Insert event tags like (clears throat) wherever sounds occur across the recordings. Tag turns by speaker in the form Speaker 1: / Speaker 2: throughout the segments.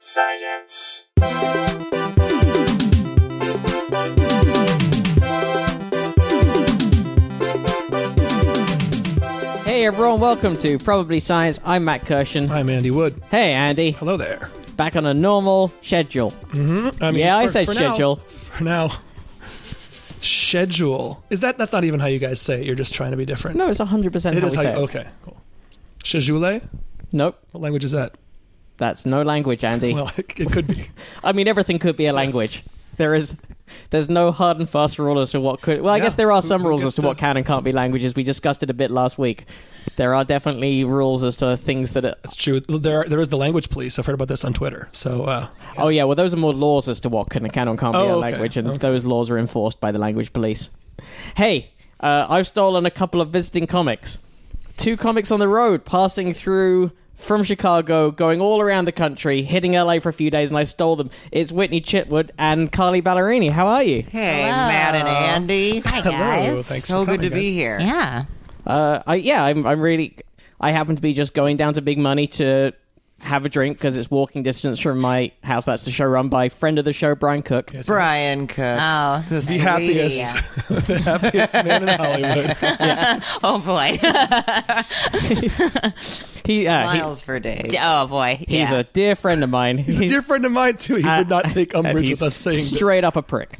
Speaker 1: science.
Speaker 2: Hey everyone, welcome to Probably Science. I'm Matt Kirshen.
Speaker 3: I'm Andy Wood.
Speaker 2: Hey Andy,
Speaker 3: Hello there.
Speaker 2: back on a normal schedule.
Speaker 3: I mean,
Speaker 2: Yeah, I
Speaker 3: for-
Speaker 2: said
Speaker 3: for now-
Speaker 2: schedule.
Speaker 3: for now, schedule is that? That's not even how you guys say it. You're just trying to be different.
Speaker 2: No, it's 100%
Speaker 3: it
Speaker 2: how
Speaker 3: is
Speaker 2: we
Speaker 3: how.
Speaker 2: say
Speaker 3: You,
Speaker 2: it.
Speaker 3: okay, cool. Schedule.
Speaker 2: Nope,
Speaker 3: What language is that?
Speaker 2: that's no language, Andy.
Speaker 3: Well, (laughs) it, it could be.
Speaker 2: I mean, everything could be a language. There is, there's no hard and fast rule as to what could. Well, I
Speaker 3: Yeah.
Speaker 2: guess there are
Speaker 3: Who-
Speaker 2: some
Speaker 3: who
Speaker 2: rules
Speaker 3: gets
Speaker 2: as to,
Speaker 3: to-
Speaker 2: what can and can't be languages. We discussed it a bit last week. There are definitely rules as to things that. Are,
Speaker 3: That's true. There, are, there is the language police. I've heard about this on Twitter. So, uh,
Speaker 2: Oh yeah, well those are more laws as to what can and can and can't be
Speaker 3: Oh,
Speaker 2: a
Speaker 3: okay,
Speaker 2: language, and
Speaker 3: okay.
Speaker 2: those laws are enforced by the language police. Hey, uh, I've stolen a couple of visiting comics. Two comics on the road, passing through from Chicago, going all around the country, hitting LA for a few days, and I stole them. It's Whitney Chitwood and Carly Ballerini. How are you?
Speaker 4: Hey, Matt and Andy.
Speaker 5: Hi
Speaker 3: hello.
Speaker 5: guys.
Speaker 3: Thanks.
Speaker 4: So
Speaker 3: for
Speaker 4: good to
Speaker 3: coming,
Speaker 4: be
Speaker 3: guys.
Speaker 4: here.
Speaker 5: Yeah.
Speaker 2: Uh, I, yeah, I'm, I'm really. I happen to be just going down to Big Money to have a drink because it's walking distance from my house. That's the show run by friend of the show, Brian Cook.
Speaker 3: Yes,
Speaker 4: Brian Cook.
Speaker 5: Oh.
Speaker 4: the
Speaker 3: The
Speaker 4: sweetie.
Speaker 3: happiest, the (laughs) happiest man in
Speaker 2: (laughs)
Speaker 3: Hollywood.
Speaker 5: (laughs) Oh boy.
Speaker 4: (laughs)
Speaker 2: (laughs) He, uh, he-
Speaker 4: Smiles for days.
Speaker 5: oh boy.
Speaker 2: He's
Speaker 5: yeah.
Speaker 2: a dear friend of mine.
Speaker 3: He's a dear friend of mine too. He
Speaker 2: (laughs)
Speaker 3: would not take
Speaker 2: and
Speaker 3: umbrage
Speaker 2: uh, he's
Speaker 3: with us saying that-
Speaker 2: straight up a prick.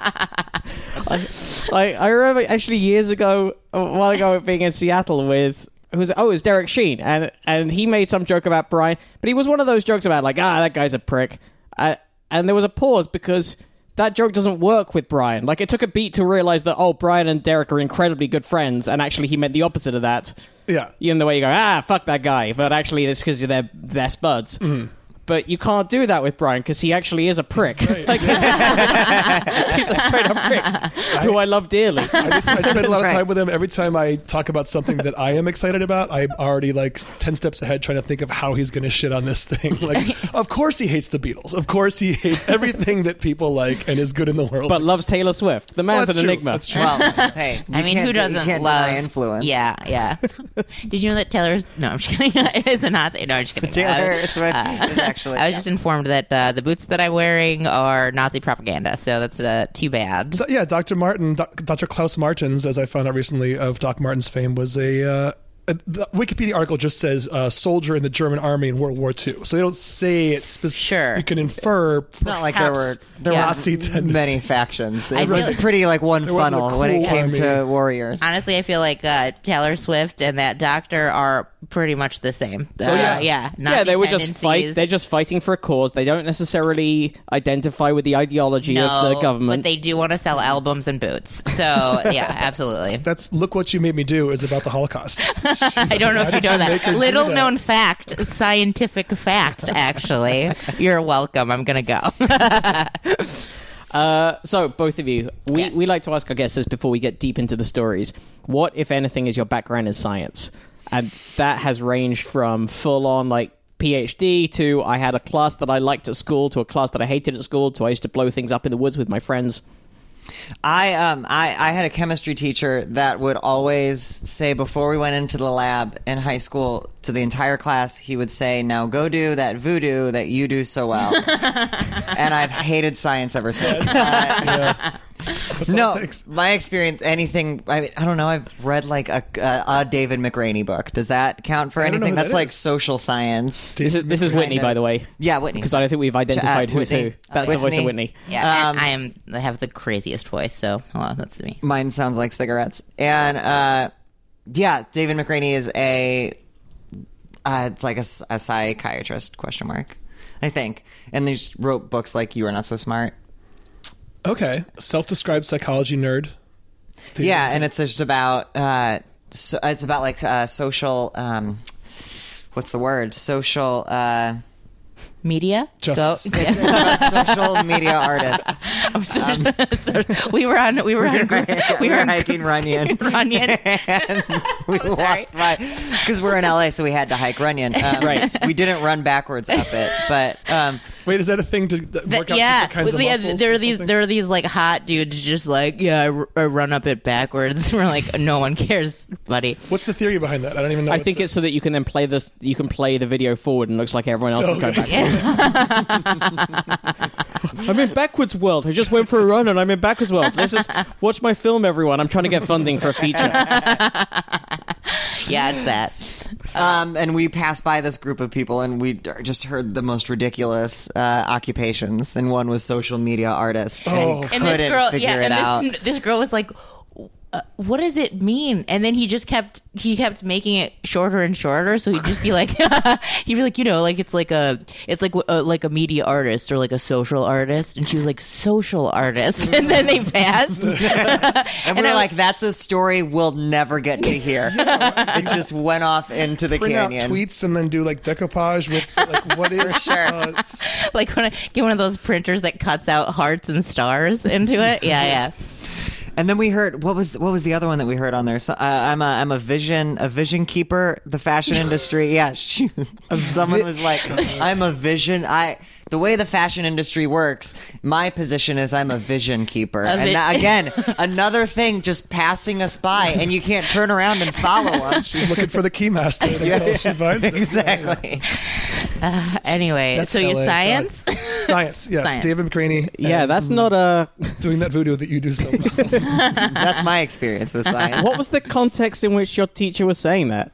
Speaker 2: I, I, I remember actually years ago, a while ago, being in Seattle with who was it? oh, it was Derek Sheen, and and he made some joke about Brian, but he was one of those jokes about like ah that guy's a prick, uh, and there was a pause because. That joke doesn't work with Brian. Like, it took a beat to realize that, oh, Brian and Derek are incredibly good friends, and actually, he meant the opposite of that
Speaker 3: Yeah.
Speaker 2: you in the way you go, ah, fuck that guy. But actually, it's because they're they're spuds.
Speaker 3: Mm-hmm.
Speaker 2: But you can't do that with Brian because he actually is a prick. (laughs) like, he's a straight up prick who I love dearly.
Speaker 3: I, I spend a
Speaker 4: (laughs)
Speaker 3: lot of
Speaker 5: Right.
Speaker 3: time with him. Every time I talk about something that I am excited about, I'm already like ten steps ahead, trying to think of how he's going to shit on this thing. Like, of course he hates the Beatles. Of course he hates everything that people like and is good in the world.
Speaker 2: But loves Taylor Swift. The
Speaker 3: Well,
Speaker 2: man's
Speaker 3: that's
Speaker 2: an
Speaker 3: true.
Speaker 2: enigma.
Speaker 3: That's true.
Speaker 4: Well,
Speaker 5: (laughs)
Speaker 4: hey.
Speaker 5: I
Speaker 4: you
Speaker 5: mean,
Speaker 4: can't-
Speaker 5: who
Speaker 4: you
Speaker 5: doesn't
Speaker 4: can't
Speaker 5: love
Speaker 4: deny influence?
Speaker 5: Yeah,
Speaker 4: (laughs)
Speaker 5: yeah. Did you know that Taylor's? No, I'm just kidding. (laughs) it's a Nazi. No, I'm just kidding.
Speaker 4: Taylor
Speaker 5: Uh,
Speaker 4: Swift is actually.
Speaker 5: (laughs) I was just informed that uh, the boots that I'm wearing are Nazi propaganda, so that's uh, too bad.
Speaker 3: So, yeah, Dr. Martin, Doc- Dr. Klaus Martins, as I found out recently, of Doc Martin's fame was a. Uh, a- the Wikipedia article just says uh, soldier in the German army in World War II, so they don't say it specifically.
Speaker 5: Sure.
Speaker 3: you can infer. It's
Speaker 4: not like there were- there
Speaker 5: were
Speaker 3: Nazi tendencies.
Speaker 4: many factions. It
Speaker 5: feel
Speaker 4: was
Speaker 5: like-
Speaker 4: pretty like one
Speaker 3: There wasn't a
Speaker 4: funnel when
Speaker 3: cool
Speaker 4: it came to
Speaker 3: army.
Speaker 4: warriors.
Speaker 5: Honestly, I feel like uh, Taylor Swift and that doctor are pretty much the same. Uh,
Speaker 3: yeah.
Speaker 5: yeah, Nazi
Speaker 2: Oh, yeah, they would
Speaker 5: tendencies.
Speaker 2: just fight. They're just fighting for a cause. They don't necessarily identify with the ideology of the government.
Speaker 5: But they do want to sell albums and boots. So
Speaker 2: (laughs)
Speaker 5: yeah, absolutely.
Speaker 3: That's look what you made me do is about the
Speaker 5: (laughs)
Speaker 3: Holocaust.
Speaker 5: I don't know if you know
Speaker 3: make
Speaker 5: that.
Speaker 3: her do
Speaker 5: Little
Speaker 3: that?
Speaker 5: known fact, scientific fact, actually.
Speaker 3: (laughs)
Speaker 5: You're welcome. I'm gonna go.
Speaker 2: so, both of you, we,
Speaker 5: Yes.
Speaker 2: we like to ask our guests this before we get deep into the stories. What, if anything, is your background in science? And that has ranged from full on like PhD to I had a class that I liked at school to a class that I hated at school to I used to blow things up in the woods with my friends.
Speaker 4: I um I, I had a chemistry teacher that would always say before we went into the lab in high school to the entire class, he would say, Now go do that voodoo that you do
Speaker 3: (laughs)
Speaker 4: so well. and I've hated science ever since. Uh,
Speaker 3: That's all
Speaker 4: no,
Speaker 3: it takes.
Speaker 4: my experience, anything, I, mean, I don't know, I've read like a, a, a David McRaney book. Does that count for
Speaker 3: don't know
Speaker 4: anything?
Speaker 3: who
Speaker 4: That's
Speaker 3: that
Speaker 4: like
Speaker 3: is.
Speaker 4: social science.
Speaker 2: This is, this is Whitney,
Speaker 4: Kind of.
Speaker 2: by the way.
Speaker 4: Yeah, Whitney.
Speaker 2: Because I don't think we've identified who's
Speaker 4: Whitney.
Speaker 2: who. That's the voice of Whitney.
Speaker 4: Whitney.
Speaker 5: Yeah,
Speaker 4: Um,
Speaker 5: I am. I have the craziest voice. So hello, that's me.
Speaker 4: Mine sounds like cigarettes. And uh, yeah, David McRaney is a uh, like a, s- a psychiatrist question mark, I think. And they just wrote books like "You Are Not So Smart."
Speaker 3: Okay, self-described psychology nerd.
Speaker 4: Yeah, and it's just about uh, so, it's about like uh, social. Um, what's the word? Social. Uh, (laughs)
Speaker 5: Media.
Speaker 3: Justice. (laughs)
Speaker 5: Go. (laughs) Yeah.
Speaker 4: about social media artists.
Speaker 5: I'm so-
Speaker 3: Um,
Speaker 5: (laughs) so- we were
Speaker 3: (laughs)
Speaker 5: on. We were on.
Speaker 4: (laughs)
Speaker 5: We were on
Speaker 4: hiking Runyon.
Speaker 5: (laughs) Runyon.
Speaker 4: we
Speaker 5: sorry.
Speaker 4: walked by because we're in LA, so we had to hike Runyon. Um,
Speaker 2: Right.
Speaker 4: We didn't run backwards up it, but um,
Speaker 3: Wait, is that a thing to th- work out
Speaker 5: yeah,
Speaker 3: different kinds
Speaker 5: we-
Speaker 3: of
Speaker 5: yeah,
Speaker 3: muscles?
Speaker 5: there
Speaker 3: or
Speaker 5: are these
Speaker 3: something?
Speaker 5: there are these like hot dudes just like yeah, I, r- I run up it backwards. (laughs) We're like, no one cares, buddy.
Speaker 3: What's the theory behind that? I don't even know.
Speaker 2: I
Speaker 3: what
Speaker 2: think
Speaker 3: the-
Speaker 2: it's so that you can then play this. You can play the video forward, and it looks like everyone else is going backwards. (laughs) I'm in backwards world. I just went for a run, and I'm in backwards world. This is watch my film, everyone. I'm trying to get funding for a feature.
Speaker 5: Yeah, it's that.
Speaker 4: Um, and we passed by this group of people, and we d- just heard the most ridiculous uh, occupations. And one was social media artist,
Speaker 3: Oh. And
Speaker 4: and, couldn't
Speaker 5: And this girl,
Speaker 4: figure
Speaker 5: yeah,
Speaker 4: it out.
Speaker 5: and this, this girl was like. Uh, what does it mean? And then he just kept he kept making it shorter and shorter. So he'd just be like, (laughs) he'd be like, you know, like it's like a it's like a, like a media artist or like a social artist. And she was like, social artist. (laughs) And then they passed. (laughs)
Speaker 4: And we
Speaker 5: And
Speaker 4: were
Speaker 5: I-
Speaker 4: like, "That's a story we'll never
Speaker 5: (laughs)
Speaker 4: get to hear." it just went off into the
Speaker 3: print out
Speaker 4: canyon.
Speaker 3: tweets and then do like decoupage
Speaker 5: (laughs)
Speaker 3: with like what is
Speaker 4: sure.
Speaker 3: uh, it's-
Speaker 5: like when I get one of those printers that cuts out hearts and stars into it. Yeah,
Speaker 3: (laughs)
Speaker 5: yeah.
Speaker 4: And then we heard what was what was the other one that we heard on there? So, uh, I'm a I'm a vision a vision keeper. The fashion industry, yeah. She was, someone was like, I'm a vision. I the way the fashion industry works. My position is I'm a vision keeper. and
Speaker 5: vi-
Speaker 4: that- again, another thing just passing us by, and you can't turn around and
Speaker 3: (laughs)
Speaker 4: follow us.
Speaker 3: she's looking for the keymaster.
Speaker 5: (laughs)
Speaker 3: That's yeah, all she finds. it.
Speaker 4: Exactly.
Speaker 5: Anyway,
Speaker 3: That's
Speaker 5: so your
Speaker 3: LA,
Speaker 5: science. (laughs)
Speaker 3: God. Science, yes.
Speaker 5: Science.
Speaker 3: David McCraney.
Speaker 2: (laughs) Yeah,
Speaker 3: and
Speaker 2: that's not a.
Speaker 3: doing that voodoo that you do so
Speaker 5: (laughs)
Speaker 3: well.
Speaker 4: That's my experience with science.
Speaker 2: What was the context in which your teacher was saying that?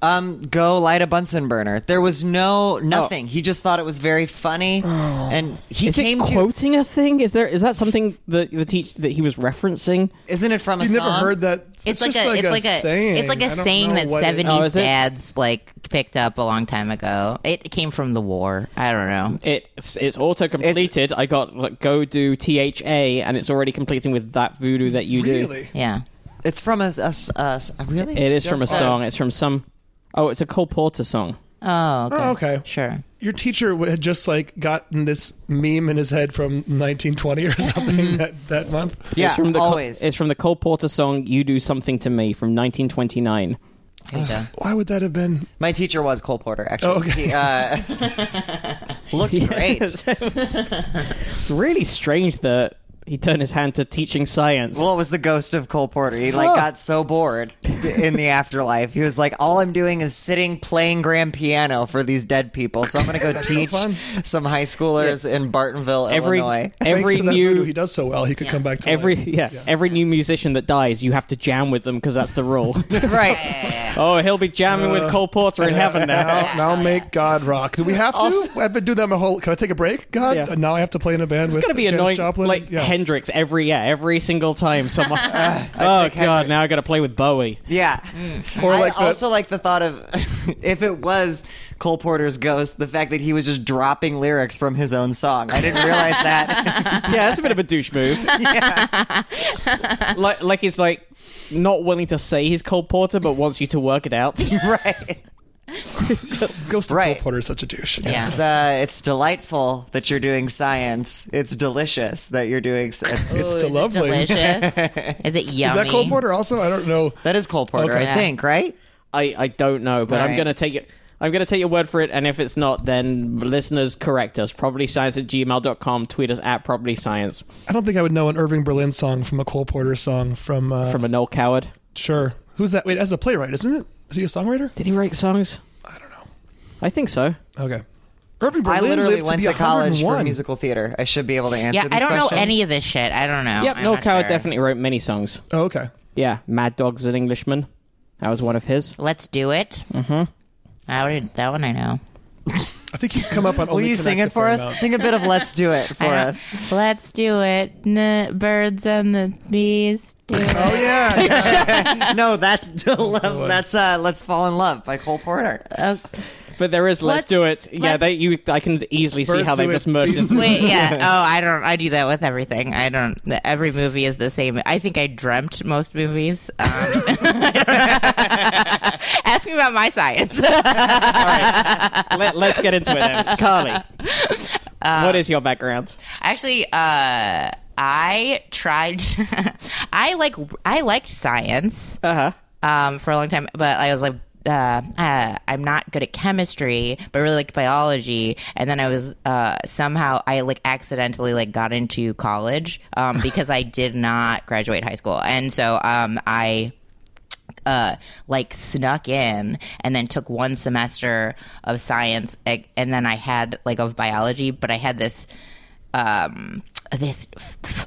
Speaker 4: Um, go light a Bunsen burner. There was no nothing. He just thought it was very funny, and he
Speaker 2: Is
Speaker 4: came
Speaker 2: it
Speaker 4: to.
Speaker 2: quoting a thing? Is there is that something that the teach that he was referencing?
Speaker 4: Isn't it from a
Speaker 3: You
Speaker 4: song?
Speaker 3: never heard that?
Speaker 5: It's, like
Speaker 3: just
Speaker 5: a, it's like a,
Speaker 3: saying.
Speaker 5: it's like
Speaker 3: I
Speaker 5: a
Speaker 3: don't
Speaker 5: saying
Speaker 3: know
Speaker 5: that
Speaker 3: what it-
Speaker 2: Oh,
Speaker 5: seventies
Speaker 2: is it?
Speaker 5: dads like picked up a long time ago. It came from the war. I don't know.
Speaker 2: It's it's auto completed. I got like, go do tha, and it's already completing with that voodoo that you do.
Speaker 3: Really?
Speaker 5: Yeah,
Speaker 4: It's from a, a, a- a- really.
Speaker 2: It is from a
Speaker 4: Just-
Speaker 2: song. It's from some. Oh, it's a Cole Porter song.
Speaker 5: Oh, okay.
Speaker 3: Oh, okay.
Speaker 5: Sure.
Speaker 3: Your teacher w- had just like gotten this meme in his head from 1920 or something that, that month.
Speaker 4: Yeah,
Speaker 2: it's from the Col-
Speaker 4: always.
Speaker 2: it's from the Cole Porter song "You Do Something to Me" from 1929.
Speaker 5: There you go.
Speaker 3: Why would that have been?
Speaker 4: My teacher was Cole Porter. Actually,
Speaker 3: Oh, okay.
Speaker 4: He, uh,
Speaker 2: (laughs)
Speaker 4: looked great.
Speaker 2: really strange that he turned his hand to teaching science.
Speaker 4: Well, it was the ghost of Cole Porter. He like
Speaker 2: Oh.
Speaker 4: got so bored in the afterlife. He was like, "All I'm doing is sitting playing grand piano for these dead people." So I'm
Speaker 2: (laughs)
Speaker 4: gonna go
Speaker 3: so
Speaker 4: teach
Speaker 3: fun.
Speaker 4: some high schoolers in Bartonville,
Speaker 2: every (laughs)
Speaker 4: Illinois.
Speaker 3: Thanks
Speaker 2: every
Speaker 3: to that voodoo he
Speaker 2: new
Speaker 3: does so well, he could come back to
Speaker 2: every
Speaker 3: life.
Speaker 2: yeah, every new musician that dies, you have to jam with them because that's the
Speaker 3: (laughs)
Speaker 2: rule.
Speaker 4: right.
Speaker 2: oh, he'll be jamming
Speaker 3: Uh,
Speaker 2: with Cole Porter in heaven now.
Speaker 3: Now, now make God rock. Do we have to? I've been doing that my whole. Can I take a break? God, Uh,
Speaker 2: Yeah.
Speaker 3: now I have to play in a band
Speaker 2: It's
Speaker 3: with
Speaker 2: gonna be
Speaker 3: Janis
Speaker 2: annoying,
Speaker 3: Joplin.
Speaker 2: like
Speaker 3: yeah.
Speaker 2: Hendrix every yeah every single time. Someone, oh god, now I got to play with Bowie.
Speaker 4: Yeah.
Speaker 3: Or
Speaker 4: Mm. I
Speaker 3: like the-
Speaker 4: also like the thought of (laughs) if it was Cole Porter's ghost, the fact that he was just dropping lyrics from his own song. I didn't realize (laughs) that.
Speaker 2: Yeah, that's a bit of a douche move. (laughs) like, like he's like not willing to say he's Cole Porter, but wants you to work it out.
Speaker 4: right.
Speaker 3: Ghost of
Speaker 4: Right.
Speaker 3: Cole Porter is such a douche.
Speaker 5: Yeah.
Speaker 4: It's, uh, it's delightful that you're doing science. It's delicious that you're doing
Speaker 3: (sighs)
Speaker 4: science.
Speaker 3: It's
Speaker 5: Ooh, is it
Speaker 3: lovely. (laughs)
Speaker 5: delicious? is it
Speaker 3: Is
Speaker 5: yummy?
Speaker 3: that Cole Porter also? I don't know.
Speaker 4: That is Cole Porter,
Speaker 3: Okay.
Speaker 4: I think, right?
Speaker 2: I, I don't know, but I'm
Speaker 4: Right.
Speaker 2: gonna take it. I'm going to take your word for it, and if it's not, then listeners correct us. Probablyscience at gmail.com. Tweet us at probablyscience.
Speaker 3: I don't think I would know an Irving Berlin song from a Cole Porter song from. Uh,
Speaker 2: From a Noel Coward.
Speaker 3: sure. Who's that? Wait, as a playwright, isn't it? Is he a songwriter?
Speaker 2: Did he write songs?
Speaker 3: I don't know. Oh,
Speaker 2: I think so.
Speaker 3: Okay. Irving Berlin
Speaker 4: I literally
Speaker 3: lived
Speaker 4: went
Speaker 3: to,
Speaker 4: to,
Speaker 3: be
Speaker 4: college for
Speaker 3: 101.
Speaker 4: musical theater. I should be able to answer
Speaker 5: Yeah,
Speaker 4: these
Speaker 5: I don't know
Speaker 4: questions.
Speaker 5: any of this shit. I don't know.
Speaker 2: Yep,
Speaker 5: I'm
Speaker 2: Noel
Speaker 5: not
Speaker 2: Coward
Speaker 5: sure.
Speaker 2: definitely wrote many songs.
Speaker 3: Oh, okay.
Speaker 2: Yeah, Mad Dog's an Englishman. That was one of his.
Speaker 5: Let's do it. Mm-hmm. How did that one? I know.
Speaker 3: I think he's come up on.
Speaker 4: Will you sing it for us? Sing a bit of Let's Do It
Speaker 5: (laughs)
Speaker 4: for
Speaker 5: I don't-
Speaker 4: us.
Speaker 5: Let's do it. N- birds and the bees do it.
Speaker 3: Oh
Speaker 4: (laughs)
Speaker 3: yeah.
Speaker 4: No, that's (laughs) love. That's uh, Let's Fall in Love by Cole Porter.
Speaker 5: Oh.
Speaker 2: But there is Let's
Speaker 5: Let's-
Speaker 2: Do It. Yeah,
Speaker 5: let's-
Speaker 2: they, you, I can easily see
Speaker 3: Birds
Speaker 2: how they
Speaker 3: do it,
Speaker 2: just merged
Speaker 3: bees
Speaker 2: into
Speaker 5: Wait, yeah. (laughs) Oh, I don't. I do that with everything. I don't. Every movie is the same. I think I dreamt most movies. Um, (laughs) ask me about my science.
Speaker 2: Let, us get into it
Speaker 5: (laughs)
Speaker 2: then. Carly,
Speaker 5: Uh,
Speaker 2: what is your background?
Speaker 5: Actually, uh, I tried. (laughs) I like. I liked science
Speaker 2: Uh huh.
Speaker 5: um, for a long time, but I was like. uh, uh, I'm not good at chemistry, but I really liked biology. And then I was uh, somehow I like accidentally like got into college um, because I did not graduate high school, and so um, I uh, like snuck in and then took one semester of science ag- and then I had like of biology, but I had this um this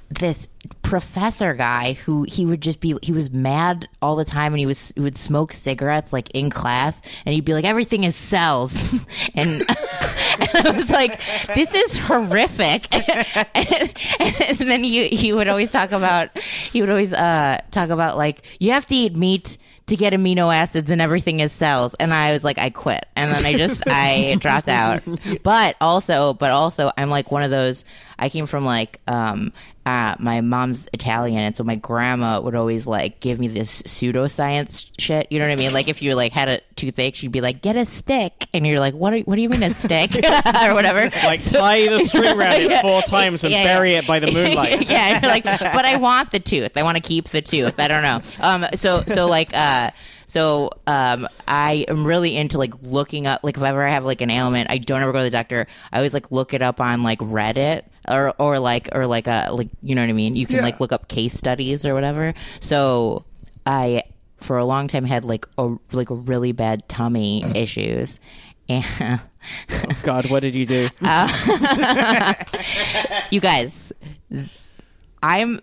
Speaker 5: this professor guy who he would just be he was mad all the time and he was he would smoke cigarettes like in class and he'd be like everything is cells (laughs) and and I was like, this is horrific. (laughs) and, then he, he would always talk about, he would always uh, talk about like, you have to eat meat to get amino acids and everything is cells. And I was like, I quit. And then I just, I dropped out. But also, but also, I'm like one of those, I came from like, um, uh, my mom's Italian, and so my grandma would always like give me this pseudoscience shit. You know what I mean? Like if you like had a toothache, she'd be like, "Get a stick," and you're like, "What? Are, what do you mean a stick?" (laughs) or whatever.
Speaker 2: Like tie the
Speaker 5: (laughs)
Speaker 2: string around it
Speaker 5: Yeah.
Speaker 2: four times and
Speaker 5: Yeah,
Speaker 2: bury
Speaker 5: yeah.
Speaker 2: it by the
Speaker 5: (laughs)
Speaker 2: moonlight.
Speaker 5: yeah, and you're like, but I want the tooth. I want to keep the tooth. I don't know. Um, so so like uh. So um, I am really into like looking up like if ever I have like an ailment I don't ever go to the doctor I always like look it up on like Reddit or or like or like a like you know what I mean you can
Speaker 3: Yeah.
Speaker 5: like look up case studies or whatever so I for a long time had like a like really bad tummy issues and (laughs)
Speaker 2: Oh, God, what did you do?
Speaker 5: Uh, you guys i'm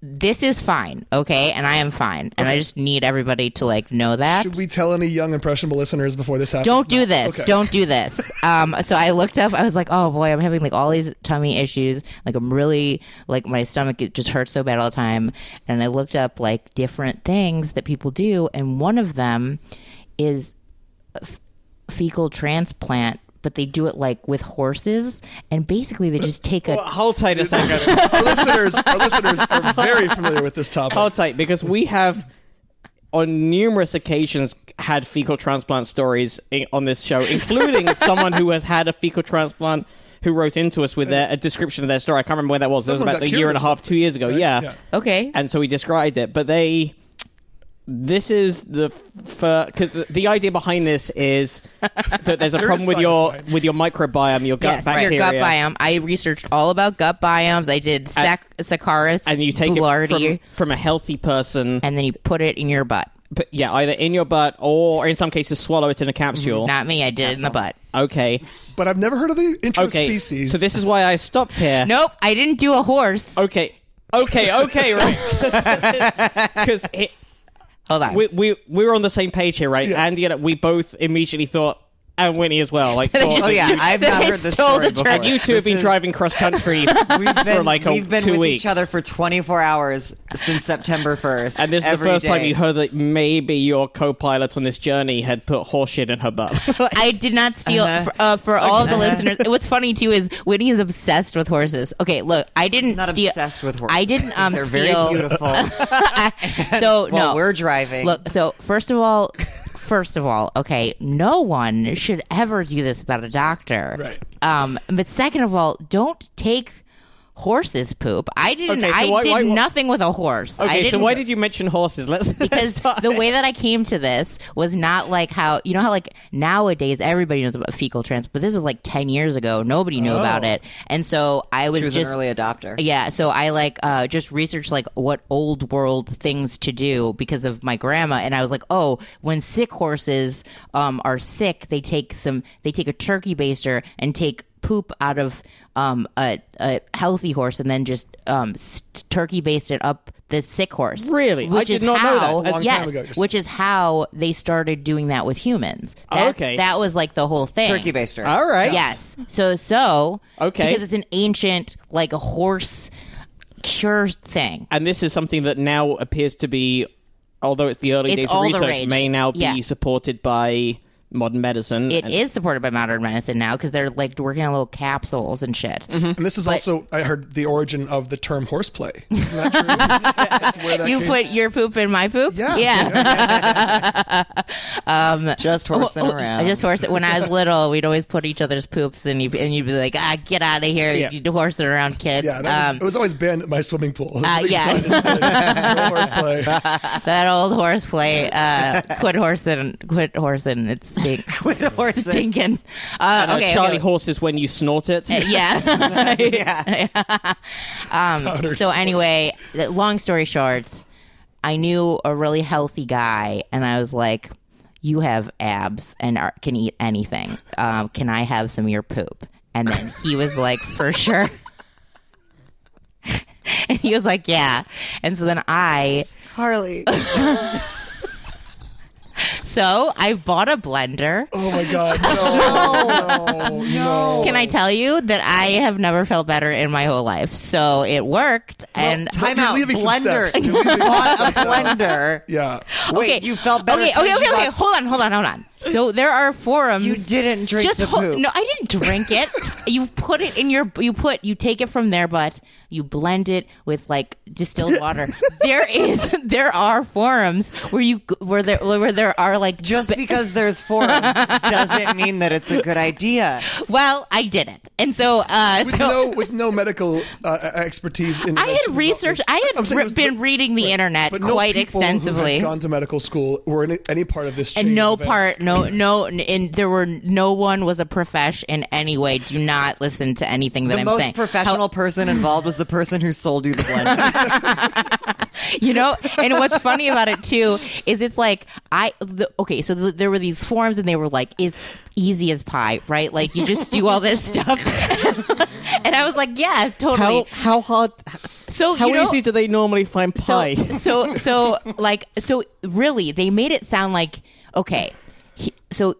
Speaker 5: this is fine okay and i am fine and i just need everybody to like know that
Speaker 3: Should we tell any young impressionable listeners before this happens? (laughs)
Speaker 5: don't do this
Speaker 3: Okay.
Speaker 5: don't do
Speaker 3: (laughs)
Speaker 5: this um so i looked up i was like oh boy i'm having like all these tummy issues like i'm really like my stomach it just hurts so bad all the time and i looked up like different things that people do and one of them is f- fecal transplant but they do it like with horses and basically they just take a
Speaker 2: Well, hold tight a second.
Speaker 3: our listeners, our listeners are very familiar with this topic.
Speaker 2: hold tight because we have on numerous occasions had fecal transplant stories in, on this show,
Speaker 5: (laughs)
Speaker 2: including someone who has had a fecal transplant who wrote into us with their, a description of their story. I can't remember when that was. That was
Speaker 3: Someone
Speaker 2: about a
Speaker 3: got cured
Speaker 2: year and
Speaker 3: of
Speaker 2: a half,
Speaker 3: something,
Speaker 2: two years ago.
Speaker 3: right?
Speaker 2: Yeah.
Speaker 3: Yeah.
Speaker 5: okay
Speaker 2: And so we described it, but they. This is the because the, the idea behind this is that
Speaker 3: (laughs)
Speaker 2: there's a problem with
Speaker 3: science
Speaker 2: your
Speaker 3: behind this.
Speaker 2: with your microbiome, your gut
Speaker 5: yes,
Speaker 2: bacteria,
Speaker 5: your gut biome. I researched all about gut biomes. I did sac- Saccharis
Speaker 2: and you take
Speaker 5: boulardii,
Speaker 2: it from, from a healthy person.
Speaker 5: and then you put it in your butt.
Speaker 2: But yeah, either in your butt or in some cases swallow it in a capsule.
Speaker 5: Not me. I did it in the butt.
Speaker 2: Okay.
Speaker 3: But I've never heard of the intro
Speaker 2: Okay.
Speaker 3: species.
Speaker 2: So this is why I stopped here.
Speaker 5: Nope, I didn't do a horse.
Speaker 2: Okay. Okay. Okay. Right.
Speaker 5: (laughs)
Speaker 2: (laughs) Because
Speaker 5: Hold on.
Speaker 2: we, we we were on the same page here, right?
Speaker 3: Yeah.
Speaker 2: Andy and we both immediately thought, and Whitney as well.
Speaker 5: (laughs)
Speaker 2: Like, thought-
Speaker 5: just-
Speaker 4: Oh yeah, I've
Speaker 5: I
Speaker 4: not heard this
Speaker 5: stole
Speaker 4: story
Speaker 5: the
Speaker 4: before.
Speaker 5: train.
Speaker 2: you two have
Speaker 4: This
Speaker 2: been
Speaker 4: is-
Speaker 2: driving cross
Speaker 5: (laughs)
Speaker 2: country
Speaker 4: We've been,
Speaker 2: for like a,
Speaker 4: we've been
Speaker 2: two
Speaker 4: with
Speaker 2: weeks.
Speaker 4: each other for 24 hours since September 1st.
Speaker 2: and this is the
Speaker 4: every
Speaker 2: first time
Speaker 4: day.
Speaker 2: you heard that maybe your co-pilot on this journey had put horseshit in her butt. Like,
Speaker 5: I did not steal
Speaker 4: Uh-huh.
Speaker 5: for, uh, for all the listeners. What's funny too is Whitney is obsessed with horses. Okay, look, I didn't
Speaker 4: Not
Speaker 2: (laughs)
Speaker 5: steal.
Speaker 4: obsessed with horses.
Speaker 5: I didn't
Speaker 4: (laughs)
Speaker 5: um
Speaker 4: They're
Speaker 5: steal.
Speaker 4: very beautiful.
Speaker 5: (laughs) So
Speaker 4: While
Speaker 5: no,
Speaker 4: we're driving.
Speaker 5: Look, so first of all, first of all, okay, no one should ever do this without a doctor.
Speaker 3: Right.
Speaker 5: Um, but second of all, don't take horses poop. I didn't.
Speaker 2: Okay, so
Speaker 5: I
Speaker 2: why-
Speaker 5: did
Speaker 2: why- why-
Speaker 5: nothing with a horse. (laughs) I
Speaker 2: okay, so
Speaker 5: didn't-
Speaker 2: why did you mention horses? Let's (laughs)
Speaker 5: because
Speaker 2: let's start.
Speaker 5: the way that I came to this was not like how you know how like nowadays everybody knows about fecal transplant, but this was like ten years ago. Nobody knew about
Speaker 2: Oh.
Speaker 5: it, and so I was,
Speaker 4: she was
Speaker 5: just
Speaker 4: an early adopter.
Speaker 5: yeah, so I like uh, just researched like what old world things to do because of my grandma, and I was like, oh, when sick horses um, are sick, they take some, they take a turkey baster and take poop out of um, a, a healthy horse, and then just um, s turkey baste it up the sick horse.
Speaker 2: Really? I
Speaker 5: which
Speaker 2: did
Speaker 5: is
Speaker 2: not know
Speaker 5: how,
Speaker 2: that. That's a
Speaker 3: long
Speaker 5: yes,
Speaker 3: time ago, you're
Speaker 5: which is how they started doing that with humans. That's,
Speaker 2: Okay.
Speaker 5: that was like the whole thing.
Speaker 4: Turkey baster.
Speaker 2: All right.
Speaker 5: Yes. So so
Speaker 2: Okay.
Speaker 5: because it's an ancient like a horse cure thing.
Speaker 2: and this is something that now appears to be, although it's the early
Speaker 5: It's
Speaker 2: days
Speaker 5: all
Speaker 2: of
Speaker 5: the
Speaker 2: research,
Speaker 5: rage.
Speaker 2: may now be
Speaker 5: Yeah.
Speaker 2: supported by modern medicine.
Speaker 5: It
Speaker 2: and-
Speaker 5: is supported by modern medicine now because they're like working on little capsules and shit.
Speaker 2: Mm-hmm.
Speaker 3: And this is also, I heard, the origin of the term horseplay. Isn't that
Speaker 4: (laughs)
Speaker 3: true? That's where that
Speaker 5: You
Speaker 3: came-
Speaker 5: put your poop in my poop.
Speaker 3: Yeah.
Speaker 4: Just horsing around.
Speaker 5: Oh, I just horse it. When I was little, we'd always put each other's poops, and you and you'd be like, "Ah, get out of here!
Speaker 2: Yeah.
Speaker 5: You horsing around, kids."
Speaker 3: Yeah, that was,
Speaker 5: Um,
Speaker 3: it was always banned at my swimming pool. It was (laughs)
Speaker 5: Uh,
Speaker 3: a big
Speaker 5: yeah.
Speaker 3: sign that said, "No
Speaker 4: (laughs)
Speaker 3: horseplay.
Speaker 5: (laughs) That old horse play. Uh, quit horsing. Quit horsing.
Speaker 3: (laughs)
Speaker 5: It stinks. quit
Speaker 4: horsing.
Speaker 5: Stinking. Uh,
Speaker 2: Uh,
Speaker 5: okay.
Speaker 2: Charlie
Speaker 5: okay.
Speaker 2: Horse is when you snort it.
Speaker 5: (laughs)
Speaker 4: (laughs)
Speaker 5: yeah. Um,
Speaker 3: Powdered
Speaker 5: so anyway, th- long story short, I knew a really healthy guy, and I was like, "You have abs and are, can eat anything. Um, can I have some of your poop?" And then he was like, "For sure." (laughs) and he was like, "Yeah." And so then I (laughs)
Speaker 4: Harley.
Speaker 5: so I bought a blender.
Speaker 3: Oh my god!
Speaker 5: Oh,
Speaker 3: No, no,
Speaker 4: Oh.
Speaker 3: no.
Speaker 5: Can I tell you that I have never felt better in my whole life? So it worked, and
Speaker 3: but
Speaker 4: Time
Speaker 3: you're
Speaker 4: out.
Speaker 3: leaving some
Speaker 4: Blender.
Speaker 3: steps. You're
Speaker 4: (laughs)
Speaker 3: leaving-
Speaker 4: Bought a blender.
Speaker 3: Yeah.
Speaker 4: Wait, you felt better.
Speaker 5: Okay,
Speaker 4: as soon
Speaker 5: okay,
Speaker 4: as you
Speaker 5: okay,
Speaker 4: got-
Speaker 5: okay. Hold on, hold on, hold on. So there are forums.
Speaker 4: You didn't drink
Speaker 5: Just
Speaker 4: the
Speaker 5: hol-
Speaker 4: poop.
Speaker 5: No, I didn't drink it. you put it in your. You put. You take it from their butt. You blend it with like distilled water. there is. There are forums where you g- where there where there are like.
Speaker 4: Just
Speaker 5: (laughs)
Speaker 4: because there's forums doesn't mean that it's a good idea.
Speaker 5: Well, I did it, and so uh,
Speaker 3: With
Speaker 5: so
Speaker 3: no, with no medical uh, expertise. In
Speaker 5: I
Speaker 3: relation
Speaker 5: had
Speaker 3: to
Speaker 5: researched.
Speaker 3: wellness.
Speaker 5: I
Speaker 3: I'm
Speaker 5: had
Speaker 3: saying
Speaker 5: re-
Speaker 3: it was-
Speaker 5: been
Speaker 3: but-
Speaker 5: reading the internet
Speaker 3: but no
Speaker 5: quite
Speaker 3: people who had
Speaker 5: extensively.
Speaker 3: gone to medical school or in any part of this. chain
Speaker 5: and no
Speaker 3: of events.
Speaker 5: part no no and there were no one was a profesh in any way do not listen to anything that
Speaker 4: The
Speaker 5: i'm
Speaker 4: most
Speaker 5: saying
Speaker 4: professional person involved was the person who sold you the blender.
Speaker 5: you know and what's funny about it too is it's like i the, okay so th there were these forms and they were like it's easy as pie right like you just do all this (laughs) stuff and i was like yeah totally
Speaker 2: How how hard?
Speaker 5: so
Speaker 2: How
Speaker 5: you know,
Speaker 2: easy do they normally find pie?
Speaker 5: (laughs) So, so, so, like, so really, they made it sound like okay. He, so,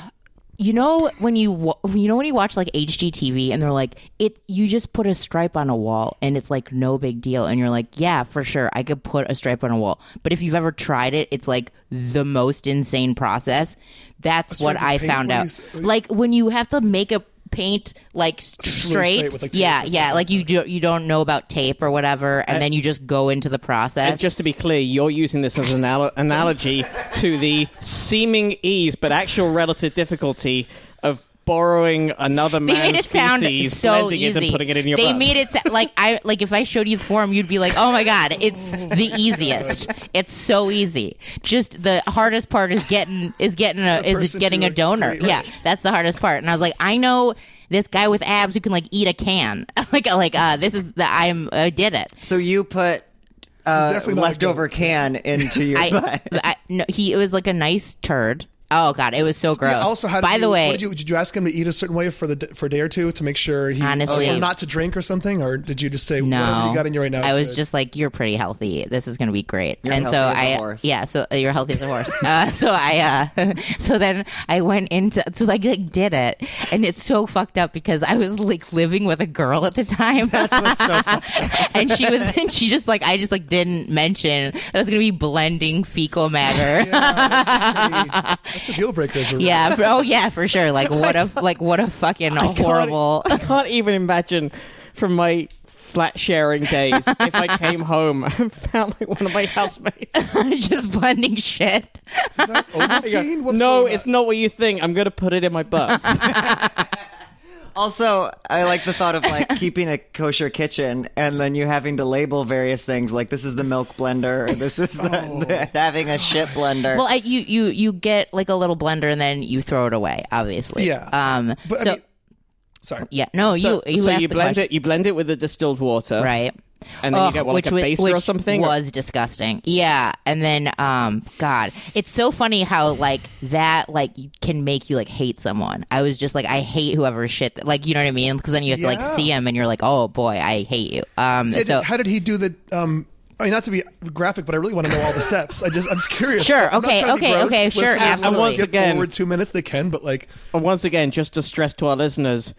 Speaker 5: (sighs) you know when you wa- you know when you watch like HGTV and they're like it, you just put a stripe on a wall and it's like no big deal, and you're like, yeah, for sure, I could put a stripe on a wall. But if you've ever tried it, it's like the most insane process. That's
Speaker 3: stripe
Speaker 5: what
Speaker 3: of
Speaker 5: I
Speaker 3: paint?
Speaker 5: found
Speaker 3: What
Speaker 5: out.
Speaker 3: is-
Speaker 5: Like when you have to make a paint like s-
Speaker 3: straight
Speaker 5: straight,
Speaker 3: with, like, tape
Speaker 5: yeah
Speaker 3: or
Speaker 5: yeah like you do, you don't know about tape or whatever and then you just go into the process
Speaker 2: And just to be clear, you're using this as an al- analogy to the seeming ease but actual relative difficulty of borrowing another
Speaker 5: (laughs) They
Speaker 2: man's
Speaker 5: made it sound
Speaker 2: feces,
Speaker 5: so
Speaker 2: blending it,
Speaker 5: easy.
Speaker 2: and putting it in your
Speaker 5: they
Speaker 2: butt.
Speaker 5: made it sa- like I like if I showed you the form, you'd be like, "Oh my god, it's the
Speaker 2: (laughs)
Speaker 5: easiest. It's so easy. Just the hardest part is getting is getting a is
Speaker 3: person
Speaker 5: getting
Speaker 3: to
Speaker 5: a donor.
Speaker 3: agree with.
Speaker 5: Yeah, that's the hardest part." And I was like, "I know this guy with abs who can like eat a can. (laughs) like like uh, this is the I'm I did it.
Speaker 4: so you put a
Speaker 3: definitely not a
Speaker 4: leftover
Speaker 3: goat.
Speaker 4: can into
Speaker 5: (laughs)
Speaker 4: your
Speaker 3: (laughs)
Speaker 5: I,
Speaker 4: butt.
Speaker 5: I no, he it was like a nice turd. Oh god, it was so gross.
Speaker 3: Yeah, also, how did
Speaker 5: by
Speaker 3: you,
Speaker 5: the way,
Speaker 3: what did you, did you ask him to eat a certain way for the for a day or two to make sure he
Speaker 5: Honestly.
Speaker 3: or not to drink or something, or did you just say
Speaker 5: No,
Speaker 3: whatever you got in you right now?
Speaker 5: I
Speaker 3: is
Speaker 5: was
Speaker 3: good?
Speaker 5: just like, "You're pretty healthy. This is going to be great." and so
Speaker 4: healthy as
Speaker 5: I,
Speaker 4: a horse.
Speaker 5: yeah, so uh, you're healthy as a horse. (laughs) uh, so I, uh, (laughs) so then I went into, so I like did it, and it's so fucked up because I was like living with a girl at the time. (laughs) That's what's so and she was, (laughs) and she just like, I just like didn't mention that I was going to be blending
Speaker 3: (laughs)
Speaker 5: fecal matter. yeah.
Speaker 3: That's a deal breaker. As a
Speaker 5: for- oh yeah, for sure. Like what a like what a
Speaker 3: (laughs)
Speaker 5: fucking horrible. (laughs)
Speaker 2: (laughs) I can't even imagine from my flat sharing days if I came home (laughs) and found like one of my housemates.
Speaker 5: just blending shit.
Speaker 3: Is that Ovaltine?
Speaker 2: (laughs)
Speaker 3: What's
Speaker 2: no,
Speaker 3: going on?
Speaker 2: it's not what you think. I'm going to put it in my (laughs) butt.
Speaker 4: Also, I like the thought of like keeping a kosher kitchen and then you having to label various things like this is the milk blender or this is the,
Speaker 3: (laughs) Oh.
Speaker 4: the- having a shit blender.
Speaker 5: Well, I, you you you get like a little blender and then you throw it away. Obviously,
Speaker 3: Yeah.
Speaker 5: Um.
Speaker 3: But I
Speaker 5: so
Speaker 3: mean- sorry.
Speaker 5: yeah, no,
Speaker 2: so
Speaker 5: you you,
Speaker 2: so
Speaker 5: asked
Speaker 2: you
Speaker 5: the
Speaker 2: blend
Speaker 5: question,
Speaker 2: it. You blend it with the distilled water,
Speaker 5: right?
Speaker 2: And then
Speaker 5: Ugh,
Speaker 2: you get what, like
Speaker 5: which
Speaker 2: a
Speaker 5: wa-
Speaker 2: baster or
Speaker 5: which
Speaker 2: something.
Speaker 5: was disgusting. Yeah, and then um, God, it's so funny how like that like can make you like hate someone. I was just like, I hate whoever shit. that- Like you know what I mean? Because then you have to like
Speaker 3: Yeah.
Speaker 5: see him and you're like, oh boy, I hate you. Um.
Speaker 3: It-
Speaker 5: so
Speaker 3: how did he do the? Um, I mean, not to be graphic, but I really want to know all the steps. I just, I'm just curious.
Speaker 5: Sure,
Speaker 3: I'm not
Speaker 5: okay,
Speaker 3: trying to be
Speaker 5: okay,
Speaker 3: gross.
Speaker 5: okay, sure,
Speaker 3: Listeners wanna
Speaker 5: absolutely.
Speaker 2: Once
Speaker 3: skip
Speaker 2: again-
Speaker 3: forward two minutes, they can, but like,
Speaker 2: And once again, just to stress to our listeners,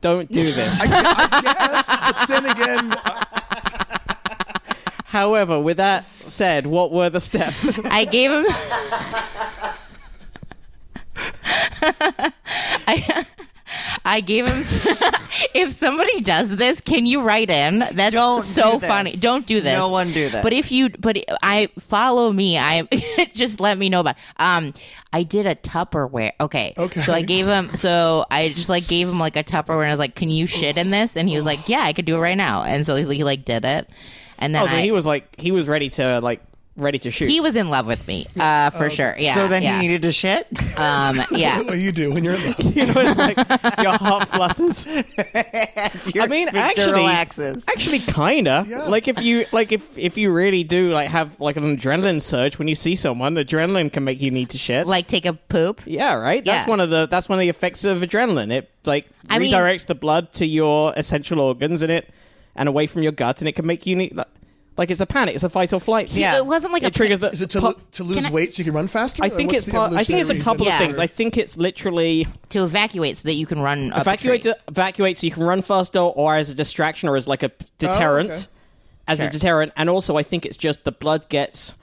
Speaker 2: don't (laughs) do this.
Speaker 3: I guess. But then again, uh,
Speaker 2: However, with that (laughs) said, what were the steps?
Speaker 5: I gave him. I gave him. if somebody does this, can you write in? That's
Speaker 4: Don't
Speaker 5: so
Speaker 4: do this.
Speaker 5: funny. Don't do this.
Speaker 4: No one do this.
Speaker 5: But if you, but I follow me. I (laughs) just let me know about. Um, I did a Tupperware. Okay.
Speaker 3: Okay.
Speaker 5: So I gave him. So I just like gave him like a Tupperware, and I was like, "Can you shit in this?" And he was like, "Yeah, I could do it right now." And so he, like did it, and then
Speaker 2: Oh, so
Speaker 5: I-
Speaker 2: he was like, he was ready to like, ready to shoot.
Speaker 5: he was in love with me uh, for sure. Yeah.
Speaker 4: so then
Speaker 5: yeah.
Speaker 4: he needed to shit.
Speaker 5: (laughs) Um,
Speaker 3: (laughs)
Speaker 5: yeah.
Speaker 3: what you do when you're in love.
Speaker 2: (laughs) you know, it's
Speaker 5: (laughs)
Speaker 2: like your heart flutters.
Speaker 4: (laughs) Your
Speaker 2: I mean,
Speaker 4: sphincter
Speaker 2: actually,
Speaker 4: relaxes.
Speaker 5: uh,
Speaker 2: actually, kinda.
Speaker 3: Yeah.
Speaker 2: Like if you, like if if you really do like have like an adrenaline surge when you see someone, adrenaline can make you need to shit.
Speaker 5: Like take a poop.
Speaker 2: yeah, right. That's
Speaker 5: Yeah.
Speaker 2: one of the that's one of the effects of adrenaline. It like
Speaker 5: I mean-
Speaker 2: redirects the blood to your essential organs and it and away from your gut, and it can make you need like, like it's the panic, it's a fight or flight.
Speaker 4: Yeah.
Speaker 5: It wasn't like a
Speaker 2: it triggers the.
Speaker 3: Is it to,
Speaker 2: pu-
Speaker 3: lo- to lose
Speaker 5: I-
Speaker 3: weight so you can run faster?
Speaker 2: I
Speaker 3: Or
Speaker 2: think
Speaker 3: what's
Speaker 2: it's
Speaker 3: the
Speaker 2: pu- I think it's a
Speaker 3: evolutionary
Speaker 2: couple of
Speaker 3: reason
Speaker 5: Yeah.
Speaker 3: for-
Speaker 2: things. I think it's literally
Speaker 5: to evacuate so that you can run up a
Speaker 2: evacuate
Speaker 5: tree.
Speaker 2: to, evacuate so you can run faster or as a distraction or as like a p- deterrent
Speaker 3: Oh, okay.
Speaker 2: as
Speaker 5: Sure.
Speaker 2: a deterrent and also i think it's just the blood gets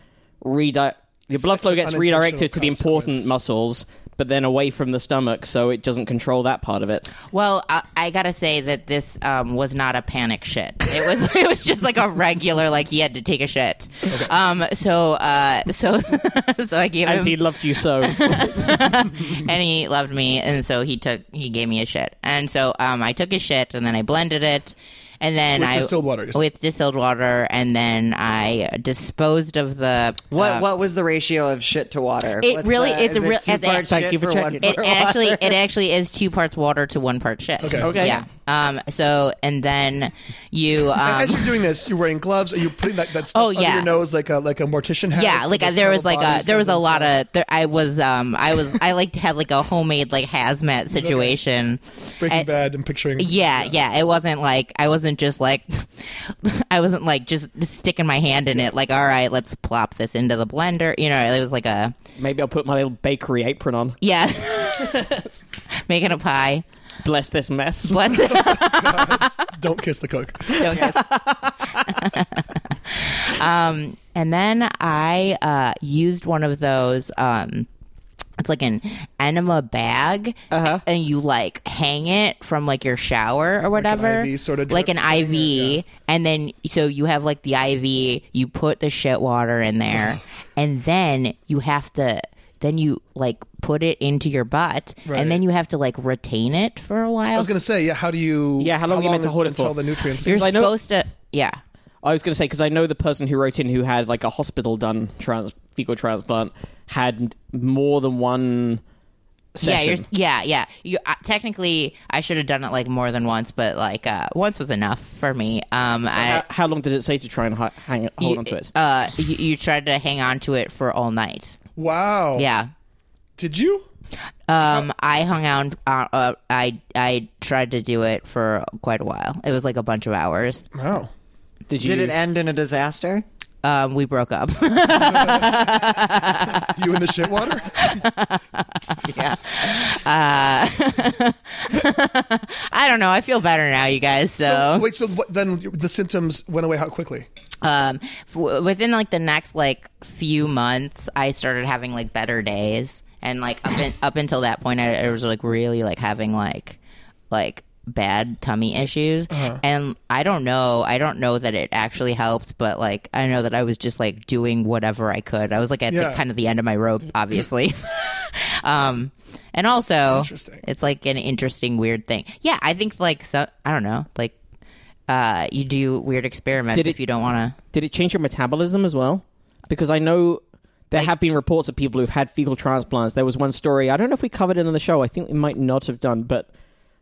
Speaker 2: redi- the blood
Speaker 3: it's
Speaker 2: flow
Speaker 3: an
Speaker 2: gets
Speaker 3: unintentional
Speaker 2: redirected to the important
Speaker 3: consequence.
Speaker 2: muscles but then away from the stomach so it doesn't control that part of it
Speaker 5: well I, I gotta say that this um, was not a panic shit it was (laughs) it was just like a regular like he had to take a shit um so uh so (laughs) so i gave
Speaker 2: and
Speaker 5: him
Speaker 2: he loved you so (laughs)
Speaker 5: and he loved me and so he took he gave me a shit and so um i took his shit and then i blended it and then
Speaker 3: With
Speaker 5: I
Speaker 3: distilled water, you said.
Speaker 5: with distilled water, and then I disposed of the
Speaker 4: What
Speaker 5: uh,
Speaker 4: what was the ratio of shit to water?
Speaker 5: It
Speaker 4: What's
Speaker 5: really-
Speaker 4: the-
Speaker 5: it's
Speaker 4: is
Speaker 5: a real-
Speaker 4: it two
Speaker 5: it's a-
Speaker 4: parts
Speaker 5: Thank
Speaker 4: shit
Speaker 2: you for
Speaker 4: for one
Speaker 2: checking.
Speaker 5: it
Speaker 4: part (laughs) water?
Speaker 5: actually it actually is two parts water to one part shit.
Speaker 3: Okay.
Speaker 2: Okay.
Speaker 5: Yeah. Um. So and then you. Um,
Speaker 3: As you're doing this, you're wearing gloves. Are you putting that, that stuff
Speaker 5: Oh,
Speaker 3: under
Speaker 5: yeah.
Speaker 3: your nose like a like a mortician has?
Speaker 5: yeah.
Speaker 3: So
Speaker 5: Like uh,
Speaker 3: those
Speaker 5: there was
Speaker 3: metal
Speaker 5: like a
Speaker 3: bodies
Speaker 5: there was a
Speaker 3: goes
Speaker 5: lot
Speaker 3: into-
Speaker 5: of there, I was um I was I like had like a homemade like hazmat situation.
Speaker 3: Breaking
Speaker 5: And-
Speaker 3: Bad and picturing.
Speaker 5: uh, Yeah, yeah. It wasn't like I wasn't just like (laughs) I wasn't like just sticking my hand in it. Like, all right, let's plop this into the blender. You know, it was like a
Speaker 2: maybe i'll put my little bakery apron on
Speaker 5: yeah, (laughs) making a pie.
Speaker 2: bless this (laughs) mess
Speaker 5: Bless
Speaker 3: Don't kiss the cook.
Speaker 5: Don't
Speaker 3: (laughs)
Speaker 5: kiss. um, and then I uh, used one of those. Um, it's like an enema bag, and you like hang it from like your shower or
Speaker 3: Uh-huh. an
Speaker 5: whatever,
Speaker 3: IV sort of
Speaker 5: like
Speaker 3: drip
Speaker 5: an IV, and then so you have like the IV. You put the shit water in there,
Speaker 3: Uh-huh.
Speaker 5: and then you have to. Then you like put it into your butt,
Speaker 3: Right.
Speaker 5: and then you have to like retain it for a while.
Speaker 3: I
Speaker 5: (laughs)
Speaker 3: was gonna say, yeah. How do you?
Speaker 2: Yeah, how long are you meant to
Speaker 3: is
Speaker 2: hold it
Speaker 3: until
Speaker 2: for?
Speaker 3: the nutrients?
Speaker 5: You're
Speaker 2: I know-
Speaker 5: supposed to, yeah.
Speaker 2: I was going to say because I know the person who wrote in who had like a hospital done trans- fecal transplant had more than one session.
Speaker 5: Yeah, you're, yeah, yeah. You uh, technically, I should have done it like more than once, but like uh, once was enough for me. Um, I,
Speaker 2: how, how long did it say to try and hi- hang uh, hold
Speaker 5: you,
Speaker 2: on to it?
Speaker 5: Uh, you, you tried to hang on to it for all night.
Speaker 3: wow.
Speaker 5: Yeah.
Speaker 3: Did you?
Speaker 5: Um, I hung out. Uh, uh, I I tried to do it for quite a while. It was like a bunch of hours.
Speaker 3: Wow.
Speaker 2: Did you?
Speaker 4: Did it end in a disaster?
Speaker 5: Um, we broke up. (laughs)
Speaker 3: You in the shit
Speaker 5: (laughs)
Speaker 3: water?
Speaker 4: Yeah.
Speaker 5: I don't know. I feel better now, you guys. So,
Speaker 3: wait. So what, then the symptoms went away how quickly?
Speaker 5: um, f- within like the next like few months, I started having like better days, and like up in, up until that point, I, I was like really like having like like bad tummy issues,
Speaker 3: Uh-huh.
Speaker 5: and I don't know, I don't know that it actually helped, but like I know that I was just like doing whatever I could. I was like at
Speaker 3: Yeah.
Speaker 5: the, kind of the end of my rope, obviously. (laughs) um, and also,
Speaker 3: Interesting.
Speaker 5: it's like an interesting weird thing. Yeah, I think like so I don't know like. Uh, you do weird experiments
Speaker 2: Did it-
Speaker 5: if you don't want to.
Speaker 2: Did it change your metabolism as well? Because I know there have been reports of people who've had fecal transplants. There was one story, I don't know if we covered it on the show, I think we might not have done, but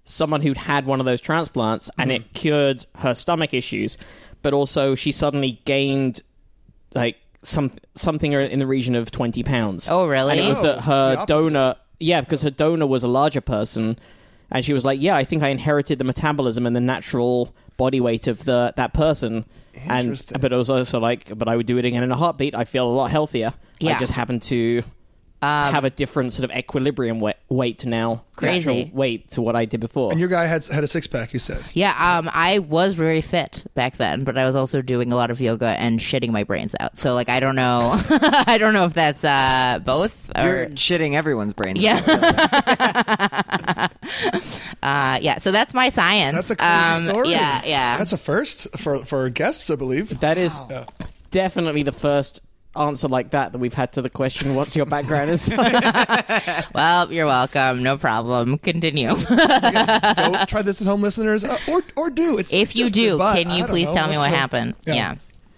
Speaker 2: someone who'd had one of those transplants and it
Speaker 3: Mm-hmm.
Speaker 2: cured her stomach issues, but also she suddenly gained like some something in the region of 20 pounds.
Speaker 5: Oh, really?
Speaker 2: And it was
Speaker 3: Oh,
Speaker 2: that her
Speaker 3: the opposite.
Speaker 2: donor, yeah, because her donor was a larger person, and she was like, "Yeah, I think I inherited the metabolism and the natural body weight of the that person." And
Speaker 3: Interesting.
Speaker 2: but it was also like, "But I would do it again in a heartbeat. I feel a lot healthier. I
Speaker 5: Yeah. Um,
Speaker 2: just happen to have a different sort of equilibrium we- weight now,
Speaker 5: Crazy.
Speaker 2: natural weight to what I did before."
Speaker 3: And your guy had had a six pack. You said.
Speaker 5: Yeah, um, I was very fit back then, but I was also doing a lot of yoga and shitting my brains out. So like, I don't know, (laughs) I don't know if that's uh, both or
Speaker 4: You're shitting everyone's brains.
Speaker 5: yeah, uh, yeah, so that's my science.
Speaker 3: That's a crazy
Speaker 5: Um,
Speaker 3: story.
Speaker 5: Yeah, yeah.
Speaker 3: That's a first for for guests, I believe.
Speaker 2: That is definitely the first answer like that that we've had to the question, "What's your
Speaker 3: (laughs)
Speaker 2: background?" (laughs) in science?"
Speaker 5: well, you're welcome. No problem. Continue.
Speaker 3: Don't try this at home, listeners, uh, or or do. It's
Speaker 5: (laughs) if you
Speaker 3: just
Speaker 5: do,
Speaker 3: goodbye.
Speaker 5: can
Speaker 3: I
Speaker 5: you
Speaker 3: don't
Speaker 5: please
Speaker 3: know.
Speaker 5: tell me
Speaker 3: What's
Speaker 5: what
Speaker 3: the-
Speaker 5: happened?
Speaker 3: Yeah.
Speaker 5: yeah.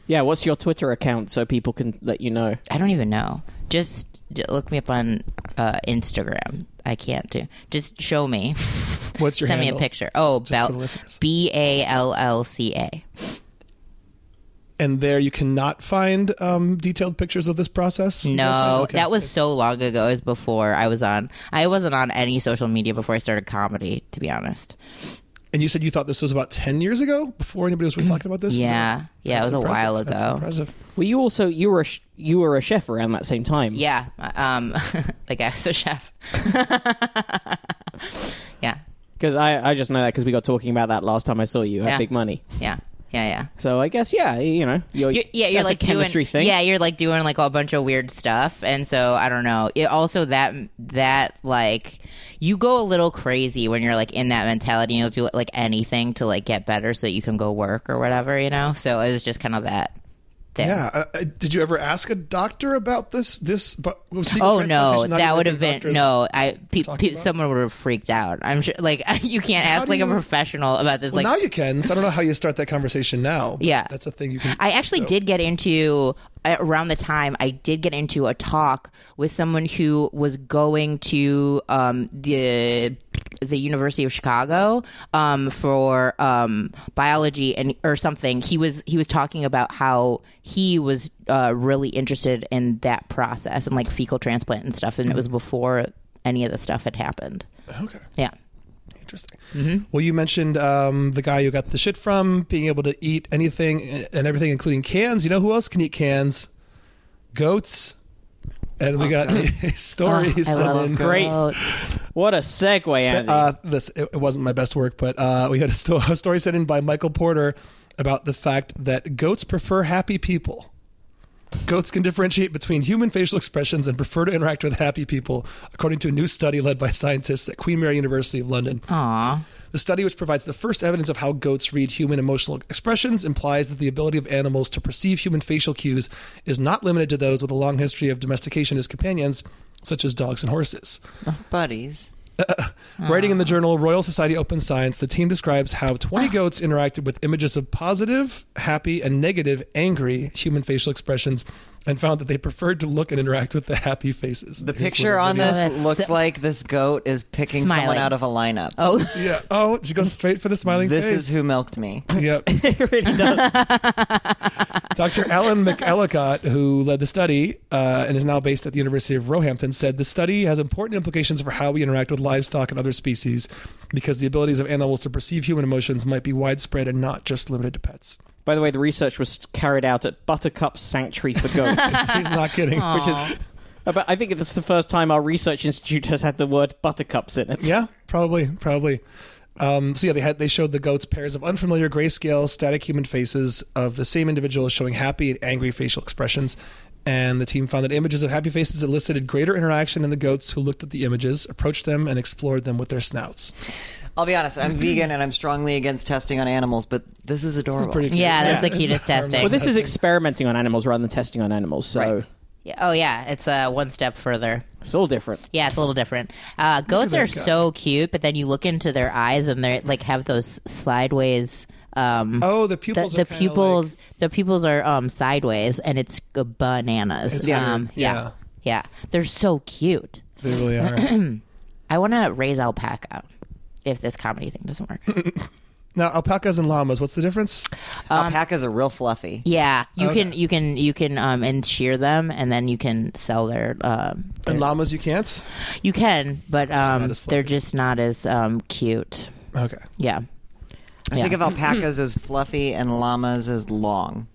Speaker 2: yeah, what's your Twitter account so people can let you know?
Speaker 5: I don't even know. Just j- look me up on uh, Instagram. I can't do. Just show me. (laughs)
Speaker 3: What's your
Speaker 5: Send
Speaker 3: handle?
Speaker 5: me a picture. Oh,
Speaker 3: for the
Speaker 5: Bell.
Speaker 3: listeners.
Speaker 5: B A L L C A.
Speaker 3: And there you cannot find um, detailed pictures of this process. I'm guessing?
Speaker 5: No,
Speaker 3: Okay.
Speaker 5: that was so long ago. It was before I was on. I wasn't on any social media before I started comedy. To be honest.
Speaker 3: And you said you thought this was about ten years ago, before anybody was really talking about this. Is
Speaker 5: Yeah.
Speaker 3: that-
Speaker 5: Yeah, it
Speaker 3: that's
Speaker 5: was a
Speaker 3: impressive.
Speaker 5: while
Speaker 3: That's
Speaker 5: ago.
Speaker 3: impressive.
Speaker 2: Were you also you were a sh- you were a chef around that same time?
Speaker 5: Yeah. Um. (laughs) like I was a chef. (laughs) yeah.
Speaker 2: because I I just know that because we got talking about that last time I saw you. Had
Speaker 5: Yeah.
Speaker 2: big money,
Speaker 5: Yeah. Yeah. Yeah.
Speaker 2: so I guess yeah, you know, you're,
Speaker 5: You're, yeah, you're
Speaker 2: that's
Speaker 5: like
Speaker 2: a chemistry
Speaker 5: doing,
Speaker 2: thing.
Speaker 5: Yeah, you're like doing like a bunch of weird stuff, and so I don't know. It also that that like you go a little crazy when you're like in that mentality. and You'll do like anything to like get better so that you can go work or whatever, you know. So it was just kind of that. Thing.
Speaker 3: Yeah. Uh, uh, did you ever ask a doctor about this? This, but was fecal
Speaker 5: Oh no,
Speaker 3: transplantation not
Speaker 5: that
Speaker 3: even
Speaker 5: would
Speaker 3: a
Speaker 5: have
Speaker 3: thing
Speaker 5: been
Speaker 3: doctors-
Speaker 5: no. I pe-
Speaker 3: talking
Speaker 5: pe-
Speaker 3: about?
Speaker 5: someone would have freaked out. I'm sure. Like (laughs) you can't
Speaker 3: how
Speaker 5: ask
Speaker 3: do
Speaker 5: like a
Speaker 3: you-
Speaker 5: professional about this.
Speaker 3: Well,
Speaker 5: like
Speaker 3: now you can. So I don't know how you start that conversation now. but
Speaker 5: Yeah.
Speaker 3: that's a thing you can.
Speaker 5: I actually
Speaker 3: so-
Speaker 5: did get into around the time I did get into a talk with someone who was going to um, the the University of Chicago um, for um, biology and or something. He was he was talking about how he was uh, really interested in that process and like fecal transplant and stuff, and it was before any of the stuff had happened.
Speaker 3: Okay.
Speaker 5: Yeah.
Speaker 3: Interesting.
Speaker 5: Mm-hmm.
Speaker 3: Well, you mentioned um, the guy you got the shit from being able to eat anything and everything, including cans. You know who else can eat cans? Goats. And we got (laughs) stories.
Speaker 5: Uh, Oh, I love
Speaker 3: and then-
Speaker 2: Great.
Speaker 5: goats.
Speaker 2: What a segue, Andy.
Speaker 3: uh, this it, it wasn't my best work, but uh, we had a, sto- (laughs) a story sent in by Michael Porter about the fact that goats prefer happy people. Goats can differentiate between human facial expressions and prefer to interact with happy people, according to a new study led by scientists at Queen Mary University of London.
Speaker 5: Aw.
Speaker 3: The study, which provides the first evidence of how goats read human emotional expressions, implies that the ability of animals to perceive human facial cues is not limited to those with a long history of domestication as companions, such as dogs and horses.
Speaker 4: buddies.
Speaker 3: Writing
Speaker 4: Ah.
Speaker 3: in the journal Royal Society Open Science, the team describes how 20 goats interacted with images of positive, happy, and negative, angry human facial expressions and found that they preferred to look and interact with the happy faces.
Speaker 4: The picture on
Speaker 5: video.
Speaker 4: this
Speaker 5: Oh, that's
Speaker 4: looks
Speaker 5: so-
Speaker 4: like this goat is picking someone
Speaker 5: Smiling.
Speaker 4: out of a lineup.
Speaker 5: Oh.
Speaker 3: Yeah. Oh, she goes straight for the smiling
Speaker 4: this
Speaker 3: face.
Speaker 4: is who milked me.
Speaker 3: (laughs)
Speaker 4: (laughs)
Speaker 3: Yep. (laughs)
Speaker 2: it really does.
Speaker 3: Dr. Alan McEllicott, who led the study uh, and is now based at the University of Roehampton, said the study has important implications for how we interact with livestock and other species because the abilities of animals to perceive human emotions might be widespread and not just limited to pets.
Speaker 2: (laughs) By the way, the research was carried out at Buttercup Sanctuary for Goats, (laughs)
Speaker 3: He's not kidding.
Speaker 2: which is. But I think that's the first time our research institute has had the word buttercups in it.
Speaker 3: Yeah, probably, probably. Um, so yeah, they had they showed the goats pairs of unfamiliar grayscale static human faces of the same individual showing happy and angry facial expressions, and the team found that images of happy faces elicited greater interaction in the goats who looked at the images, approached them, and explored them with their snouts.
Speaker 4: I'll be honest, I'm vegan and I'm strongly against testing on animals, but this is adorable.
Speaker 3: Pretty cute.
Speaker 5: Yeah, that's the cutest testing.
Speaker 2: Well, this is experimenting on animals rather than testing on animals, so
Speaker 4: Right.
Speaker 5: Yeah. Oh yeah, it's uh, one step further.
Speaker 2: it's all different.
Speaker 5: Yeah, it's a little different. Uh, goats are so cute, but then you look into their eyes and they like have those sideways. Um,
Speaker 3: Oh, the
Speaker 5: the,
Speaker 3: pupils.
Speaker 5: the
Speaker 3: are kinda
Speaker 5: pupils, the pupils are um, sideways, and it's g- bananas.
Speaker 3: Yeah.
Speaker 5: um,
Speaker 3: weird.
Speaker 5: yeah.
Speaker 3: Yeah.
Speaker 5: yeah, they're so cute.
Speaker 3: like- they really are.
Speaker 5: I want to raise alpaca if this comedy thing doesn't work.
Speaker 3: (laughs)
Speaker 5: out.
Speaker 3: now, alpacas and llamas. What's the difference?
Speaker 5: Um,
Speaker 4: Alpacas are real fluffy.
Speaker 5: yeah, you
Speaker 3: Okay.
Speaker 5: can, you can, you can, um, and shear them, and then you can sell their. Um,
Speaker 3: And llamas, you can't.
Speaker 5: you can, but um,
Speaker 3: as fluffy.
Speaker 5: they're just not as um, cute.
Speaker 3: Okay.
Speaker 5: Yeah.
Speaker 4: I think of alpacas as fluffy and llamas as long.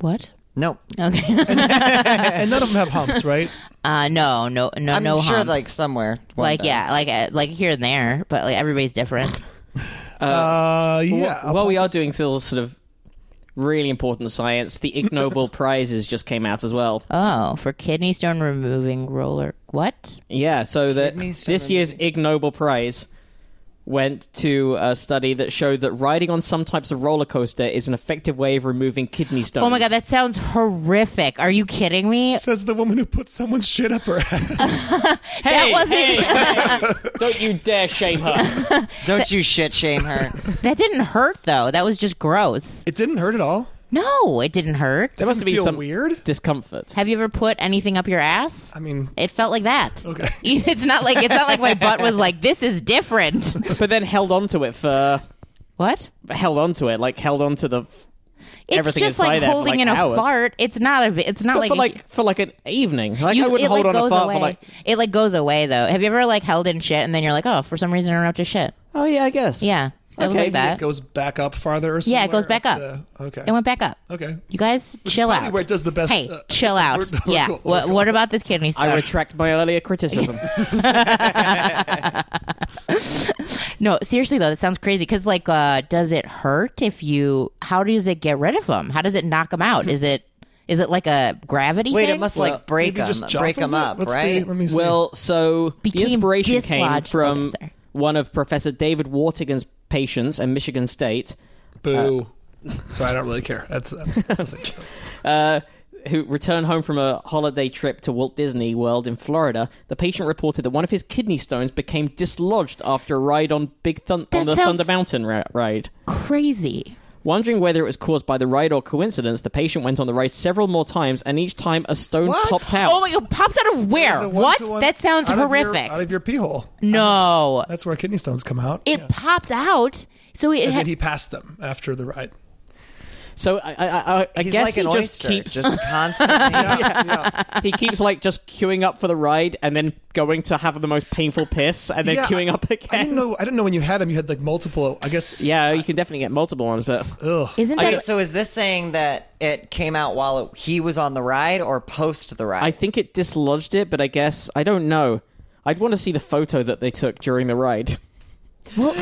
Speaker 5: What?
Speaker 4: Nope.
Speaker 5: Okay. (laughs)
Speaker 3: and none of them have humps, right?
Speaker 5: uh, no, no, no,
Speaker 4: I'm
Speaker 5: no.
Speaker 4: sure
Speaker 5: humps.
Speaker 4: like somewhere. one
Speaker 5: like
Speaker 4: does.
Speaker 5: yeah, like uh, like here and there, but like everybody's
Speaker 4: (laughs)
Speaker 5: different.
Speaker 3: Uh, yeah.
Speaker 2: Well, we are doing still sort of really important science. The Ig Nobel prizes just came out as well.
Speaker 5: Oh, for kidney stone removing roller, what?
Speaker 2: Yeah, so that
Speaker 4: Kidney stone
Speaker 2: this year's Ig Nobel Prize went to a study that showed that riding on some types of roller coaster is an effective way of removing kidney stones.
Speaker 5: Oh my god, that sounds horrific. Are you kidding me?
Speaker 3: Says the woman who put someone's shit up her ass.
Speaker 5: that
Speaker 2: Hey,
Speaker 5: wasn't
Speaker 2: hey,
Speaker 5: (laughs)
Speaker 2: hey. Don't you dare shame her.
Speaker 4: Don't you shit shame her.
Speaker 5: (laughs) that didn't hurt though. That was just gross.
Speaker 3: It didn't hurt at all.
Speaker 5: No, it didn't hurt.
Speaker 3: That
Speaker 2: must
Speaker 3: doesn't
Speaker 2: be
Speaker 3: feel
Speaker 2: some-
Speaker 3: weird.
Speaker 2: Discomfort.
Speaker 5: Have you ever put anything up your ass?
Speaker 3: I mean,
Speaker 5: It felt like that. (laughs)
Speaker 3: Okay.
Speaker 5: It's not like it's not like my butt was like this is
Speaker 4: (laughs)
Speaker 5: different.
Speaker 2: But then held on to it for
Speaker 5: What?
Speaker 2: held on to it, like held on to the
Speaker 5: It's
Speaker 2: Everything
Speaker 5: just
Speaker 2: inside
Speaker 5: like
Speaker 2: there for,
Speaker 5: holding
Speaker 2: like,
Speaker 5: in a
Speaker 2: hours.
Speaker 5: fart. It's not a. bi- It's not
Speaker 2: but
Speaker 5: like
Speaker 2: for
Speaker 5: a-
Speaker 2: like for like an evening. Like
Speaker 5: you-
Speaker 2: I wouldn't
Speaker 5: it,
Speaker 2: hold
Speaker 5: like,
Speaker 2: on a
Speaker 5: goes
Speaker 2: fart
Speaker 5: away.
Speaker 2: for like
Speaker 5: It like goes away though. Have you ever like held in shit and then you're like, oh, for some reason I don't have to shit.
Speaker 2: oh yeah, I guess
Speaker 5: Yeah, it was
Speaker 2: Okay,
Speaker 5: like that.
Speaker 3: it goes back up farther or something.
Speaker 5: Yeah, it goes back up.
Speaker 3: okay.
Speaker 5: It went back up.
Speaker 3: okay.
Speaker 5: You guys, chill
Speaker 3: probably
Speaker 5: out.
Speaker 3: where it does the best,
Speaker 5: Hey,
Speaker 3: uh, (laughs)
Speaker 5: chill out.
Speaker 3: we're- we're
Speaker 5: yeah.
Speaker 3: cool, we're
Speaker 5: what,
Speaker 3: cool.
Speaker 5: what about this kidney stuff?
Speaker 2: I retract my earlier
Speaker 5: (laughs)
Speaker 2: criticism.
Speaker 5: no, seriously though, that sounds crazy. Because like, uh, does it hurt if you? How does it get rid of them? How does it knock them out? Is it? Is it like a gravity?
Speaker 4: Wait,
Speaker 5: thing?
Speaker 4: it must like break
Speaker 3: Maybe
Speaker 4: them,
Speaker 3: just
Speaker 4: break
Speaker 3: jostles
Speaker 4: them
Speaker 3: it?
Speaker 4: up,
Speaker 3: What's the-
Speaker 4: right?
Speaker 3: let me see.
Speaker 2: Well, so the
Speaker 5: Became
Speaker 2: inspiration came
Speaker 5: dislodged.
Speaker 2: from
Speaker 5: Okay, sorry.
Speaker 2: one of Professor David Wartigan's patients at Michigan State,
Speaker 3: (laughs) Boo. (laughs) Sorry, I don't really care. That's, that's
Speaker 5: (laughs)
Speaker 3: like,
Speaker 2: uh, who returned home from a holiday trip to Walt Disney World in Florida. The patient reported that one of his kidney stones became dislodged after a ride on Big Thun- on
Speaker 5: That
Speaker 2: the
Speaker 5: sounds-
Speaker 2: Thunder Mountain ra- ride.
Speaker 5: crazy.
Speaker 2: Wondering whether it was caused by the ride or coincidence, the patient went on the ride several more times, and each time a stone
Speaker 3: What?
Speaker 2: popped out.
Speaker 5: Oh my god, popped out of
Speaker 3: It's
Speaker 5: where?
Speaker 3: a
Speaker 5: What?
Speaker 3: one-to-one
Speaker 5: That sounds
Speaker 3: out of your-
Speaker 5: horrific.
Speaker 3: out of your pee hole.
Speaker 5: no,
Speaker 3: That's where kidney stones come out.
Speaker 5: it popped out. So it
Speaker 3: As
Speaker 5: had-
Speaker 3: in he passed them after the
Speaker 5: (laughs)
Speaker 3: ride.
Speaker 2: So I, I, I, I
Speaker 4: He's
Speaker 2: guess
Speaker 4: like
Speaker 2: he
Speaker 4: an
Speaker 2: just
Speaker 4: oyster,
Speaker 2: keeps
Speaker 4: just
Speaker 5: (laughs)
Speaker 4: constantly.
Speaker 2: he keeps like just queuing up for the ride and then going to have the most painful piss and then
Speaker 3: Yeah,
Speaker 2: queuing up
Speaker 3: I didn't
Speaker 2: again.
Speaker 3: know. I didn't know when you had them. You had like multiple. I guess.
Speaker 2: Yeah, you can definitely get multiple ones, but
Speaker 3: Ugh.
Speaker 5: Isn't
Speaker 2: I
Speaker 5: that?
Speaker 2: get-
Speaker 4: So is this saying that it came out while it, he was on the ride or post the ride?
Speaker 2: I think it dislodged it. But I guess I don't know. I'd want to see the photo that they took during the ride.
Speaker 3: yeah, (laughs)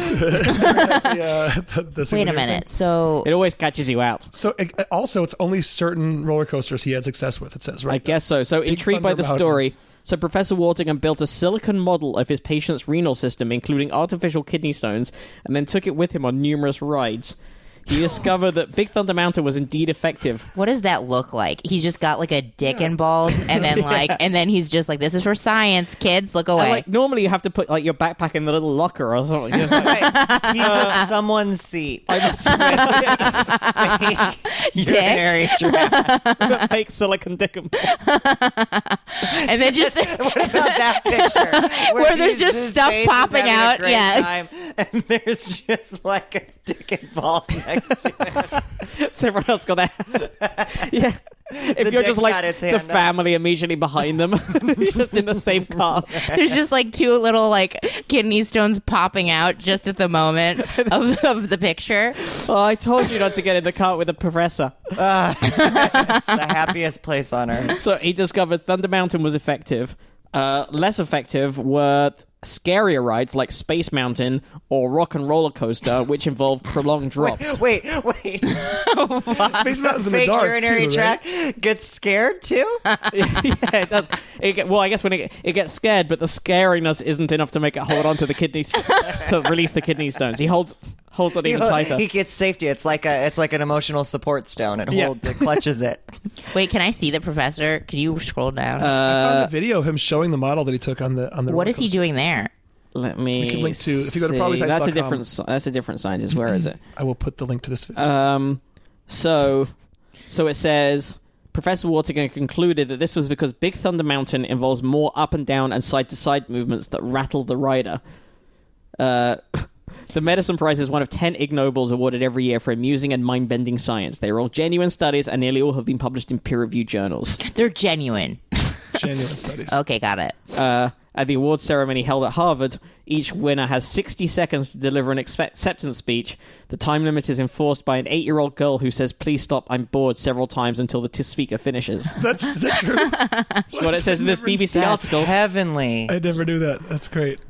Speaker 3: the- the
Speaker 5: wait a
Speaker 3: souvenir
Speaker 5: minute.
Speaker 3: thing.
Speaker 5: So
Speaker 2: It always catches you out.
Speaker 3: So it, also, it's only certain roller coasters he had success with. It says right.
Speaker 2: I guess so. So intrigued by
Speaker 3: Thunder
Speaker 2: the
Speaker 3: Mountain.
Speaker 2: story. So Professor Wartingham built a silicon model of his patient's renal system, including artificial kidney stones, and then took it with him on numerous rides. He discovered that Big Thunder Mountain was indeed effective.
Speaker 5: what does that look like? He's just got like a dick and balls,
Speaker 2: (laughs)
Speaker 5: and then like, and then he's just like, "This is for science, kids. Look
Speaker 2: And,
Speaker 5: away."
Speaker 2: like normally you have to put like your backpack in the little locker or something. (laughs) Just like,
Speaker 4: Wait, he took someone's seat. (laughs)
Speaker 2: (laughs)
Speaker 4: Urinary tract.
Speaker 2: got fake silicon dick and balls.
Speaker 5: and
Speaker 2: (laughs)
Speaker 5: then just
Speaker 4: What about that picture
Speaker 5: Where there's
Speaker 4: he's-
Speaker 5: just
Speaker 4: his
Speaker 5: stuff
Speaker 4: face is
Speaker 5: popping
Speaker 4: having a
Speaker 5: out,
Speaker 4: great
Speaker 5: yeah.
Speaker 4: time, and there's just like a dick and balls (laughs) next to it.
Speaker 2: So everyone else got
Speaker 4: (laughs)
Speaker 2: that. yeah. If
Speaker 4: The
Speaker 2: you're just
Speaker 4: dick's
Speaker 2: like
Speaker 4: got its
Speaker 2: the
Speaker 4: hand up.
Speaker 2: family immediately behind them, (laughs) just in the same
Speaker 4: (laughs)
Speaker 2: car.
Speaker 5: (laughs) there's just like two little like kidney stones popping out just at
Speaker 2: (laughs)
Speaker 5: the moment of, of the picture.
Speaker 2: Oh, I told you not to get in the car with the professor.
Speaker 4: It's the happiest place
Speaker 2: (laughs)
Speaker 4: on earth.
Speaker 2: So he discovered Thunder Mountain was effective. Uh, less effective were scarier rides like Space Mountain or Rock and Roller Coaster, which
Speaker 4: (laughs)
Speaker 2: involved prolonged drops.
Speaker 4: Wait, wait.
Speaker 5: (laughs)
Speaker 3: Space Mountain's in the
Speaker 4: Fake
Speaker 3: dark
Speaker 4: urinary
Speaker 3: too, right?
Speaker 4: tract gets scared too.
Speaker 2: (laughs) yeah, it does. It get, well, I guess when it, it gets scared, but the scariness isn't enough to make it hold on to the kidney (laughs) st- to release the kidney stones. He holds holds it even
Speaker 4: He- (laughs)
Speaker 2: tighter.
Speaker 4: He gets safety. It's like a it's like an emotional support stone. It
Speaker 2: Yeah.
Speaker 4: holds it, clutches it.
Speaker 5: Wait, can I see the professor? Can you scroll down?
Speaker 2: Uh,
Speaker 3: I found a video of him showing the model that he took on the on the.
Speaker 5: Uh, what
Speaker 3: roller
Speaker 5: is he
Speaker 3: coaster.
Speaker 5: doing there? (laughs)
Speaker 2: Let me
Speaker 3: can link to- if you go to
Speaker 2: see.
Speaker 3: probabysites.com.
Speaker 2: that's a different s- that's a different scientist. Where
Speaker 3: (clears throat)
Speaker 2: is it?
Speaker 3: I will put the link to this video.
Speaker 5: Uh,
Speaker 2: Um, so so it says. Professor Wartigan concluded that this was because Big Thunder Mountain involves more up and down and side to side movements that rattle the rider. Uh, (laughs) the Medicine Prize is one of 10 Ig Nobels awarded every year for amusing and mind bending science. They are all genuine studies and nearly all have been published in peer reviewed journals.
Speaker 5: They're genuine.
Speaker 2: (laughs)
Speaker 3: Genuine studies.
Speaker 5: Okay, got it.
Speaker 2: Uh, at the awards ceremony held at Harvard, each winner has 60 seconds to deliver an expe- acceptance speech. The time limit is enforced by an eight year old girl who says, Please stop, I'm bored, several times until the t- speaker finishes.
Speaker 3: That's is that
Speaker 5: (laughs)
Speaker 3: true?
Speaker 2: That's what it says in this BBC
Speaker 4: That's
Speaker 2: article.
Speaker 4: heavenly.
Speaker 3: I never knew that. That's great.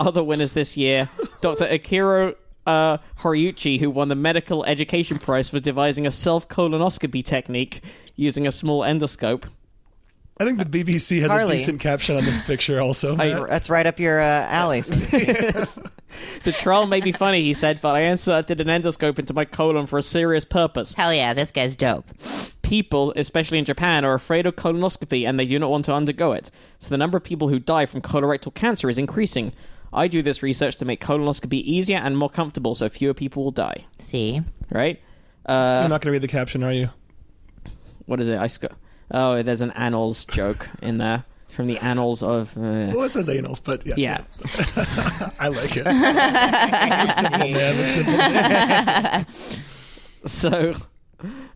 Speaker 2: other winners this year Dr. Akira uh, Horiuchi, who won the Medical Education Prize for devising a self colonoscopy technique using a small endoscope.
Speaker 3: I think the BBC has
Speaker 5: (laughs)
Speaker 4: Harley.
Speaker 3: a decent caption on this picture. Also,
Speaker 4: That's right up your uh, alley. So to speak. (laughs)
Speaker 2: The troll may be funny, he said, but I inserted an endoscope into my colon for a serious purpose.
Speaker 5: Hell yeah, this guy's dope.
Speaker 2: People, especially in Japan, are afraid of colonoscopy and they do not want to undergo it. So the number of people who die from colorectal cancer is increasing. I do this research to make colonoscopy easier and more comfortable so fewer people will die.
Speaker 5: See,
Speaker 2: Right?
Speaker 5: uh,
Speaker 3: You're not going to read the caption, are you?
Speaker 2: What is it? I sc- Oh, there's an annals joke in there from the annals of. uh,
Speaker 3: Well, it says anals, but yeah,
Speaker 2: yeah.
Speaker 3: I like it. It's simple, man. It's simple.
Speaker 5: (laughs)
Speaker 2: So,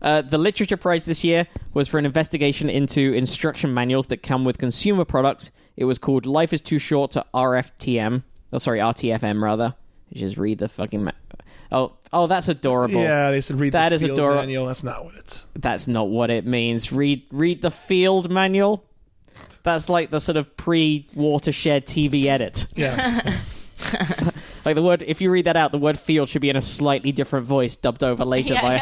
Speaker 2: uh, the Literature Prize this year was for an investigation into instruction manuals that come with consumer products. It was called Life is Too Short to RFTM. Oh, sorry, RTFM, rather. You Just read the fucking. Ma- oh, oh, that's adorable.
Speaker 3: Yeah, they said read
Speaker 2: That
Speaker 3: the
Speaker 2: is
Speaker 3: field
Speaker 2: adorable.
Speaker 3: manual. That's not what
Speaker 5: (laughs)
Speaker 3: it's.
Speaker 2: That's not what it means. Read read the field manual. That's like the sort of pre watershed TV edit.
Speaker 3: Yeah,
Speaker 2: Like the word, if you read that out, the word field should be in a slightly different voice dubbed over later by.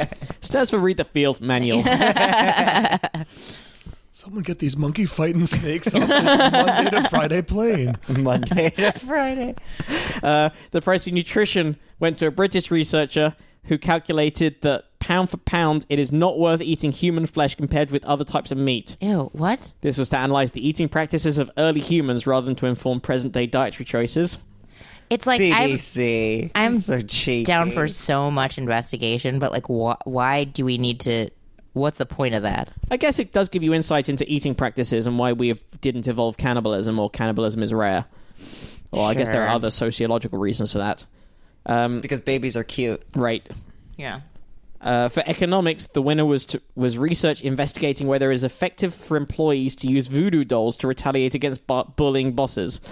Speaker 2: (laughs) Stands for read the field manual.
Speaker 3: someone get these monkey fighting snakes off
Speaker 5: (laughs)
Speaker 3: this Monday to Friday plane.
Speaker 4: Monday to Friday.
Speaker 2: Uh, the price for nutrition went to a British researcher who calculated that pound for pound, it is not worth eating human flesh compared with other types of meat.
Speaker 5: ew, what?
Speaker 2: This was to analyze the eating practices of early humans rather than to inform present day dietary choices.
Speaker 5: It's like I'm
Speaker 4: BBC.
Speaker 5: I'm
Speaker 4: You're so cheap.
Speaker 5: down for so much investigation, but like, wh- why do we need to? What's the point of that?
Speaker 2: I guess it does give you insight into eating practices and why we have, didn't evolve cannibalism or cannibalism is rare. Well, I guess there are
Speaker 5: Sure.
Speaker 2: other sociological reasons for that.
Speaker 4: because babies are cute.
Speaker 2: Right.
Speaker 5: Yeah.
Speaker 2: Uh, for economics, the winner was to, was research investigating whether it is effective for employees to use voodoo dolls to retaliate against bu- bullying bosses.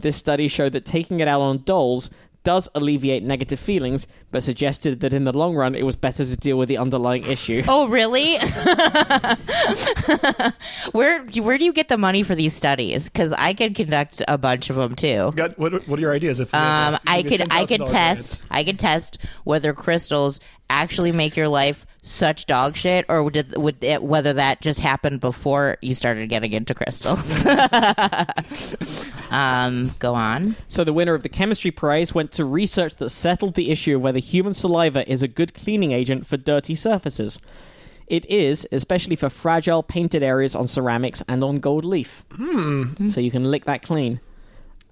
Speaker 2: This study showed that taking it out on dolls does alleviate negative feelings, but suggested that in the long run, it was better to deal with the underlying issue.
Speaker 5: Oh, really? (laughs) where where do you get the money for these studies? Because I could conduct a bunch of them too.
Speaker 3: Got what? What are your ideas? If we had, uh,
Speaker 5: Um,
Speaker 3: if we
Speaker 5: I
Speaker 3: could
Speaker 5: could
Speaker 3: get
Speaker 5: I could
Speaker 3: $10,000
Speaker 5: test I could test whether crystals actually make your life such dog shit, or did would it, whether that just happened before you started getting into crystals. (laughs) um, go on.
Speaker 2: So the winner of the chemistry prize went to research that settled the issue of whether human saliva is a good cleaning agent for dirty surfaces. It is, especially for fragile painted areas on ceramics and on gold leaf. So you can lick that clean,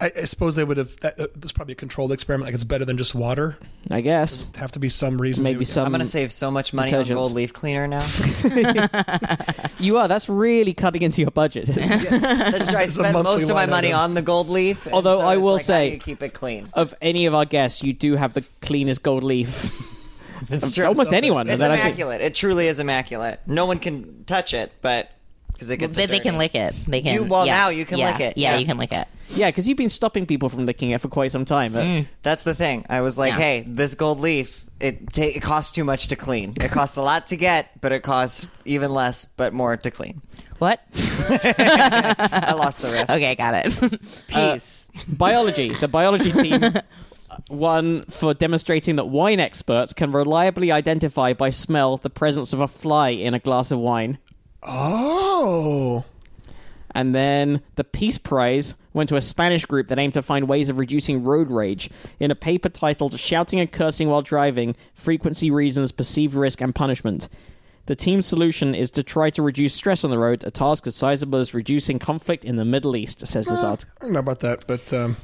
Speaker 3: I, I suppose they would have. That uh, was probably a controlled experiment. Like it's better than just water.
Speaker 2: I guess.
Speaker 3: Have to be some reason. they
Speaker 2: Maybe
Speaker 3: would-
Speaker 2: some.
Speaker 4: I'm gonna save so much money on
Speaker 2: Mm. detergents.
Speaker 4: gold leaf
Speaker 2: (laughs)
Speaker 4: cleaner now.
Speaker 2: You are. That's really cutting into your
Speaker 4: (laughs)
Speaker 2: budget.
Speaker 4: That's true. I
Speaker 3: a
Speaker 4: spend
Speaker 3: monthly
Speaker 4: most of my
Speaker 3: line
Speaker 4: money
Speaker 3: item.
Speaker 4: on the gold leaf. and
Speaker 2: Although
Speaker 4: so
Speaker 2: I
Speaker 4: it's
Speaker 2: will
Speaker 4: like, how do
Speaker 2: say-
Speaker 4: you keep it clean.
Speaker 2: of any of our guests, you do have the cleanest gold leaf. (laughs)
Speaker 4: It's
Speaker 2: Of Almost anyone.
Speaker 4: It's
Speaker 2: that I've seen.
Speaker 4: immaculate. It truly is immaculate. No one can touch it, but because it gets
Speaker 5: They, they
Speaker 4: dirty.
Speaker 5: can lick it. They can.
Speaker 4: You- well,
Speaker 5: yeah,
Speaker 4: now you can
Speaker 5: yeah,
Speaker 4: lick it,
Speaker 5: Yeah,
Speaker 4: yeah.
Speaker 5: you can lick it.
Speaker 2: Yeah, because you've been stopping people from licking it for quite some time. Uh, but-
Speaker 4: That's the thing. I was like,
Speaker 5: Yeah.
Speaker 4: hey, this gold leaf, it ta- it costs too much to clean. It costs a lot to get, but it costs even less, but more to clean.
Speaker 5: What?
Speaker 4: I lost the
Speaker 5: (laughs)
Speaker 4: riff.
Speaker 5: Okay, got it. (laughs)
Speaker 4: Peace.
Speaker 2: biology. The biology team
Speaker 4: (laughs)
Speaker 2: won for demonstrating that wine experts can reliably identify by smell the presence of a fly in a glass of wine.
Speaker 3: Oh,
Speaker 2: And then the Peace Prize went to a Spanish group that aimed to find ways of reducing road rage in a paper titled Shouting and Cursing While Driving Frequency Reasons, Perceived Risk, and Punishment. The team's solution is to try to reduce stress on the road, a task as sizable as reducing conflict in the Middle East, says
Speaker 4: Ah.
Speaker 2: this article.
Speaker 3: I don't know about that, but um,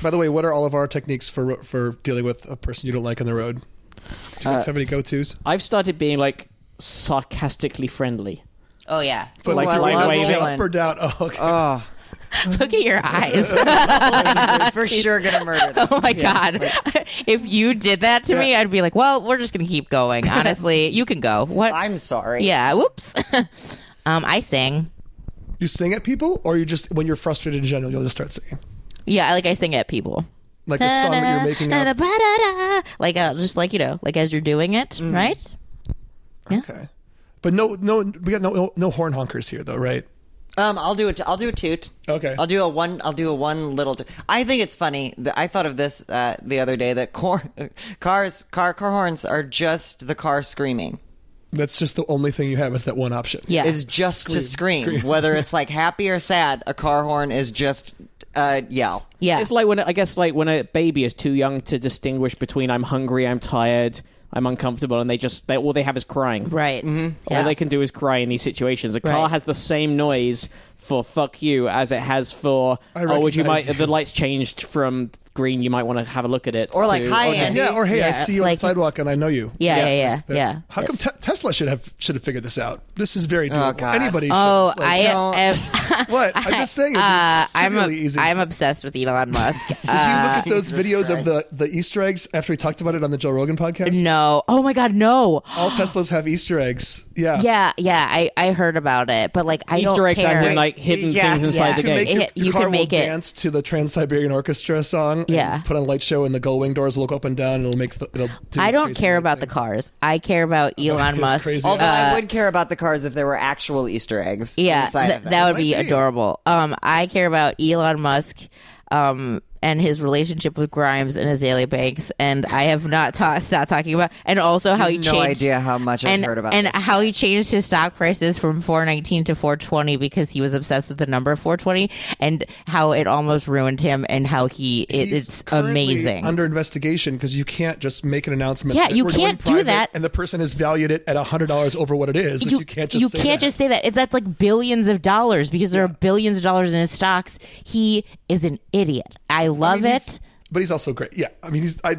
Speaker 3: by the way, what are all of our techniques for for dealing with a person you don't like on the road? Do
Speaker 5: Uh,
Speaker 3: you guys have any go tos?
Speaker 2: I've started being like sarcastically friendly.
Speaker 5: oh yeah.
Speaker 2: like
Speaker 4: I
Speaker 2: light
Speaker 4: love
Speaker 2: waving.
Speaker 4: Olin.
Speaker 3: Up or down? Oh, okay.
Speaker 5: Uh, Look at your eyes. (laughs) uh,
Speaker 4: for sure gonna murder them.
Speaker 5: Oh my god! (laughs) if you did that to me, I'd be like, "Well, we're just gonna keep going." Honestly, you can go. What?
Speaker 4: I'm sorry.
Speaker 5: yeah. Whoops. (laughs) um, I sing.
Speaker 3: you sing at people, or you just when you're frustrated in general, you'll just start singing
Speaker 5: Yeah, I- like I sing at people.
Speaker 3: like a song that you're making up.
Speaker 5: Da-da-da-da-da. (laughs) Like uh, just like you know, like as you're doing it, right?
Speaker 3: Okay, but no, no, we got no no horn honkers here though, right?
Speaker 4: Um, I'll do it. I'll do a toot.
Speaker 3: Okay.
Speaker 4: I'll do a one. I'll do a one little. Toot. I think it's funny. that I thought of this uh, the other day that cor- (laughs) cars, car, car horns are just the car screaming.
Speaker 3: That's just the only thing you have is that one option.
Speaker 5: Yeah.
Speaker 4: Is just to scream. Whether it's like happy or sad, a car horn is just uh, yell.
Speaker 5: Yeah.
Speaker 2: It's like when I guess like when a baby is too young to distinguish between I'm hungry, I'm tired, I'm uncomfortable, and they just they, all they have is crying.
Speaker 5: right. Mm-hmm.
Speaker 2: All they can do is cry in these situations. A car
Speaker 5: Right.
Speaker 2: has the same noise for "fuck you" as it has for
Speaker 3: I
Speaker 2: "oh, would you might
Speaker 3: recognize you."
Speaker 2: the lights changed from green, you might want to have a look at it."
Speaker 4: Or like,
Speaker 2: to-
Speaker 4: "Hi,
Speaker 2: or just-
Speaker 4: Andy."
Speaker 3: Yeah, or hey, I
Speaker 5: Yeah,
Speaker 3: see you on the
Speaker 5: like-
Speaker 3: sidewalk and I know you.
Speaker 5: yeah, yeah, yeah,
Speaker 3: That- (laughs)
Speaker 5: yeah.
Speaker 3: How come te- Tesla should have should have figured this out? This is very doable.
Speaker 4: God.
Speaker 3: Anybody?
Speaker 5: Oh,
Speaker 3: should, like,
Speaker 5: I
Speaker 4: don't-
Speaker 5: am. (laughs)
Speaker 3: what? I'm just (laughs) saying. It's
Speaker 5: Uh, I'm
Speaker 3: really
Speaker 5: a,
Speaker 3: easy.
Speaker 5: I'm obsessed with Elon Musk. (laughs)
Speaker 3: Did you
Speaker 5: Uh,
Speaker 3: look at those
Speaker 4: Jesus
Speaker 3: videos of the, the Easter eggs after we talked about it on the Joe Rogan podcast?
Speaker 5: no. Oh my God. No.
Speaker 3: All Teslas have Easter eggs. Yeah.
Speaker 5: Yeah. Yeah. I, I heard about it, but like I
Speaker 2: (laughs) Easter
Speaker 5: don't
Speaker 2: eggs
Speaker 5: care.
Speaker 2: as in like hidden
Speaker 4: Yeah,
Speaker 2: things inside
Speaker 5: yeah.
Speaker 2: the
Speaker 3: You
Speaker 2: game.
Speaker 3: can make your,
Speaker 5: It-
Speaker 3: your
Speaker 5: you
Speaker 3: car
Speaker 5: can make
Speaker 3: will
Speaker 5: it-
Speaker 3: dance to the Trans Siberian Orchestra song. and
Speaker 5: Yeah.
Speaker 3: put on light show and the gullwing doors will look up and down. And it'll make. The, it'll do
Speaker 5: I don't
Speaker 3: crazy
Speaker 5: care
Speaker 3: light
Speaker 5: about the
Speaker 3: things.
Speaker 5: cars. I care about Elon
Speaker 3: his
Speaker 5: Musk.
Speaker 3: crazy
Speaker 4: Although I
Speaker 3: Uh,
Speaker 4: would care about the cars if there were actual Easter eggs
Speaker 5: Yeah,
Speaker 4: inside
Speaker 5: th-
Speaker 4: of them.
Speaker 5: that would be
Speaker 3: Might be.
Speaker 5: adorable. Um, I care about Elon Musk, um, and his relationship with Grimes and Azalea Banks, and I have not ta- stopped talking about, and also how he
Speaker 4: no
Speaker 5: changed.
Speaker 4: idea how much I've
Speaker 5: and,
Speaker 4: heard about
Speaker 5: and
Speaker 4: this.
Speaker 5: how he changed his stock prices from 419 to 420 because he was obsessed with the number 420 and how it almost ruined him and how he it,
Speaker 3: He's
Speaker 5: it's
Speaker 3: currently
Speaker 5: amazing
Speaker 3: Under investigation because you can't just make an announcement.
Speaker 5: Yeah,
Speaker 3: that
Speaker 5: you
Speaker 3: we're going
Speaker 5: can't do
Speaker 3: private
Speaker 5: that.
Speaker 3: And the person has valued it at hundred dollars over what it is. Like, You, can't just.
Speaker 5: you
Speaker 3: say
Speaker 5: can't
Speaker 3: that.
Speaker 5: just say that. If that's like billions of dollars because there are billions of dollars in his stocks, he is an idiot. I love
Speaker 3: mean,
Speaker 5: it.
Speaker 3: he's- But he's also great. Yeah, I mean, he's I.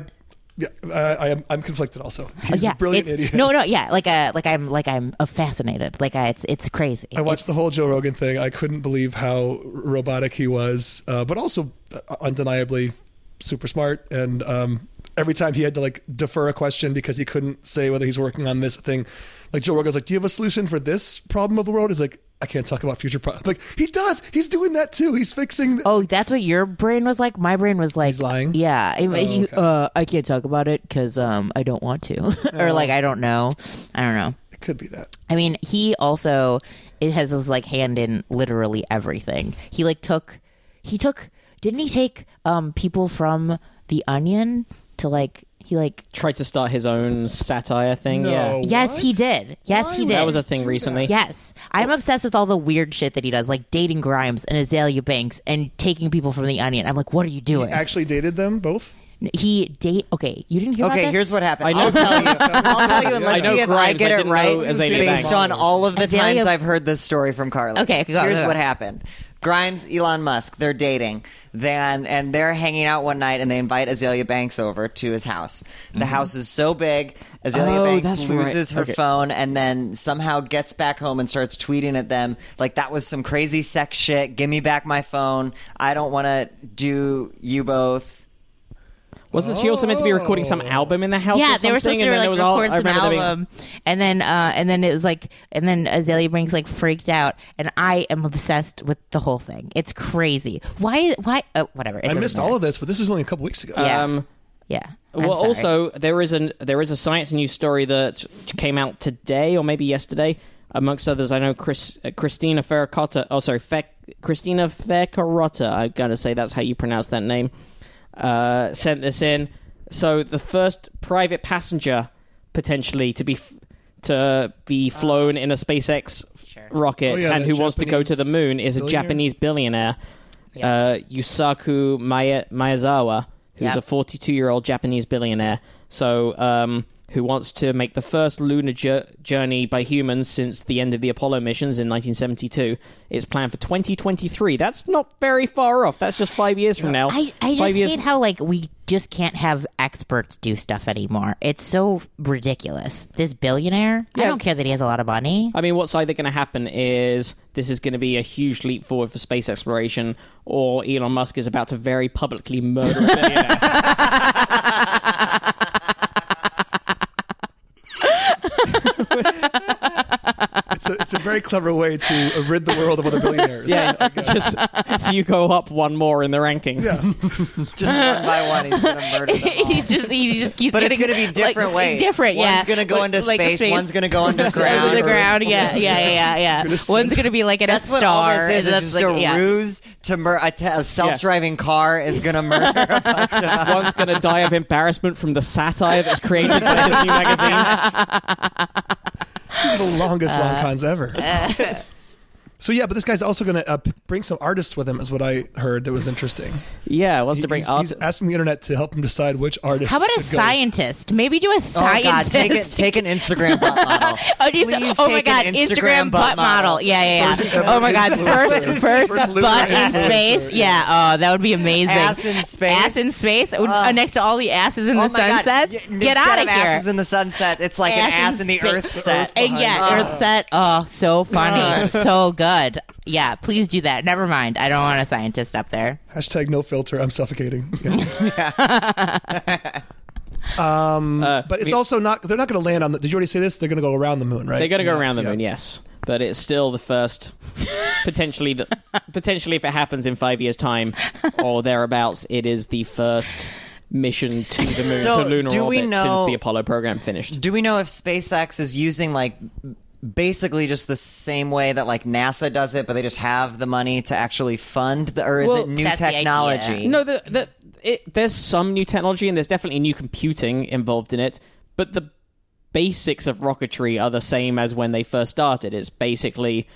Speaker 3: Yeah, uh, I am. I'm conflicted. Also, he's
Speaker 5: yeah,
Speaker 3: a brilliant
Speaker 5: it's-
Speaker 3: idiot.
Speaker 5: No, no, yeah, like uh, like I'm like I'm uh, fascinated. Like I, it's it's crazy.
Speaker 3: I watched the whole Joe Rogan thing. I couldn't believe how robotic he was, uh, but also uh, undeniably super smart. And um, every time he had to like defer a question because he couldn't say whether he's working on this thing, like Joe Rogan's like, "Do you have a solution for this problem of the world?" He's like, "I can't talk about future problems." (laughs) Like he does. He's doing that too. He's fixing.
Speaker 5: Oh, that's what your brain was like. My brain was like,
Speaker 3: He's lying? Oh,
Speaker 5: Yeah, I, he-
Speaker 3: okay.
Speaker 5: uh, I can't talk about it because um, I don't want to, (laughs)
Speaker 3: Oh.
Speaker 5: or like I don't know, I don't know.
Speaker 3: It could be that.
Speaker 5: I mean, he also it has his like hand in literally everything. He like took he took didn't he take um people from The Onion to like he like
Speaker 2: Tried to start his own satire thing.
Speaker 3: No.
Speaker 2: Yeah,
Speaker 5: yes
Speaker 3: What?
Speaker 5: he did yes he
Speaker 3: Why
Speaker 5: did
Speaker 2: that was a
Speaker 3: Do
Speaker 2: thing
Speaker 3: that.
Speaker 2: recently.
Speaker 5: Yes, I'm obsessed with all the weird shit that he does, like dating Grimes and Azalea Banks and taking people from The Onion. I'm like, what are you doing?
Speaker 3: Actually, dated them both.
Speaker 5: He date? Okay, you didn't hear about
Speaker 4: Okay,
Speaker 5: this?
Speaker 4: here's what happened.
Speaker 2: I know-
Speaker 4: I'll tell you. (laughs) I'll tell you, and
Speaker 3: I
Speaker 4: let's
Speaker 2: know
Speaker 4: see if I
Speaker 2: Grimes.
Speaker 4: get
Speaker 2: I
Speaker 4: it
Speaker 2: didn't
Speaker 4: right
Speaker 2: know Azalea
Speaker 4: based
Speaker 2: Banks.
Speaker 4: on all of the
Speaker 5: Azalea-
Speaker 4: times I've heard this story from Carly.
Speaker 5: Okay, okay, go,
Speaker 4: here's
Speaker 5: go.
Speaker 4: what happened. Grimes, Elon Musk, they're dating, then and they're hanging out one night, and they invite Azalea Banks over to his house. The house is so big, Azalea
Speaker 2: Mm-hmm. Oh,
Speaker 4: Banks
Speaker 2: that's
Speaker 4: loses
Speaker 2: right.
Speaker 4: her
Speaker 2: Okay.
Speaker 4: phone, and then somehow gets back home and starts tweeting at them like that was some crazy sex shit. Give me back my phone. I don't want to do you both.
Speaker 2: Wasn't she also meant to be recording
Speaker 3: Oh.
Speaker 2: some album in the house?
Speaker 5: yeah,
Speaker 2: or
Speaker 5: they were
Speaker 2: something? And then
Speaker 5: supposed to like
Speaker 2: there was
Speaker 5: record
Speaker 2: all- I
Speaker 5: some
Speaker 2: remember there being-
Speaker 5: album, and then uh, and then it was like, and then Azalea Banks like freaked out, and I am obsessed with the whole thing. It's crazy. Why? Why? Oh, whatever. It
Speaker 3: I
Speaker 5: doesn't
Speaker 3: missed
Speaker 5: matter.
Speaker 3: all of this, but this is only a couple weeks ago.
Speaker 5: Yeah.
Speaker 2: Um,
Speaker 5: yeah. I'm
Speaker 2: Well,
Speaker 5: sorry.
Speaker 2: also there is an there is a science news story that came out today or maybe yesterday. Amongst others, I know Chris, uh, Christina Ferracotta. Oh, sorry, Fe, Christina Ferracotta. I gotta say that's how you pronounce that name. Uh, sent this in. So the first private passenger potentially to be f- to be
Speaker 5: Uh,
Speaker 2: flown in a SpaceX rocket
Speaker 3: Oh, yeah,
Speaker 2: and
Speaker 3: the
Speaker 2: who wants to go to the
Speaker 3: Japanese
Speaker 2: moon is a
Speaker 3: billionaire?
Speaker 2: Japanese billionaire, uh, Yusaku Maya- Miyazawa, who's
Speaker 5: Yeah.
Speaker 2: a 42 year old Japanese billionaire. So, um, who wants to make the first lunar jour- journey by humans since the end of the Apollo missions in 1972? It's planned for 2023. That's not very far off. That's just five years from now.
Speaker 5: I, I
Speaker 2: five
Speaker 5: just
Speaker 2: years.
Speaker 5: hate how like we just can't have experts do stuff anymore. It's so ridiculous. This billionaire, I don't care that he has a lot of
Speaker 4: (laughs)
Speaker 5: money. (laughs)
Speaker 2: I mean, what's either going to happen is this is going to be a huge leap forward for space exploration, or Elon Musk is about to very publicly murder
Speaker 5: (laughs)
Speaker 2: a billionaire.
Speaker 3: It's, a, it's a very clever way to uh, rid the world of other
Speaker 5: (laughs)
Speaker 3: billionaires.
Speaker 2: Yeah.
Speaker 3: I
Speaker 2: (laughs)
Speaker 3: guess.
Speaker 2: so you go up one more in the rankings.
Speaker 3: Yeah.
Speaker 4: Just one by one, he's gonna murder (laughs) them all.
Speaker 5: he's just he just keeps.
Speaker 4: But it's
Speaker 5: getting,
Speaker 4: going to be different
Speaker 5: like,
Speaker 4: ways.
Speaker 5: Different, yeah.
Speaker 4: One's going to go
Speaker 5: Like-
Speaker 4: into
Speaker 5: like
Speaker 4: space, One's going
Speaker 5: (laughs)
Speaker 4: to go underground.
Speaker 5: Over the
Speaker 3: or-
Speaker 5: ground, yeah, yeah, yeah,
Speaker 4: (laughs)
Speaker 5: yeah. yeah. One's gonna be like in
Speaker 4: That's
Speaker 5: a
Speaker 4: what
Speaker 5: star.
Speaker 4: all this is.
Speaker 5: and that's
Speaker 4: It's just a
Speaker 5: like- yeah.
Speaker 4: ruse to mur- a, t- a self-driving car is oh going
Speaker 5: (laughs)
Speaker 4: to murder a bunch of
Speaker 2: One's going to die of embarrassment from the satire that's created by his new magazine.
Speaker 3: (laughs) These are the longest long cons ever. So yeah, but this guy's also going to uh, bring some artists with him, is what I heard. That was interesting.
Speaker 2: Yeah, wants to bring
Speaker 3: he's,
Speaker 2: art.
Speaker 3: he's asking the internet to help him decide which artists.
Speaker 5: How about a
Speaker 3: should go.
Speaker 5: scientist? Maybe do a
Speaker 4: Oh
Speaker 5: scientist.
Speaker 4: God, take, it, take an Instagram
Speaker 5: (laughs)
Speaker 4: butt model.
Speaker 5: Oh, do you-
Speaker 4: Please
Speaker 5: oh my
Speaker 4: take
Speaker 5: god,
Speaker 4: an
Speaker 5: Instagram, butt model. Yeah, yeah,
Speaker 3: First
Speaker 5: yeah.
Speaker 3: ever
Speaker 5: Oh my god,
Speaker 3: influencer.
Speaker 5: first first,
Speaker 3: First lunar
Speaker 5: butt in
Speaker 3: influencer,
Speaker 5: space. Yeah, oh, that would be amazing.
Speaker 4: Ass in space.
Speaker 5: Ass in space. Uh, next to all the asses in
Speaker 4: Oh
Speaker 5: the
Speaker 4: my God.
Speaker 5: sunsets.
Speaker 4: Y-
Speaker 5: Get
Speaker 4: instead
Speaker 5: out
Speaker 4: of
Speaker 5: of here.
Speaker 4: Asses in the sunset. It's like an ass in the
Speaker 5: space.
Speaker 4: earth set.
Speaker 5: And yeah, Earth set. Oh, so funny, so good. Yeah, please do that. Never mind. I don't want a scientist up there.
Speaker 3: Hashtag no filter. I'm suffocating. Yeah. um,
Speaker 2: Uh,
Speaker 3: but it's
Speaker 2: we-
Speaker 3: also not. They're not going to land on. the Did you already say this? They're going to go around the moon, right?
Speaker 2: They're going to go
Speaker 3: Yeah,
Speaker 2: around the
Speaker 3: yeah.
Speaker 2: moon, yes, but it's still the first. potentially, the, potentially, if it happens in five years' time or thereabouts, it is the first mission to the moon
Speaker 4: So,
Speaker 2: to lunar
Speaker 4: do we
Speaker 2: orbit
Speaker 4: know-
Speaker 2: since the Apollo program finished.
Speaker 4: Do we know if SpaceX is using like basically just the same way that like NASA does it, but they just have the money to actually fund the, or is
Speaker 2: Well,
Speaker 4: it new
Speaker 5: that's the idea.
Speaker 4: technology?
Speaker 2: No, the, the it, there's some new technology and there's definitely new computing involved in it, but the basics of rocketry are the same as when they first started. It's basically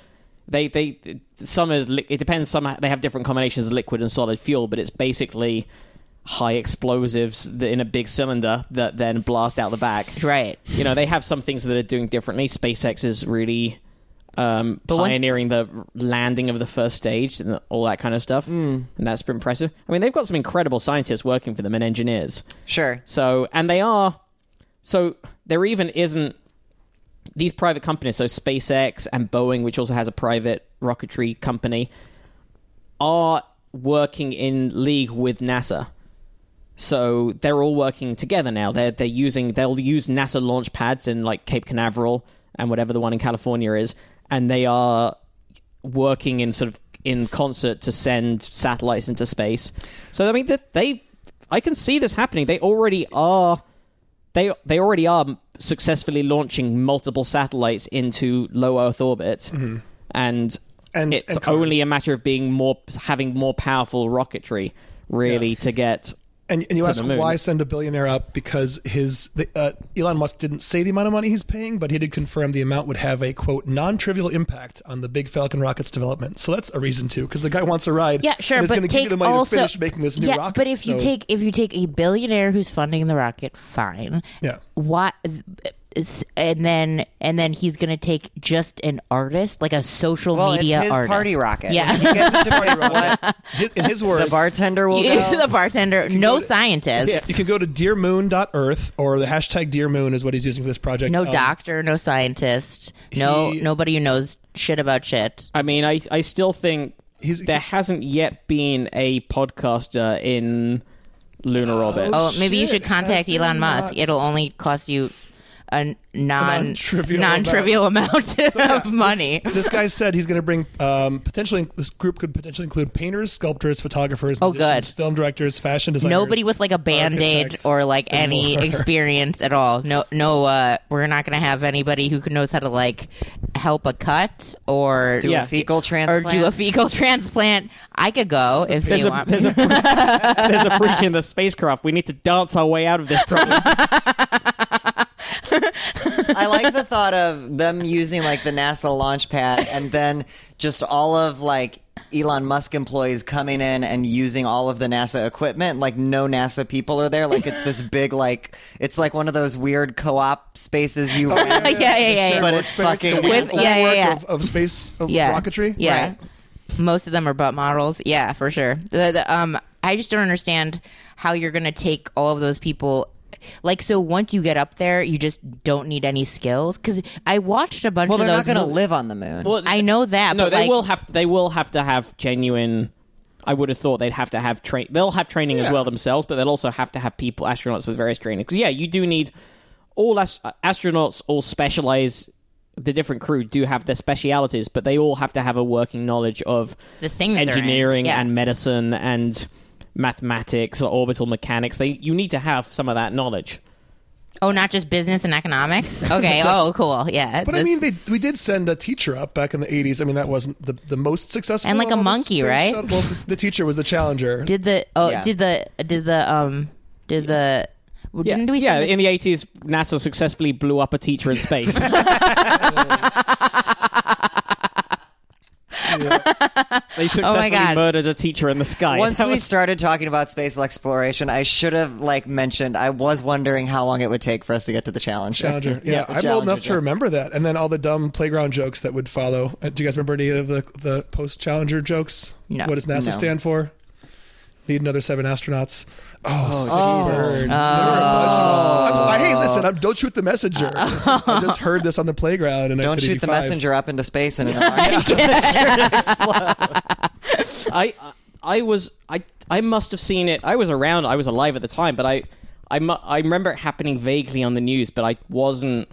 Speaker 2: they they some is li- it depends. Some ha- they have different combinations of liquid and solid fuel, but it's basically high explosives that in a big cylinder that then blast out the back.
Speaker 5: Right.
Speaker 2: You know, they have some things that are doing differently. SpaceX is really um,
Speaker 5: once-
Speaker 2: pioneering the landing of the first stage and all that kind of stuff. Mm. And that's been impressive. I mean, they've got some incredible scientists working for them and engineers.
Speaker 4: Sure.
Speaker 2: So, and they are. So, there even isn't. These private companies, so SpaceX and Boeing, which also has a private rocketry company, are working in league with NASA. So they're all working together now. They're they're using they'll use NASA launch pads in like Cape Canaveral and whatever the one in California is, and they are working in sort of in concert to send satellites into space. So I mean that they I can see this happening. They already are they they already are successfully launching multiple satellites into low Earth orbit, and
Speaker 3: And-
Speaker 2: it's
Speaker 3: and cars.
Speaker 2: only a matter of being more having more powerful rocketry really to get.
Speaker 3: And, and you
Speaker 2: the
Speaker 3: ask
Speaker 2: moon.
Speaker 3: why send a billionaire up because his the, uh, Elon Musk didn't say the amount of money he's paying, but he did confirm the amount would have a quote non-trivial impact on the big Falcon rocket's development. So that's a reason too, because the guy wants a ride.
Speaker 5: Yeah, sure,
Speaker 3: and it's
Speaker 5: but
Speaker 3: gonna
Speaker 5: take
Speaker 3: give you the money to
Speaker 5: also
Speaker 3: finish making this new
Speaker 5: yeah,
Speaker 3: rocket.
Speaker 5: But if you
Speaker 3: So,
Speaker 5: take if you take a billionaire who's funding the rocket, fine.
Speaker 3: Yeah.
Speaker 5: What? And then and then he's gonna take just an artist, like a social
Speaker 4: Well, it's
Speaker 5: media
Speaker 4: his
Speaker 5: artist.
Speaker 4: party rocket.
Speaker 5: Yeah.
Speaker 4: He gets to
Speaker 5: (laughs)
Speaker 4: pick what
Speaker 3: his, in his words,
Speaker 4: the bartender will go.
Speaker 5: the bartender, no scientist,
Speaker 3: You can go to dearmoon.earth or the hashtag dearmoon is what he's using for this project.
Speaker 5: no
Speaker 3: Um,
Speaker 5: doctor, no scientist, no
Speaker 3: he-
Speaker 5: nobody who knows shit about shit.
Speaker 2: I mean, I I still think
Speaker 3: He's-
Speaker 2: there hasn't yet been a podcaster in lunar orbit.
Speaker 5: Oh, maybe you
Speaker 3: shit,
Speaker 5: should contact
Speaker 3: has there
Speaker 5: Elon Musk.
Speaker 3: not?
Speaker 5: It'll only cost you a non
Speaker 3: non-trivial
Speaker 5: non-trivial amount, of money.
Speaker 3: (laughs) This, this guy said he's going to bring um, potentially this group could potentially include painters, sculptors, photographers,
Speaker 5: Oh,
Speaker 3: musicians,
Speaker 5: good.
Speaker 3: film directors, fashion designers.
Speaker 5: Nobody with like a band aid
Speaker 3: architects,
Speaker 5: or like
Speaker 3: and
Speaker 5: any (laughs)
Speaker 3: more.
Speaker 5: experience at all. No, no, uh, we're not going to have anybody who knows how to like help a cut or
Speaker 4: Do
Speaker 2: Yeah.
Speaker 4: a fecal
Speaker 5: or
Speaker 4: transplant.
Speaker 5: do a fecal (laughs) transplant. I could go if
Speaker 2: There's
Speaker 5: you
Speaker 2: a,
Speaker 5: want.
Speaker 2: there's, a breach, there's a breach in the spacecraft. We need to dance our way out of this
Speaker 5: (laughs)
Speaker 2: problem.
Speaker 4: I like the thought of them using like the NASA launch pad and then just all of like Elon Musk employees coming in and using all of the NASA equipment. Like no NASA people are there. Like it's this big like it's like one of those weird co-op
Speaker 5: (laughs)
Speaker 4: spaces you rent.
Speaker 5: (laughs) Oh, yeah, yeah, yeah, yeah.
Speaker 4: But it's fucking
Speaker 5: With-
Speaker 4: NASA.
Speaker 5: yeah, yeah,
Speaker 3: Work
Speaker 5: yeah.
Speaker 3: Of, of space of
Speaker 5: yeah.
Speaker 3: rocketry.
Speaker 5: Yeah.
Speaker 4: Right.
Speaker 5: Most of them are butt models. Yeah, for sure. The, the, um, I just don't understand how you're going to take all of those people. Like, so once you get up there, you just don't need any skills. Because I watched a bunch
Speaker 4: Well,
Speaker 5: of
Speaker 4: they're
Speaker 5: those.
Speaker 4: not going to
Speaker 5: mo-
Speaker 4: live on the moon.
Speaker 5: I know that.
Speaker 2: No,
Speaker 5: but
Speaker 2: they
Speaker 5: like,
Speaker 2: will have. They will have to have genuine. I would have thought they'd have to have train. They'll have training as well themselves, but they'll also have to have people, astronauts with various training. Because yeah, you do need all ast- astronauts. All specialize. The different crew do have their specialities, but they all have to have a working knowledge of
Speaker 5: The thing that they're in,
Speaker 2: engineering
Speaker 5: yeah.
Speaker 2: and medicine and mathematics or orbital mechanics. They you need to have some of that knowledge.
Speaker 5: Oh, not just business and economics.
Speaker 4: (laughs)
Speaker 5: Okay. oh, cool. Yeah.
Speaker 3: But I mean, they, we did send a teacher up back in the '80s. I mean, that wasn't the, the most successful.
Speaker 5: And like
Speaker 3: of
Speaker 5: a
Speaker 3: all the
Speaker 5: monkey,
Speaker 3: space
Speaker 5: right?
Speaker 3: shuttle- Well,
Speaker 5: (laughs)
Speaker 3: the, the teacher was the Challenger.
Speaker 5: did the oh
Speaker 4: Yeah.
Speaker 5: did the did the um did the well,
Speaker 2: Yeah,
Speaker 5: didn't we?
Speaker 2: yeah.
Speaker 5: send this-
Speaker 2: In the eighties, NASA successfully (laughs)
Speaker 5: (laughs)
Speaker 2: blew up a teacher in space. They successfully
Speaker 5: Oh God.
Speaker 2: murdered a teacher in the sky.
Speaker 4: Once
Speaker 2: That
Speaker 4: we
Speaker 2: was-
Speaker 4: started talking about space exploration, I should have like mentioned I was wondering how long it would take for us to get to the Challenger.
Speaker 3: Challenger. Yeah,
Speaker 4: the
Speaker 3: I'm old
Speaker 4: Challenger
Speaker 3: enough
Speaker 4: joke.
Speaker 3: to remember that. And then all the dumb playground jokes that would follow. Uh, Do you guys remember any of the, the post Challenger jokes?
Speaker 5: No.
Speaker 3: What does NASA
Speaker 4: No.
Speaker 3: stand for? Need another seven astronauts. Oh, sick burn. There were a bunch of-
Speaker 5: Oh.
Speaker 3: I'm- I hate this. And I'm, don't shoot the
Speaker 5: (laughs)
Speaker 3: messenger. I just heard this on the playground. And I
Speaker 4: Don't
Speaker 3: did
Speaker 4: shoot the
Speaker 3: 85.
Speaker 4: messenger up into space in an orange.
Speaker 3: (laughs)
Speaker 2: I I was I I must have seen it. I was around. I was alive at the time, but I I, mu- I remember it happening vaguely on the news, but I wasn't.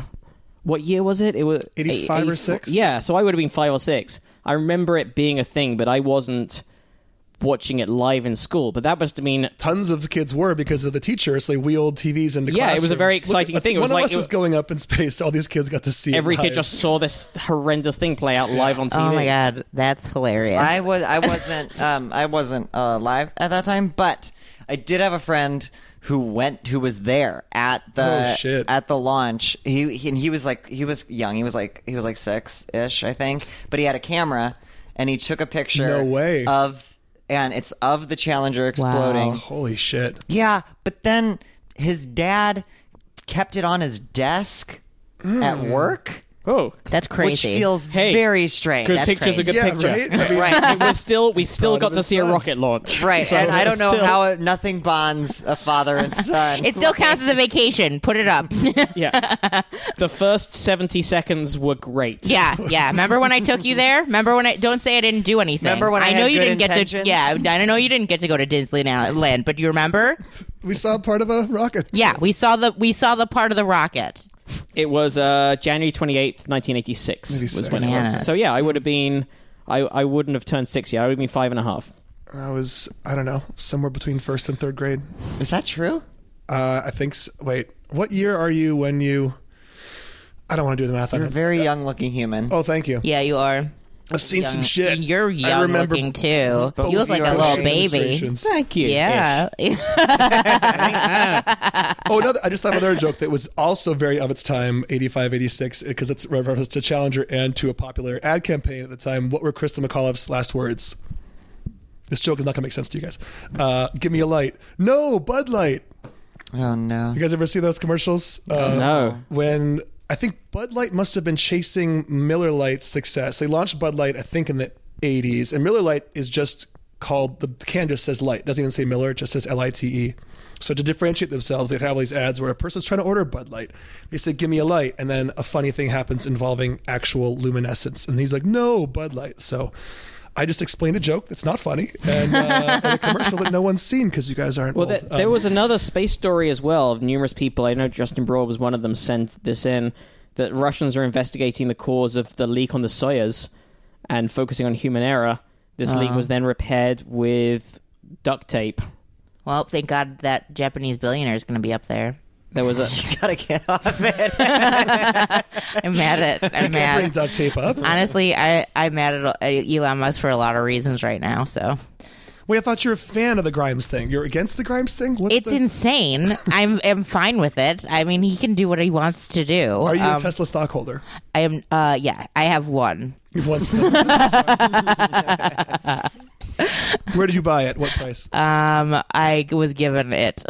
Speaker 2: What year was it? It was
Speaker 3: 85 or
Speaker 2: 84
Speaker 3: six?
Speaker 2: Yeah, so I would have been five or six. I remember it being a thing, but I wasn't watching it live in school. But that must have mean
Speaker 3: Tons of kids were because of the teachers. They wheeled TVs into
Speaker 2: Yeah, it was a very
Speaker 3: classrooms. Look,
Speaker 2: exciting
Speaker 3: that's-
Speaker 2: thing. It was
Speaker 3: one
Speaker 2: like-
Speaker 3: of us
Speaker 2: it
Speaker 3: is
Speaker 2: wa-
Speaker 3: going up in space. All these kids got to see it
Speaker 2: every
Speaker 3: live.
Speaker 2: kid just saw this horrendous thing play out live on TV.
Speaker 5: Oh my god, that's hilarious.
Speaker 4: I was I wasn't um, I wasn't uh, alive at that time, but I did have a friend who went who was there at the
Speaker 3: Oh, shit.
Speaker 4: at the launch. He, he and he was like he was young. He was like he was like six ish, I think. But he had a camera and he took a picture.
Speaker 3: No way.
Speaker 4: of and it's of the Challenger exploding.
Speaker 3: Holy shit.
Speaker 4: Yeah, but then his dad kept it on his desk at
Speaker 2: Mm.
Speaker 4: work,
Speaker 2: Oh,
Speaker 5: that's crazy.
Speaker 4: which feels
Speaker 2: Hey,
Speaker 4: very strange.
Speaker 2: good
Speaker 5: That's
Speaker 2: picture's a
Speaker 5: crazy.
Speaker 2: good
Speaker 3: Yeah,
Speaker 2: picture. (laughs)
Speaker 3: right? I mean, (laughs)
Speaker 4: right.
Speaker 2: We're still we still
Speaker 3: proud
Speaker 2: got
Speaker 3: of
Speaker 2: to
Speaker 3: his
Speaker 2: see a
Speaker 3: son.
Speaker 2: rocket launch.
Speaker 4: Right,
Speaker 2: So
Speaker 4: and I don't know
Speaker 2: still-
Speaker 4: how it, nothing bonds a father and son.
Speaker 5: it still counts as a vacation. Put it
Speaker 4: (laughs)
Speaker 5: up.
Speaker 2: Yeah. the first 70 seconds were great.
Speaker 5: yeah, yeah. Remember when I took you there? Remember when I? Don't say I didn't do anything.
Speaker 4: Remember when I
Speaker 5: know
Speaker 4: had
Speaker 5: you
Speaker 4: good
Speaker 5: didn't
Speaker 4: intentions?
Speaker 5: get to? Yeah, I know you didn't get to go to Disneyland, but you remember?
Speaker 3: We saw part of a rocket.
Speaker 5: Yeah, we saw the we saw the part of the rocket.
Speaker 2: It was uh, January 28th, 1986 was when it was.
Speaker 5: Bananas.
Speaker 2: So yeah, I would have been, I, I wouldn't have turned six yet. I would have been five and a half.
Speaker 3: I was, I don't know, somewhere between first and third grade.
Speaker 4: Is that true?
Speaker 3: Uh, I think. s- Wait, what year are you when you? I don't want to do the math on
Speaker 4: You're a
Speaker 3: it.
Speaker 4: very young-looking human.
Speaker 3: Oh, thank you.
Speaker 5: Yeah, you are.
Speaker 3: I've seen some shit.
Speaker 5: You're
Speaker 3: I
Speaker 5: young
Speaker 3: remember
Speaker 5: looking too.
Speaker 3: both
Speaker 5: You look like
Speaker 3: your
Speaker 5: a little
Speaker 3: Bush
Speaker 5: baby.
Speaker 3: administrations.
Speaker 2: Thank you.
Speaker 5: Yeah.
Speaker 3: (laughs) oh, another, I just thought of another joke that was also very of its time, 85, 86, because it's reference to Challenger and to a popular ad campaign at the time. What were Krista McAuliffe's last words? This joke is not going to make sense to you guys. Uh, give me a light. No, Bud Light.
Speaker 4: Oh, no.
Speaker 3: You guys ever see those commercials? Uh,
Speaker 2: No.
Speaker 3: when I think Bud Light must have been chasing Miller Lite's success. They launched Bud Light, I think, in the 80s, and Miller Lite is just called the can just says light, it doesn't even say Miller, it just says L I T E. So to differentiate themselves, they'd have all these ads where a person's trying to order Bud Light. They say, "Give me a light," and then a funny thing happens involving actual luminescence, and he's like, "No, Bud Light." So. I just explained a joke that's not funny and, uh, and a commercial that no one's seen because you guys aren't.
Speaker 2: Well,
Speaker 3: old.
Speaker 2: th- there
Speaker 3: Um,
Speaker 2: was another space story as well of numerous people. I know Justin Broad was one of them. Sent this in that Russians are investigating the cause of the leak on the Soyuz and focusing on human error. This leak was then repaired with duct tape.
Speaker 5: (laughs) well, thank God that Japanese billionaire is going to be up there.
Speaker 2: There was a
Speaker 4: You gotta get off (laughs) it.
Speaker 5: I'm
Speaker 3: (laughs)
Speaker 5: mad at.
Speaker 3: bring
Speaker 5: I'm mad.
Speaker 3: duct tape up.
Speaker 5: Honestly, I I'm mad at Elon Musk for a lot of reasons right now. So
Speaker 3: Wait, I thought you were a fan of the Grimes thing. You're against the Grimes thing? What's
Speaker 5: it's
Speaker 3: the, (laughs)
Speaker 5: insane. I'm I'm fine with it. I mean, he can do what he wants to do.
Speaker 3: Are you
Speaker 5: Um,
Speaker 3: a Tesla
Speaker 5: (laughs)
Speaker 3: stockholder?
Speaker 5: I am. Uh, yeah, I have one.
Speaker 3: You've won some Tesla. Where did you buy it? What price?
Speaker 5: Um, I was given it.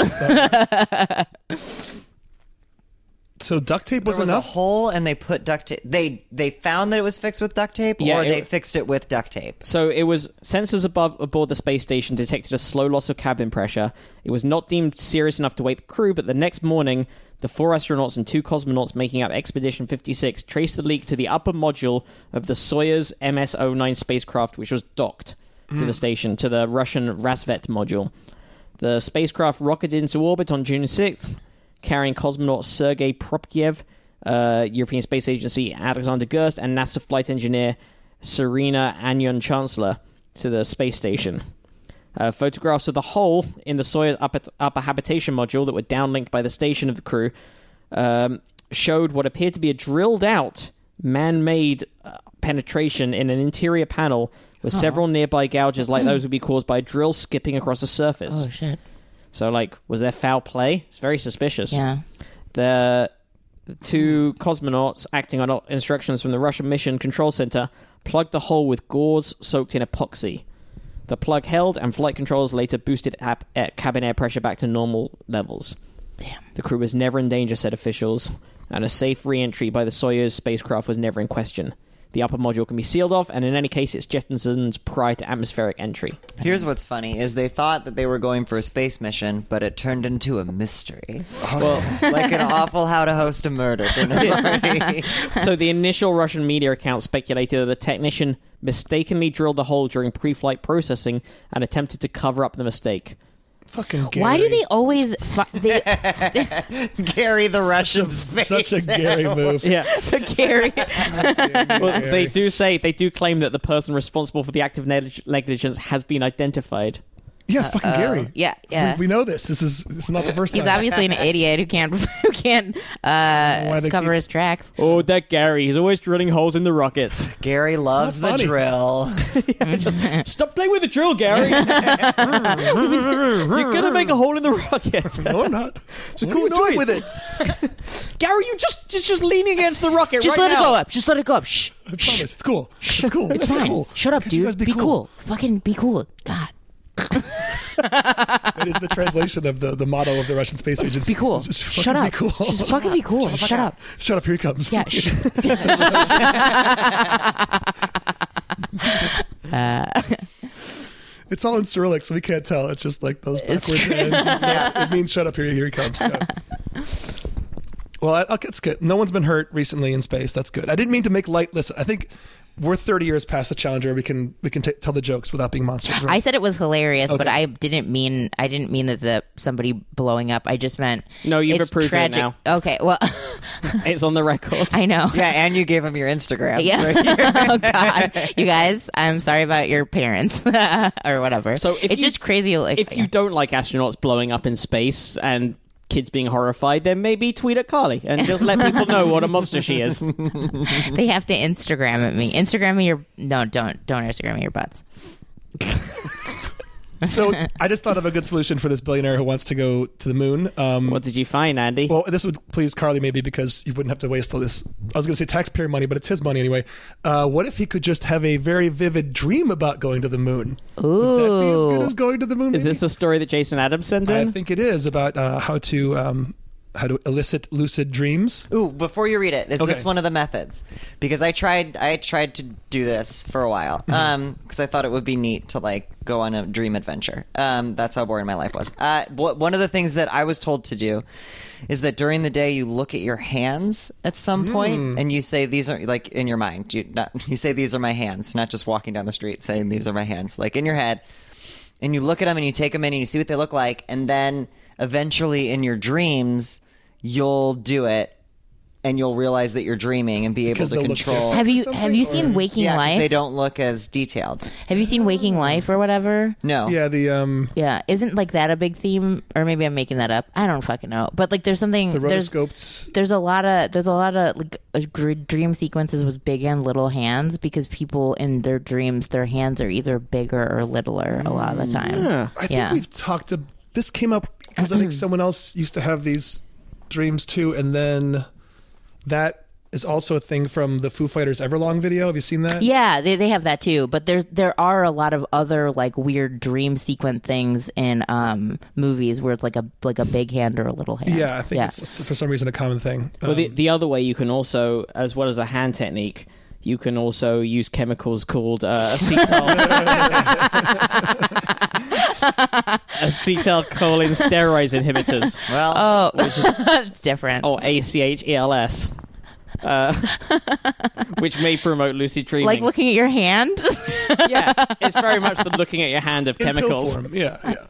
Speaker 3: so duct tape
Speaker 4: There
Speaker 3: was
Speaker 4: was a
Speaker 3: enough.
Speaker 4: hole, and they put duct tape. They they found that it was fixed with duct tape,
Speaker 2: Yeah,
Speaker 4: or
Speaker 2: it-
Speaker 4: they fixed it with duct tape.
Speaker 2: so it was sensors above aboard the space station detected a slow loss of cabin pressure. It was not deemed serious enough to wake the crew, but the next morning, the four astronauts and two cosmonauts making up Expedition 56 traced the leak to the upper module of the Soyuz MS-09 spacecraft, which was docked to the station to the Russian Rasvet module. The spacecraft rocketed into orbit on June 6th, carrying cosmonaut Sergei Propkiev, uh, European Space Agency Alexander Gerst, and NASA flight engineer Serena Anion Chancellor to the space station. Uh, photographs of the hole in the Soyuz upper, upper habitation module that were downlinked by the station of the crew um, showed what appeared to be a drilled out man made uh, penetration in an interior panel with several nearby gouges like those would be caused by a drill skipping across a
Speaker 3: Oh,
Speaker 5: (laughs)
Speaker 2: surface.
Speaker 5: shit!
Speaker 2: So, like, was there foul play? It's very suspicious.
Speaker 5: Yeah.
Speaker 2: The the two cosmonauts acting on instructions from the Russian Mission Control Center plugged the hole with gauze soaked in epoxy. The plug held, and flight controls later boosted ap- eh, cabin air pressure back to normal levels.
Speaker 5: Damn.
Speaker 2: The crew was never in danger, said officials, and a safe re entry by the Soyuz spacecraft was never in question. The upper module can be sealed off, and in any case, it's jettisoned prior to atmospheric entry.
Speaker 4: Here's what's funny is they thought that they were going for a space mission, but it turned into a mystery.
Speaker 3: Oh,
Speaker 2: Well,
Speaker 4: It's like an awful how to host a murder dinner party.
Speaker 2: so the initial Russian media account speculated that a technician mistakenly drilled the hole during pre-flight processing and attempted to cover up the mistake.
Speaker 3: Fucking Gary.
Speaker 5: Why do they always?
Speaker 3: (laughs)
Speaker 5: Fu- they
Speaker 4: (laughs)
Speaker 5: (laughs)
Speaker 4: Gary the Russian space.
Speaker 3: Such a Gary move.
Speaker 2: Yeah,
Speaker 5: carry.
Speaker 2: well, they do say they do claim that the person responsible for the act of neg- negligence has been identified.
Speaker 3: Yeah, it's fucking Gary.
Speaker 5: Uh, Yeah, yeah.
Speaker 3: We, we know this. This is this is not the first
Speaker 5: He's
Speaker 3: time.
Speaker 5: obviously an idiot who can't (laughs) who can't uh,
Speaker 3: Why they
Speaker 5: cover
Speaker 3: keep-
Speaker 5: his tracks.
Speaker 2: Oh, that Gary! He's always drilling holes in the rockets.
Speaker 4: Gary loves the
Speaker 3: funny. (laughs)
Speaker 4: drill.
Speaker 2: (laughs) Stop playing with the drill, (laughs) Gary. You're gonna make a hole in the rocket,
Speaker 3: (laughs)
Speaker 2: (laughs)
Speaker 3: no, I'm
Speaker 5: (laughs)
Speaker 3: not. It's a
Speaker 2: cool
Speaker 3: what are you doing
Speaker 2: noise.
Speaker 3: with it.
Speaker 2: Gary. You just just just leaning against the rocket
Speaker 5: Just
Speaker 2: right
Speaker 5: let
Speaker 2: now.
Speaker 5: it go up. Just let it go up. Shh.
Speaker 3: I promise. It's cool. It's cool.
Speaker 5: It's fine.
Speaker 3: Cool.
Speaker 5: Shut up,
Speaker 3: Can't you guys
Speaker 5: dude. Be, cool. Fucking be cool. God.
Speaker 3: That is the translation of the, the motto of the Russian space agency.
Speaker 5: Be cool.
Speaker 3: It's Just fucking
Speaker 5: Shut up.
Speaker 3: Be cool.
Speaker 5: Just fucking be cool. Shut up.
Speaker 3: Shut up. Here he comes. (laughs)
Speaker 5: Yeah. Shh. (laughs)
Speaker 3: It's all in Cyrillic, so we can't tell. It's just like those
Speaker 5: It's
Speaker 3: backwards
Speaker 5: true.
Speaker 3: ends and
Speaker 5: (laughs)
Speaker 3: stuff. It means shut up here, here he comes. Yeah. Well, I- okay, it's good. No one's been hurt recently in space. That's good. I didn't mean to make light. Listen, I think we're 30 years past the Challenger. We can we can t- tell the jokes without being monsters.
Speaker 5: I (laughs)
Speaker 3: Right?
Speaker 5: said it was hilarious, but
Speaker 3: Okay.
Speaker 5: I didn't mean I didn't mean that the somebody blowing up. I just meant
Speaker 2: No, you've
Speaker 5: it's
Speaker 2: approved it
Speaker 5: tragic.
Speaker 2: now.
Speaker 5: Okay, well, (laughs)
Speaker 2: It's on the record.
Speaker 5: I know.
Speaker 4: Yeah, and you gave him your Instagram.
Speaker 5: Yeah.
Speaker 4: So you're-
Speaker 5: (laughs) oh God, you guys, I'm sorry about your parents (laughs) or whatever.
Speaker 2: So if
Speaker 5: it's
Speaker 2: you-
Speaker 5: just crazy. Like,
Speaker 2: if you don't like astronauts blowing up in space and kids being horrified, then maybe tweet at Carly and just let people know what a monster she is.
Speaker 3: (laughs)
Speaker 5: they have to Instagram at me. Instagram me your no, don't don't Instagram me your butts.
Speaker 3: so I just thought of a good solution for this billionaire who wants to go to the moon. Um,
Speaker 2: What did you find, Andy?
Speaker 3: Well, this would please Carly maybe because you wouldn't have to waste all this. I was going to say taxpayer money, but it's his money anyway. Uh, what if he could just have a very vivid dream about going to the moon? Would that be as good
Speaker 5: Ooh.
Speaker 3: as going to the moon?
Speaker 2: is
Speaker 3: maybe?
Speaker 2: this the story that Jason Adams sent in?
Speaker 3: I think it is about uh, how to um, how to elicit lucid dreams.
Speaker 4: Ooh, before you read it, is
Speaker 3: Okay.
Speaker 4: this one of the methods? Because I tried, I tried to do this for a while, um, because I thought it would be neat to like go on a dream adventure. Um, that's how boring my life was. Uh, wh- one of the things that I was told to do is that during the day you look at your hands at some point and you say these are like in your mind. You not, (laughs) you say these are my hands, not just walking down the street saying these are my hands, like in your head and you look at them and you take them in and you see what they look like and then eventually in your dreams you'll do it and you'll realize that you're dreaming and be
Speaker 3: Because
Speaker 4: able
Speaker 3: they'll
Speaker 4: to
Speaker 3: look
Speaker 4: control
Speaker 3: different.
Speaker 5: Have you
Speaker 3: Something
Speaker 5: have you
Speaker 3: or-
Speaker 5: seen Waking
Speaker 4: yeah 'cause
Speaker 5: Life?
Speaker 4: they don't look as detailed
Speaker 5: Have you seen Waking Life or whatever?
Speaker 4: no
Speaker 3: Yeah, the um,
Speaker 5: Yeah, isn't like that a big theme? Or maybe I'm making that up. I don't fucking know. But like, there's something.
Speaker 3: the
Speaker 5: there's
Speaker 3: rotoscoped.
Speaker 5: there's a lot of there's a lot of like uh, gr- dream sequences with big and little hands because people in their dreams their hands are either bigger or littler a lot of
Speaker 4: Mm,
Speaker 5: the time. Yeah,
Speaker 3: I think we've talked. To, this came up because
Speaker 5: (clears throat)
Speaker 3: I think someone else used to have these dreams too, and then that is also a thing from the Foo Fighters Everlong video. Have you seen that?
Speaker 5: Yeah, they, they have that too. But there's there are a lot of other like weird dream sequence things in um movies where it's like a like a big hand or a little hand.
Speaker 3: Yeah, I think it's for some reason a common thing.
Speaker 2: Well, the,
Speaker 3: Um,
Speaker 2: the other way you can also, as well as the hand technique, you can also use chemicals called uh,
Speaker 3: (laughs)
Speaker 2: acetyl. (laughs) acetylcholine steroids inhibitors,
Speaker 4: well
Speaker 5: Oh, (laughs) it's different.
Speaker 2: or E ACHELS, uh, (laughs) which may promote lucid dreaming.
Speaker 5: like looking at your hand. (laughs)
Speaker 2: yeah, (laughs) it's very much the looking at your hand of
Speaker 3: in pill
Speaker 2: chemicals.
Speaker 3: form. Yeah, yeah.
Speaker 2: (laughs)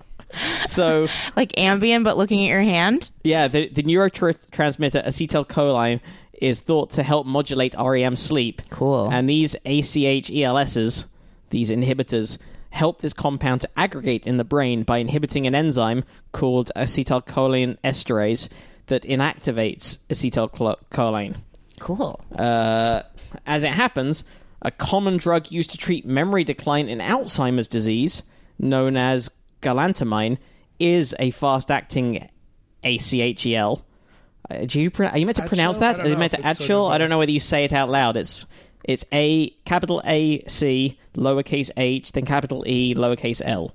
Speaker 2: So,
Speaker 5: like Ambien, but looking at your hand.
Speaker 2: yeah, the, the neurotransmitter acetylcholine is thought to help modulate REM sleep.
Speaker 5: Cool.
Speaker 2: And these ACHELSs, E these inhibitors, help this compound to aggregate in the brain by inhibiting an enzyme called acetylcholine esterase that inactivates acetylcholine.
Speaker 5: Cool.
Speaker 2: Uh, as it happens, a common drug used to treat memory decline in Alzheimer's disease, known as galantamine, is a fast-acting ACHEL. Uh, do you pro- are you meant to pronounce
Speaker 3: Achel? I
Speaker 2: that?
Speaker 3: don't
Speaker 2: Are you
Speaker 3: know
Speaker 2: meant to
Speaker 3: if it's sort
Speaker 2: Achel?
Speaker 3: of,
Speaker 2: I don't
Speaker 3: uh,
Speaker 2: know whether you say it out loud. It's It's A capital A C lowercase h then capital E lowercase l.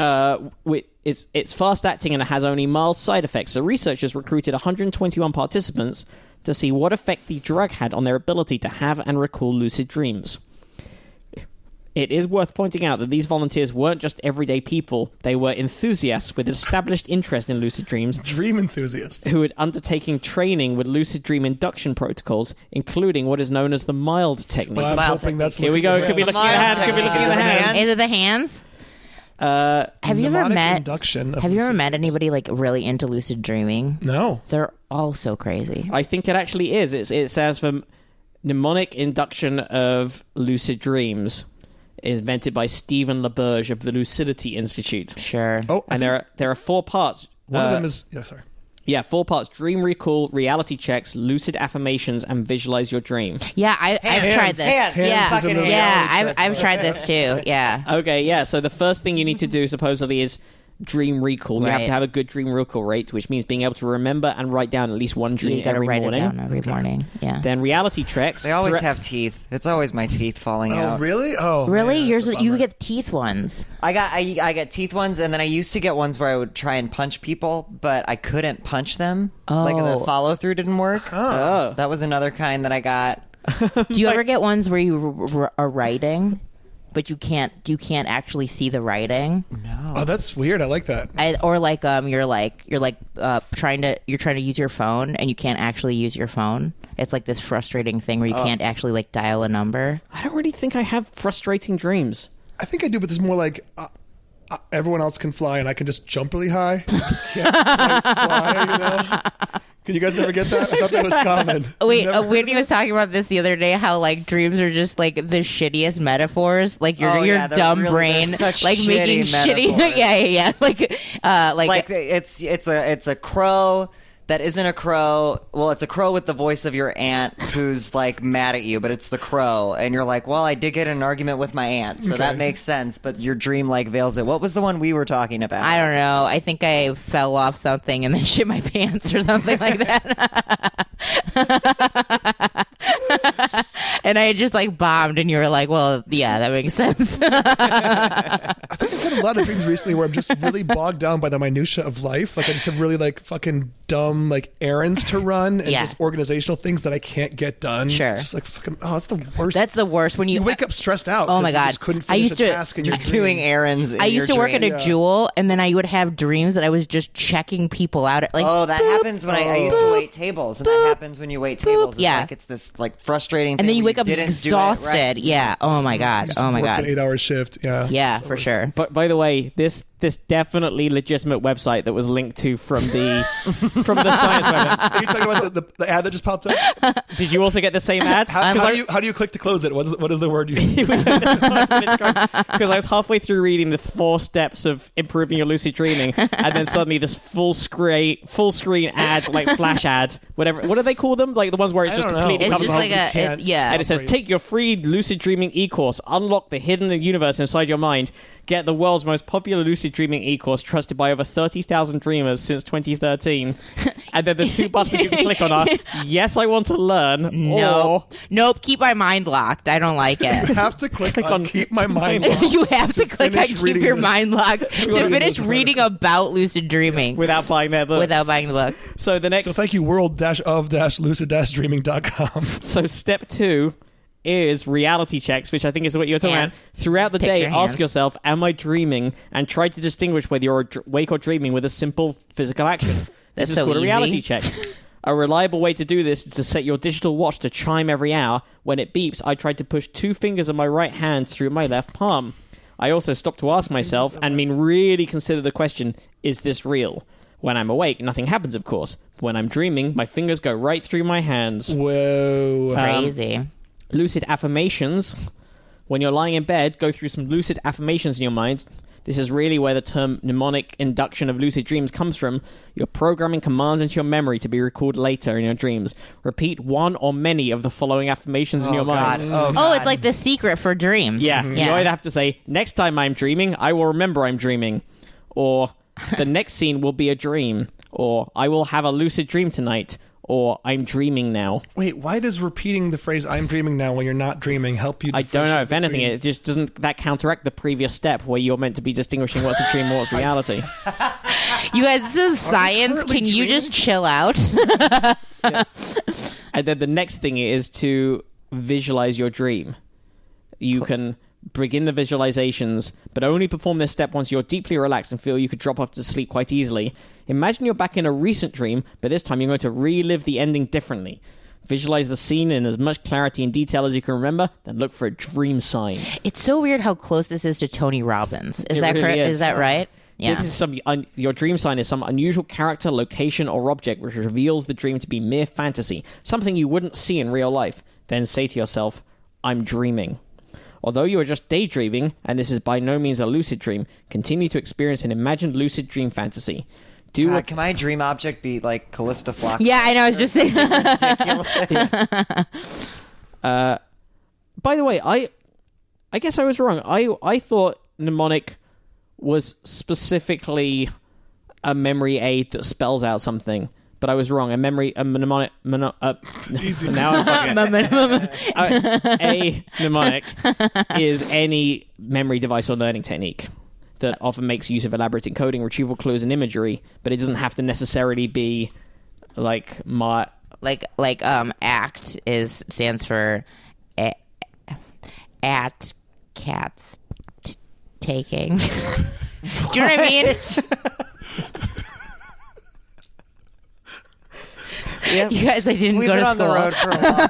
Speaker 2: Uh, whi- it's it's fast acting and it has only mild side effects. So researchers recruited 121 participants to see what effect the drug had on their ability to have and recall lucid dreams. It is worth pointing out that these volunteers weren't just everyday people; they were enthusiasts with established interest in lucid dreams
Speaker 3: Dream enthusiasts.
Speaker 2: who had undertaken training with lucid dream induction protocols, including what is known as the mild technique.
Speaker 4: What's
Speaker 3: I'm
Speaker 4: mild
Speaker 3: hoping that's
Speaker 2: Here we go. Could be
Speaker 4: The
Speaker 2: looking at the hand.
Speaker 4: mild
Speaker 2: Could be looking at the
Speaker 4: technique.
Speaker 2: hand.
Speaker 5: Is it the hands? Uh, have you ever
Speaker 3: mnemonic
Speaker 5: met?
Speaker 3: induction of
Speaker 5: Have you ever
Speaker 3: lucid
Speaker 5: met anybody like really into lucid dreaming?
Speaker 3: No.
Speaker 5: They're all so crazy.
Speaker 2: I think it actually is. It's, it says for mnemonic induction of lucid dreams is invented by Stephen LaBerge of the Lucidity Institute.
Speaker 5: Sure.
Speaker 3: Oh, I
Speaker 2: And there are there are four parts.
Speaker 3: One of
Speaker 2: Uh,
Speaker 3: them is yeah, sorry.
Speaker 2: yeah, four parts: dream recall, reality checks, lucid affirmations, and visualize your dream.
Speaker 5: Yeah, I, I've tried
Speaker 4: Hands.
Speaker 5: this.
Speaker 4: Hands.
Speaker 5: yeah,
Speaker 4: Fucking Hands.
Speaker 5: yeah,
Speaker 3: reality
Speaker 5: I've,
Speaker 3: check.
Speaker 5: I've tried this too. Yeah.
Speaker 2: Okay, yeah. So the first thing you need to do supposedly is dream recall. You have
Speaker 5: Right.
Speaker 2: to have a good dream recall rate, which means being able to remember and write down at least one dream
Speaker 5: You gotta
Speaker 2: every
Speaker 5: write
Speaker 2: morning.
Speaker 5: it down every morning. Yeah.
Speaker 2: Then reality checks.
Speaker 4: They always
Speaker 2: Thre-
Speaker 4: have teeth. It's always my teeth falling
Speaker 3: Oh
Speaker 4: out.
Speaker 3: really? Oh
Speaker 5: really?
Speaker 3: man, that's
Speaker 5: Yours?
Speaker 3: a
Speaker 5: You
Speaker 3: bummer.
Speaker 5: get teeth (laughs) ones.
Speaker 4: I got I, I got teeth ones, and then I used to get ones where I would try and punch people, but I couldn't punch them. Like
Speaker 5: Oh.
Speaker 4: the follow through didn't work.
Speaker 2: Oh.
Speaker 4: That was another kind that I got.
Speaker 5: Do you ever get ones where you r- r- are writing, but you can't you can't actually see the writing,
Speaker 3: Oh, that's weird. I like that.
Speaker 5: I, or like um you're like you're like uh trying to you're trying to use your phone and you can't actually use your phone. It's like this frustrating thing where you can't actually like dial a number.
Speaker 2: I don't really think I have frustrating dreams.
Speaker 3: I think I do, but there's more like uh, uh, everyone else can fly and I can just jump really high. (laughs) Can't quite fly, you know? Can you guys never get that? I thought that was common.
Speaker 5: Wait,
Speaker 3: You
Speaker 5: uh,
Speaker 3: never-
Speaker 5: Whitney was talking about this the other day. How like dreams are just like the shittiest metaphors. Like your
Speaker 4: Oh,
Speaker 5: your
Speaker 4: yeah, they're
Speaker 5: dumb
Speaker 4: really-
Speaker 5: brain,
Speaker 4: they're such
Speaker 5: like
Speaker 4: shitty
Speaker 5: making shitty. (laughs)
Speaker 4: metaphors.
Speaker 5: yeah, yeah, yeah. Like, uh, like,
Speaker 4: Like it's it's a it's a crow that isn't a crow. Well, it's a crow with the voice of your aunt who's like mad at you, but it's the crow, and you're like, well, I did get in an argument with my aunt, so that makes sense. But your dream like veils it. What was the one we were talking about?
Speaker 5: I don't know. I think I fell off something and then (laughs) shit my pants or something like that. (laughs) and I just like bombed, and you were like, "Well, yeah, that makes sense." (laughs)
Speaker 3: I've had a lot of dreams recently where I'm just really bogged down by the minutia of life. Like I just have really like fucking dumb like errands to run and
Speaker 5: Yeah.
Speaker 3: just organizational things that I can't get done.
Speaker 5: Sure.
Speaker 3: It's just like fucking. Oh, that's the worst.
Speaker 5: That's the worst when you,
Speaker 3: you wake up stressed out.
Speaker 5: Oh my
Speaker 3: 'cause
Speaker 5: God.
Speaker 3: You just couldn't
Speaker 5: I
Speaker 3: finish
Speaker 5: used
Speaker 3: a
Speaker 5: to-
Speaker 3: task in your dream.
Speaker 4: Doing errands. in
Speaker 5: I used
Speaker 4: your
Speaker 5: to work at
Speaker 4: dream.
Speaker 5: a jewel, and then I would have dreams that I was just checking people out. At, like,
Speaker 4: Oh, that
Speaker 5: boop,
Speaker 4: happens when I, I used to wait tables, and that happens when you wait tables. It's
Speaker 5: Yeah.
Speaker 4: like it's this like frustrating.
Speaker 5: and
Speaker 4: thing
Speaker 5: then you
Speaker 4: where
Speaker 5: wake up
Speaker 4: didn't do it
Speaker 5: exhausted.
Speaker 4: right.
Speaker 5: Yeah. Oh
Speaker 3: Mm,
Speaker 5: my god. Oh my
Speaker 3: Worked an
Speaker 5: god.
Speaker 3: eight-hour shift. Yeah.
Speaker 5: Yeah, for sure.
Speaker 2: But by the way, this this definitely legitimate website that was linked to from the
Speaker 3: (laughs)
Speaker 2: from the science website.
Speaker 3: Are you talking about
Speaker 5: (laughs)
Speaker 3: the, the, the ad that just popped up?
Speaker 2: Did you also get the same ad?
Speaker 3: How, how do you how do you click to close it? What is what is the word
Speaker 5: (laughs)
Speaker 3: you? (laughs)
Speaker 2: because I was halfway through reading the four steps of improving your lucid dreaming, and then suddenly this full screen, full screen ad, like flash
Speaker 3: (laughs)
Speaker 2: ad, whatever. What do they call them? Like the ones where it's
Speaker 3: I
Speaker 2: just
Speaker 3: don't know.
Speaker 2: completely
Speaker 5: It's
Speaker 3: Comes
Speaker 5: just
Speaker 3: home,
Speaker 5: like
Speaker 3: you
Speaker 5: a it,
Speaker 3: can't-
Speaker 5: yeah.
Speaker 2: and it says, "Take your free lucid dreaming e-course. Unlock the hidden universe inside your mind. Get the world's most popular lucid dreaming e-course, trusted by over thirty thousand dreamers since
Speaker 5: (laughs)
Speaker 2: 2013." and then the two buttons you can click on are, "Yes, I want to learn," or
Speaker 5: (laughs) nope. Nope. Keep my mind locked. I don't
Speaker 3: (laughs)
Speaker 5: like it.
Speaker 3: have to click, on,
Speaker 2: on-
Speaker 3: keep my
Speaker 5: (laughs)
Speaker 3: mind locked.
Speaker 5: you have to, click on
Speaker 3: finish
Speaker 5: keep
Speaker 3: reading
Speaker 5: your
Speaker 3: this-
Speaker 5: mind locked to
Speaker 3: reading
Speaker 5: finish
Speaker 3: this
Speaker 5: reading about lucid dreaming
Speaker 2: without buying their book.
Speaker 5: without buying the book.
Speaker 2: so the next.
Speaker 3: So thank you, world dash of dash lucid dash dreaming dot com.
Speaker 2: So step two is reality checks, which I think is what you're talking
Speaker 5: Hands.
Speaker 2: about. Throughout the
Speaker 5: Picture
Speaker 2: day, ask
Speaker 5: hands.
Speaker 2: yourself, "Am I dreaming?" and try to distinguish whether you're dr- awake or dreaming with a simple physical action. this
Speaker 5: (laughs) That's
Speaker 2: is
Speaker 5: so
Speaker 2: called a
Speaker 5: easy.
Speaker 2: reality
Speaker 5: (laughs)
Speaker 2: check. A reliable way to do this is to set your digital watch to chime every hour. When it beeps, I tried to push two fingers of my right hand through my left palm. I also stopped to ask myself, and mean really consider the question, is this real? When I'm awake, nothing happens, of course. When I'm dreaming, my fingers go right through my hands. Um,
Speaker 3: Whoa.
Speaker 5: Crazy.
Speaker 2: lucid affirmations. When you're lying in bed, go through some lucid affirmations in your mind. This is really where the term mnemonic induction of lucid dreams comes from. You're programming commands into your memory to be recalled later in your dreams. Repeat one or many of the following affirmations in
Speaker 4: Oh
Speaker 2: your
Speaker 4: god.
Speaker 2: mind.
Speaker 4: Oh, Mm-hmm.
Speaker 5: oh, it's like the secret for dreams.
Speaker 2: Yeah, you either
Speaker 5: Yeah.
Speaker 2: have to say, next time I'm dreaming, I will remember I'm dreaming,
Speaker 4: (laughs)
Speaker 2: or the next scene will be a dream, or I will have a lucid dream tonight, or I'm dreaming now.
Speaker 3: Wait, why does repeating the phrase "I'm dreaming now" when you're not dreaming help you?
Speaker 2: I don't know.
Speaker 3: differentiate
Speaker 2: If anything,
Speaker 3: between-
Speaker 2: it just doesn't that counteract the previous step where you're meant to be distinguishing what's a dream and what's reality.
Speaker 5: You guys, this is science.
Speaker 3: currently
Speaker 5: Can you
Speaker 3: dreaming?
Speaker 5: just chill out? (laughs)
Speaker 2: And then the next thing is to visualize your dream. You can begin the visualizations, but only perform this step once you're deeply relaxed and feel you could drop off to sleep quite easily. Imagine you're back in a recent dream, but this time you're going to relive the ending differently. Visualize the scene in as much clarity and detail as you can remember, then look for a dream sign.
Speaker 5: it's so weird how close this is to Tony Robbins. Is
Speaker 2: It
Speaker 5: that
Speaker 2: really
Speaker 5: correct?
Speaker 2: is.
Speaker 5: Is. that right? Yeah.
Speaker 2: This is some un, your dream sign is some unusual character, location, or object which reveals the dream to be mere fantasy, something you wouldn't see in real life. Then say to yourself, "I'm dreaming." Although you are just daydreaming, and this is by no means a lucid dream, continue to experience an imagined lucid dream fantasy. Do
Speaker 4: God,
Speaker 2: what
Speaker 4: can my dream object be like Callista Flock?
Speaker 5: Yeah, I know. I was just saying.
Speaker 2: By the way, I I guess I was wrong. I I thought mnemonic was specifically a memory aid that spells out something, but I was wrong. A memory a mnemonic mono, uh, (laughs)
Speaker 3: Easy.
Speaker 2: now I'm talking. Uh, a mnemonic is any memory device or learning technique that often makes use of elaborate encoding, retrieval clues, and imagery, but it doesn't have to necessarily be like my
Speaker 5: (laughs) like like um act is stands for a- at cats t- taking. (laughs) Do you know what I mean?
Speaker 2: (laughs)
Speaker 5: You guys, I didn't
Speaker 4: (laughs) We've
Speaker 5: go
Speaker 4: been
Speaker 5: to
Speaker 4: on
Speaker 5: school.
Speaker 4: the road for a long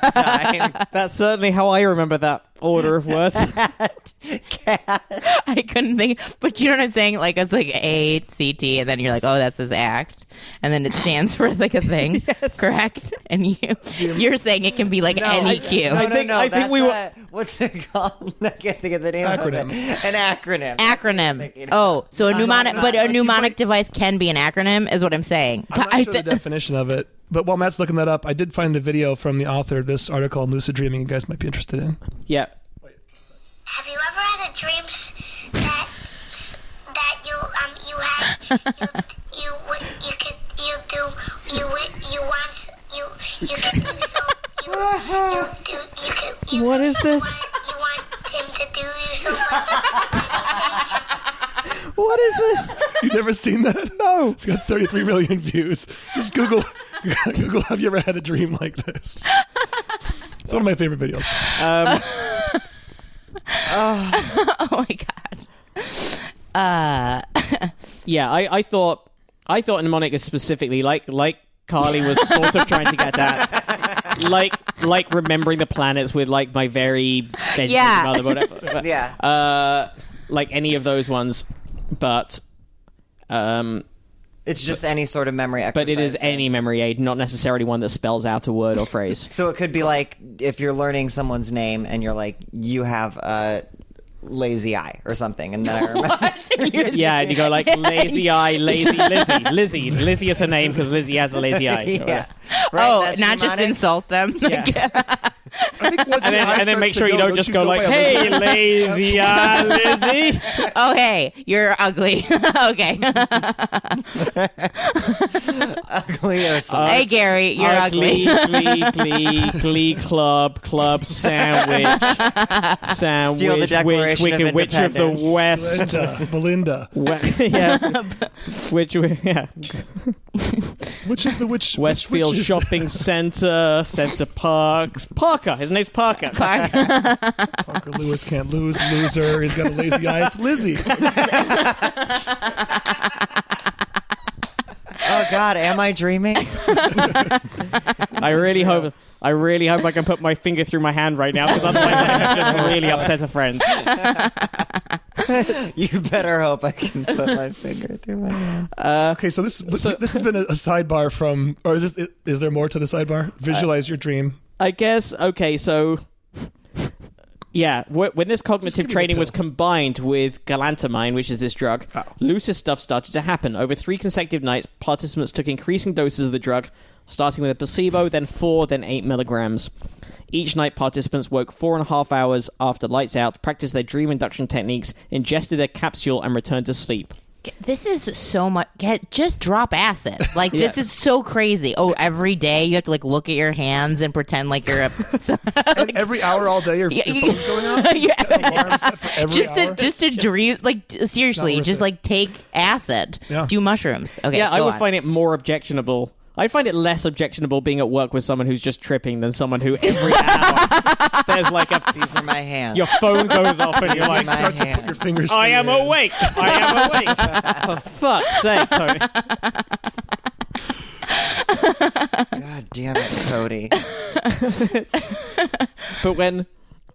Speaker 2: (laughs)
Speaker 4: time.
Speaker 2: That's certainly how I remember that order of words.
Speaker 5: (laughs) I couldn't think, but you know what I'm saying? Like it's like A C T, and then you're like, oh, that's his act, and then it stands for like a
Speaker 4: (laughs)
Speaker 5: thing, correct? And you you're saying it can be like any
Speaker 4: I-
Speaker 5: cue.
Speaker 4: No,
Speaker 2: I
Speaker 4: no,
Speaker 2: think-
Speaker 4: no,
Speaker 2: I think
Speaker 4: that's
Speaker 2: we
Speaker 4: a-
Speaker 2: were-
Speaker 4: what's it called? (laughs) I can't think of the name. Of
Speaker 3: Acronym.
Speaker 4: it. An acronym.
Speaker 5: acronym. Oh, so a mnemonic,
Speaker 4: not-
Speaker 5: but a
Speaker 4: like, you
Speaker 5: mnemonic
Speaker 4: might-
Speaker 5: device can be an acronym, is what I'm saying.
Speaker 3: I'm
Speaker 5: (laughs) I
Speaker 3: not sure the
Speaker 5: th-
Speaker 3: definition of it. But while Matt's looking that up, I did find a video from the author of this article on lucid dreaming. You guys might be interested in.
Speaker 2: (laughs) yeah.
Speaker 1: Have you ever had a dream s- that s- that you um you had you you would you could you do you would you want s- you you could do so you you do you could you,
Speaker 2: What is this?
Speaker 1: you want him to do you so much
Speaker 2: What is this?
Speaker 3: You've never seen that?
Speaker 2: (laughs) No.
Speaker 3: It's got 33 million views. Just Google (laughs) Google. Have you ever had a dream like this? It's one of my favorite videos.
Speaker 2: Um,
Speaker 5: oh my god.
Speaker 2: yeah, I, I thought I thought mnemonic is specifically like like Carly was sort of trying to get at. Like like remembering the planets with like my very Benjamin
Speaker 5: Yeah.
Speaker 2: mother whatever.
Speaker 4: Yeah.
Speaker 2: Uh, like any of those ones, but um,
Speaker 4: it's just any sort of memory exercise.
Speaker 2: but it is
Speaker 4: right?
Speaker 2: any memory aid, not necessarily one that spells out a word or phrase.
Speaker 4: (laughs) So it could be like if you're learning someone's name and you're like, you have a lazy eye or something, and
Speaker 2: (laughs)
Speaker 4: then I remember. (laughs)
Speaker 2: Yeah, and you go like lazy eye, lazy Lizzie, Lizzie, Lizzie is her name because Lizzie has a lazy eye.
Speaker 4: yeah. Right,
Speaker 5: Oh,
Speaker 4: that's
Speaker 5: not just
Speaker 4: mnemonic?
Speaker 5: insult them. Like,
Speaker 3: I think
Speaker 2: (laughs) And
Speaker 3: once your
Speaker 2: then,
Speaker 3: eye
Speaker 2: and then
Speaker 3: starts
Speaker 2: make
Speaker 3: to
Speaker 2: sure you
Speaker 3: go,
Speaker 2: don't just go, like,
Speaker 3: by a
Speaker 2: "Hey,
Speaker 3: lizard?"
Speaker 2: lazy eye, Lizzie."
Speaker 5: (laughs) oh, hey, you're ugly. (laughs) okay.
Speaker 4: Ugly or something.
Speaker 5: hey, Gary, you're ugly. (laughs)
Speaker 2: Glee, glee,
Speaker 4: (laughs)
Speaker 2: glee, glee, club, club, sandwich, sandwich,
Speaker 4: Steal the
Speaker 2: witch,
Speaker 4: Declaration
Speaker 2: wicked
Speaker 4: of
Speaker 2: witch of the
Speaker 4: Independence.
Speaker 2: west. (laughs)
Speaker 3: Belinda, Belinda.
Speaker 2: We- (laughs) yeah,
Speaker 4: (laughs)
Speaker 2: which yeah,
Speaker 3: Which is the which?
Speaker 2: Westfield
Speaker 3: which, which is- (laughs)
Speaker 2: Shopping Center, Center Parks. Parker, his name's Parker.
Speaker 3: Parker Lewis can't lose. Loser. He's got a lazy eye.
Speaker 2: (laughs)
Speaker 3: It's Lizzie.
Speaker 4: (laughs) oh God, am I dreaming? (laughs)
Speaker 2: I really hope. I really hope I can put my finger through my hand right now because otherwise I have
Speaker 4: (laughs)
Speaker 2: just really upset a friend.
Speaker 4: you better hope I can put my finger through my hand.
Speaker 3: Okay, so this this has been a, a sidebar from, or is this, is there more to the
Speaker 5: Uh,
Speaker 3: sidebar? Visualize your dream.
Speaker 2: I guess okay, so yeah, wh- when this
Speaker 3: give
Speaker 2: cognitive
Speaker 3: me the
Speaker 2: training was
Speaker 3: pill. Oh.
Speaker 2: combined with galantamine, which is this drug, lucid stuff started to happen. Over three consecutive nights, participants took increasing doses of the drug, starting with a placebo, then four, then eight milligrams. Each night, participants woke four and a half hours after lights out, practiced their dream induction techniques, ingested their capsule, and returned to sleep.
Speaker 5: This is so much. Get just drop
Speaker 4: (laughs)
Speaker 5: acid. Like this is so crazy. Oh, every day you have to like look at your hands and pretend like you're a. (laughs)
Speaker 3: And every hour all day, your, your
Speaker 5: you-
Speaker 3: phone's going
Speaker 5: (laughs)
Speaker 3: off. You set an alarm set for every
Speaker 5: just
Speaker 3: hour.
Speaker 5: to just to dream. Like t- seriously,
Speaker 3: worth
Speaker 5: just
Speaker 3: it.
Speaker 5: like take acid.
Speaker 3: Yeah.
Speaker 5: Do mushrooms. Okay.
Speaker 2: yeah, I
Speaker 5: go
Speaker 2: would
Speaker 5: on.
Speaker 2: find it more objectionable. I find it less objectionable being at work with someone who's just tripping than someone who
Speaker 5: (laughs)
Speaker 2: every hour there's like a
Speaker 4: These are my hands.
Speaker 2: your phone goes off and you're
Speaker 4: These are
Speaker 2: like,
Speaker 4: my
Speaker 3: start to put
Speaker 4: hands.
Speaker 3: your fingers.
Speaker 2: I
Speaker 3: through
Speaker 2: am
Speaker 3: your-
Speaker 2: awake. I
Speaker 5: (laughs)
Speaker 2: am awake. For fuck's sake, Tony.
Speaker 4: God damn it,
Speaker 3: (laughs)
Speaker 4: Cody.
Speaker 2: But when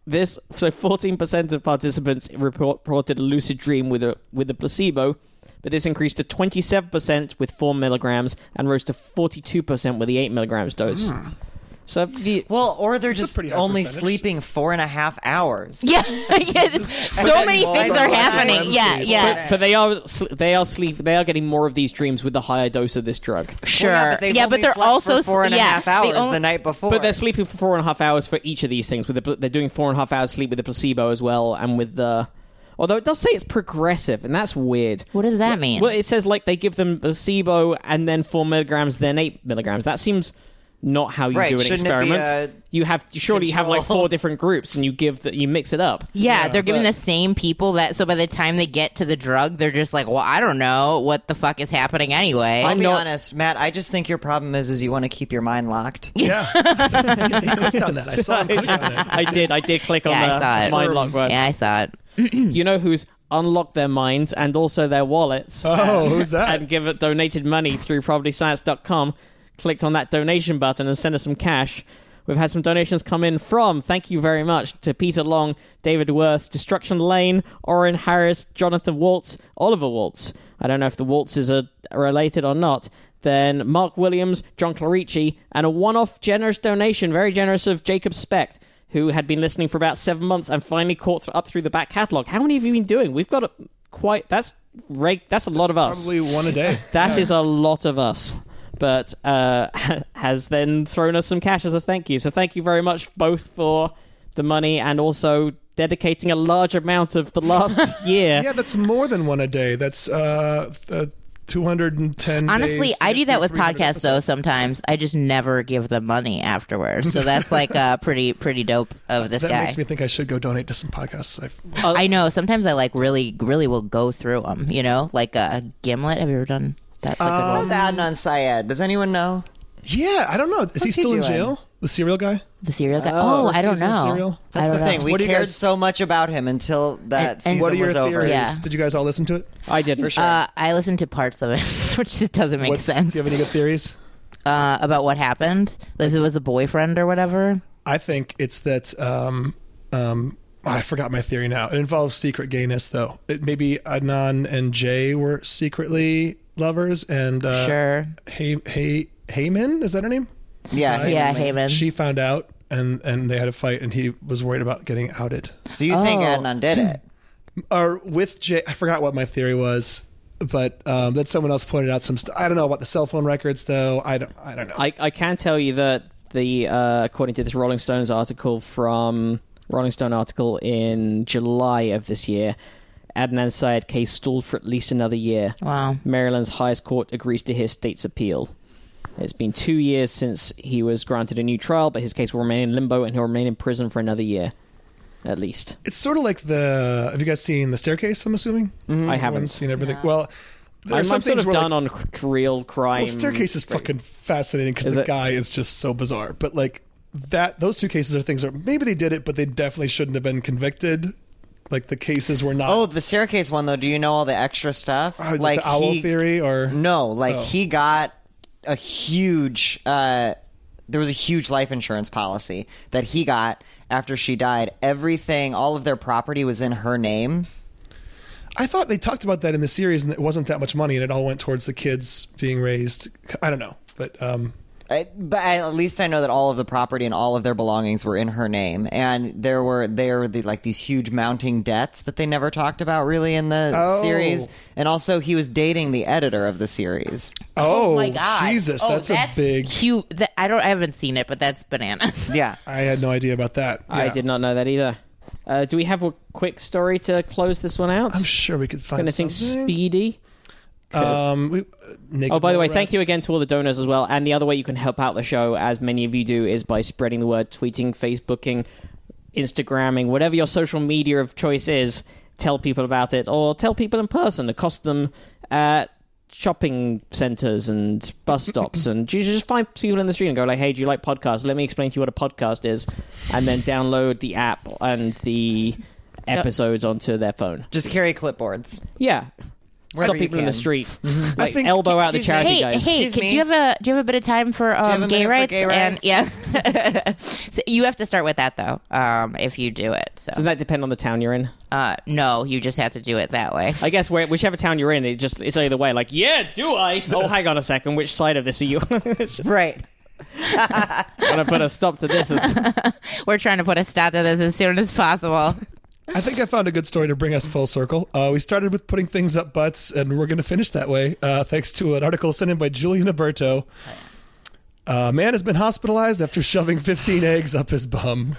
Speaker 2: this, so fourteen percent of participants report- reported a lucid dream with a with a placebo, but this increased to twenty seven percent with four milligrams and rose to forty two percent with the eight milligrams dose.
Speaker 5: Hmm.
Speaker 2: So the,
Speaker 4: Well, or they're
Speaker 3: a
Speaker 4: just
Speaker 3: pretty high
Speaker 4: only
Speaker 3: percentage.
Speaker 4: sleeping four and a half hours.
Speaker 5: (laughs) Yeah, yeah. th- So
Speaker 4: Everything
Speaker 5: many
Speaker 4: falls
Speaker 5: things
Speaker 4: on
Speaker 5: are
Speaker 4: my
Speaker 5: happening.
Speaker 4: hands.
Speaker 5: Yeah, yeah.
Speaker 2: but, (laughs) but they are sl- they are sleep they are getting more of these dreams with the higher dose of this drug.
Speaker 5: Sure.
Speaker 4: Well, yeah, but, they've
Speaker 5: yeah,
Speaker 4: only
Speaker 5: but they're
Speaker 4: slept
Speaker 5: also
Speaker 4: for four and a
Speaker 5: yeah,
Speaker 4: half
Speaker 5: they
Speaker 4: hours
Speaker 5: only-
Speaker 4: the night before.
Speaker 2: But they're sleeping for four and a half hours for each of these things. With the, pl- they're doing four and a half hours sleep with the placebo as well, and with the. Although it does say it's progressive, and that's weird.
Speaker 5: What does that mean?
Speaker 2: Well, it says like they give them placebo and then four milligrams, then eight milligrams. That seems not how you
Speaker 4: Right,
Speaker 2: do an
Speaker 4: shouldn't it be
Speaker 2: experiment.
Speaker 4: a
Speaker 2: you have surely you have like
Speaker 5: (laughs)
Speaker 4: control?
Speaker 2: four different groups, and you give that you mix it up.
Speaker 5: yeah, they're giving
Speaker 2: but-
Speaker 5: the same people that. So by the time they get to the drug, they're just like, well, I don't know what the fuck is happening anyway.
Speaker 4: I'll be
Speaker 2: not-
Speaker 4: honest, Matt. I just think your problem is is you want to keep your mind locked.
Speaker 2: (laughs)
Speaker 3: Yeah, he clicked on that. I saw him click on it.
Speaker 2: I did. I did click on
Speaker 5: Yeah,
Speaker 2: the
Speaker 5: I saw it.
Speaker 2: mind lock word.
Speaker 5: yeah, I saw it.
Speaker 2: You know who's unlocked their minds and also their wallets
Speaker 3: Oh, who's that?
Speaker 2: and give it donated money through propertyscience.com, clicked on that donation button and sent us some cash. We've had some donations come in from, thank you very much, to Peter Long, David Worth, Destruction Lane, Oren Harris, Jonathan Waltz, Oliver Waltz. I don't know if the Waltzes are related or not. Then Mark Williams, John Clarici, and a one off generous donation, very generous of Jacob Specht, who had been listening for about seven months and finally caught th- up through the back catalogue. How many have you been doing? We've got a, quite, that's, reg- that's a lot of us.
Speaker 3: Probably one a day.
Speaker 2: That is a lot of us, but uh, (laughs) has then thrown us some cash as a thank you. So thank you very much both for the money and also dedicating a large amount of the (laughs) last year.
Speaker 3: Yeah, that's more than one a day. That's uh, uh, two hundred and ten.
Speaker 5: Honestly, I do that with podcasts though. Sometimes I just never give them money afterwards. So that's like uh, pretty pretty dope of this
Speaker 3: That
Speaker 5: guy.
Speaker 3: makes me think I should go donate to some podcasts. I,
Speaker 5: I know. Sometimes I like really really will go through them. You know, like uh, Gimlet. Have you ever done that?
Speaker 3: Uh,
Speaker 4: How's Adnan Syed? Does anyone know?
Speaker 3: yeah, I don't know. Is he
Speaker 4: What's he
Speaker 3: still in
Speaker 4: doing?
Speaker 3: jail? The serial guy.
Speaker 5: The serial guy. Oh, I don't
Speaker 3: season of
Speaker 5: know.
Speaker 3: Serial?
Speaker 5: I
Speaker 4: That's
Speaker 5: don't
Speaker 4: the thing.
Speaker 5: know.
Speaker 4: We
Speaker 3: What do
Speaker 4: cared
Speaker 3: you guys-
Speaker 4: so much about him until that
Speaker 5: And- and-
Speaker 4: season
Speaker 5: What
Speaker 3: What are your
Speaker 4: was over.
Speaker 3: theories?
Speaker 5: Yeah.
Speaker 3: Did you guys all listen to it?
Speaker 2: I did for sure.
Speaker 5: Uh, I listened to parts of it, (laughs) which just doesn't make
Speaker 3: What's,
Speaker 5: sense
Speaker 3: Do you have any good theories?
Speaker 5: uh, about what happened. Like if it was a boyfriend or whatever.
Speaker 3: I think it's that. Um, um, I forgot my theory now. It involves secret gayness, though. It, maybe Adnan and Jay were secretly lovers, and uh,
Speaker 5: Sure.
Speaker 3: Hey, hey, Heyman is that her name?
Speaker 4: Yeah, Heyman
Speaker 5: yeah,
Speaker 4: Link.
Speaker 5: Heyman.
Speaker 3: She found out, and and they had a fight, and he was worried about getting outed.
Speaker 4: So you think
Speaker 5: Oh.
Speaker 4: Adnan did it?
Speaker 5: (clears throat)
Speaker 3: Or with Jay, I forgot what my theory was, but um, that someone else pointed out some. St- I don't know about the cell phone records, though. I don't. I don't know.
Speaker 2: I, I can tell you that the uh, according to this Rolling Stones article from Rolling Stone article in July of this year, Adnan Syed case stalled for at least another year.
Speaker 5: Wow.
Speaker 2: Maryland's highest court agrees to hear state's appeal. It's been two years since he was granted a new trial, but his case will remain in limbo and he'll remain in prison for another year, at least.
Speaker 3: it's sort of like the. Have you guys seen the staircase? I'm assuming.
Speaker 2: Mm-hmm. I
Speaker 3: Everyone's
Speaker 2: haven't.
Speaker 3: seen everything. Well, there are
Speaker 2: I'm,
Speaker 3: some
Speaker 2: I'm sort
Speaker 3: things
Speaker 2: of
Speaker 3: where, like,
Speaker 2: done on cr- real crime.
Speaker 3: Well, staircase is fucking fascinating because
Speaker 2: Is
Speaker 3: the
Speaker 2: it?
Speaker 3: guy is just so bizarre. But like that, those two cases are things that maybe they did it, but they definitely shouldn't have been convicted. Like the cases were not.
Speaker 4: Oh, the staircase one though. Do you know all the extra stuff?
Speaker 3: Uh, the owl theory or-
Speaker 4: no? Like
Speaker 3: Oh.
Speaker 4: he got a huge. Uh, there was a huge life insurance policy that he got after she died. Everything, all of their property was in her name.
Speaker 3: I thought they talked about that in the series, and it wasn't that much money, and it all went towards the kids being raised. I don't know, but um,
Speaker 4: I, but I- at least I know that all of the property and all of their belongings were in her name, and there were there were the, like these huge mounting debts that they never talked about really in the
Speaker 3: Oh.
Speaker 4: series. And also, he was dating the editor of the series.
Speaker 3: oh,
Speaker 5: my god.
Speaker 3: Jesus,
Speaker 5: Oh,
Speaker 3: that's, a big.
Speaker 5: Huge, that, I don't. I haven't seen it, but that's bananas.
Speaker 4: Yeah,
Speaker 3: I had no idea about that.
Speaker 2: I
Speaker 3: Yeah.
Speaker 2: did not know that either. Uh, do we have a quick story to close this one out?
Speaker 3: I'm sure we could find
Speaker 2: Anything
Speaker 3: something.
Speaker 2: speedy?
Speaker 3: Um, we, uh, naked
Speaker 2: Oh, by the way,
Speaker 3: Mole
Speaker 2: thank
Speaker 3: Rats.
Speaker 2: you again to all the donors as well. And the other way you can help out the show, as many of you do, is by spreading the word, tweeting, Facebooking, Instagramming, whatever your social media of choice is. Tell people about it, or tell people in person. Accost them at shopping centers and
Speaker 4: (laughs)
Speaker 2: bus stops, and you just find people in the street and go like, "Hey, do you like podcasts? Let me explain to you what a podcast is," and then download the app and the episodes onto their phone.
Speaker 4: Just carry clipboards.
Speaker 2: Yeah.
Speaker 4: Wherever
Speaker 2: Stop
Speaker 4: you
Speaker 2: people in the
Speaker 4: can. (laughs)
Speaker 2: street. like,
Speaker 3: think-
Speaker 2: elbow out the
Speaker 4: excuse me.
Speaker 2: charity
Speaker 5: (laughs) Hey,
Speaker 2: guys.
Speaker 5: hey,
Speaker 4: Excuse
Speaker 5: could-
Speaker 4: me.
Speaker 5: do you have a do you have a bit of time for
Speaker 4: have
Speaker 5: um,
Speaker 4: a
Speaker 5: gay, rights?
Speaker 4: minute for gay
Speaker 5: And yeah, (laughs) So you have to start with that though. Um, if you do it, so
Speaker 2: Doesn't that depend on the town you're in?
Speaker 5: uh, no, you just have to do it that way.
Speaker 2: I guess where, whichever town you're in, it just it's either way. Like, yeah, do I? Oh, hang on a second. Which side of this are you? (laughs) Gonna
Speaker 4: Right.
Speaker 2: put a stop to this. As,
Speaker 5: We're trying to put a stop to this as soon as possible.
Speaker 3: I think I found a good story to bring us full circle. Uh, we started with putting things up butts, and we're going to finish that way, uh, thanks to an article sent in by Julian
Speaker 2: Oh,
Speaker 3: Alberto. A man has been hospitalized after shoving 15 eggs up his bum.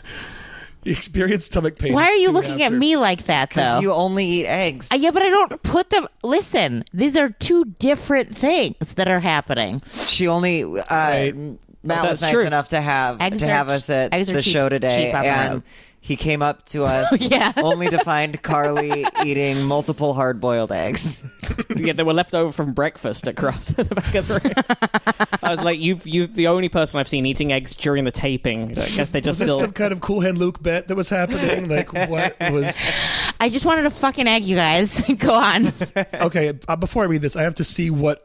Speaker 3: He experienced stomach pain.
Speaker 5: Why are you
Speaker 3: soon
Speaker 5: looking at
Speaker 3: after.
Speaker 5: me like that though?
Speaker 4: You only eat eggs.
Speaker 5: Uh, yeah, but I don't put them. Listen, these are two different things that are happening.
Speaker 4: She only. Uh, Matt
Speaker 2: That's
Speaker 4: was nice
Speaker 2: true.
Speaker 4: enough to have
Speaker 5: Eggs
Speaker 4: to
Speaker 5: are
Speaker 4: have
Speaker 5: ch-
Speaker 4: us at
Speaker 5: eggs are
Speaker 4: the
Speaker 5: cheap-
Speaker 4: show today,
Speaker 5: cheap on the
Speaker 4: and
Speaker 5: road.
Speaker 4: he came up
Speaker 5: (laughs)
Speaker 4: to us
Speaker 5: Yeah.
Speaker 4: only to find
Speaker 5: (laughs)
Speaker 4: Carly eating multiple hard-boiled eggs.
Speaker 2: yeah, they were left over from breakfast at Crafts at (laughs) the back of the room. I was like, you've you have the only person I've seen eating eggs during the taping. I guess they just
Speaker 3: Was this
Speaker 2: still.
Speaker 3: some kind of cool hand Luke bet that was happening?
Speaker 5: (laughs)
Speaker 3: Like, what was.
Speaker 5: I just wanted a fucking egg, you guys. (laughs) Go on.
Speaker 3: Okay, uh, before I read this, I have to see what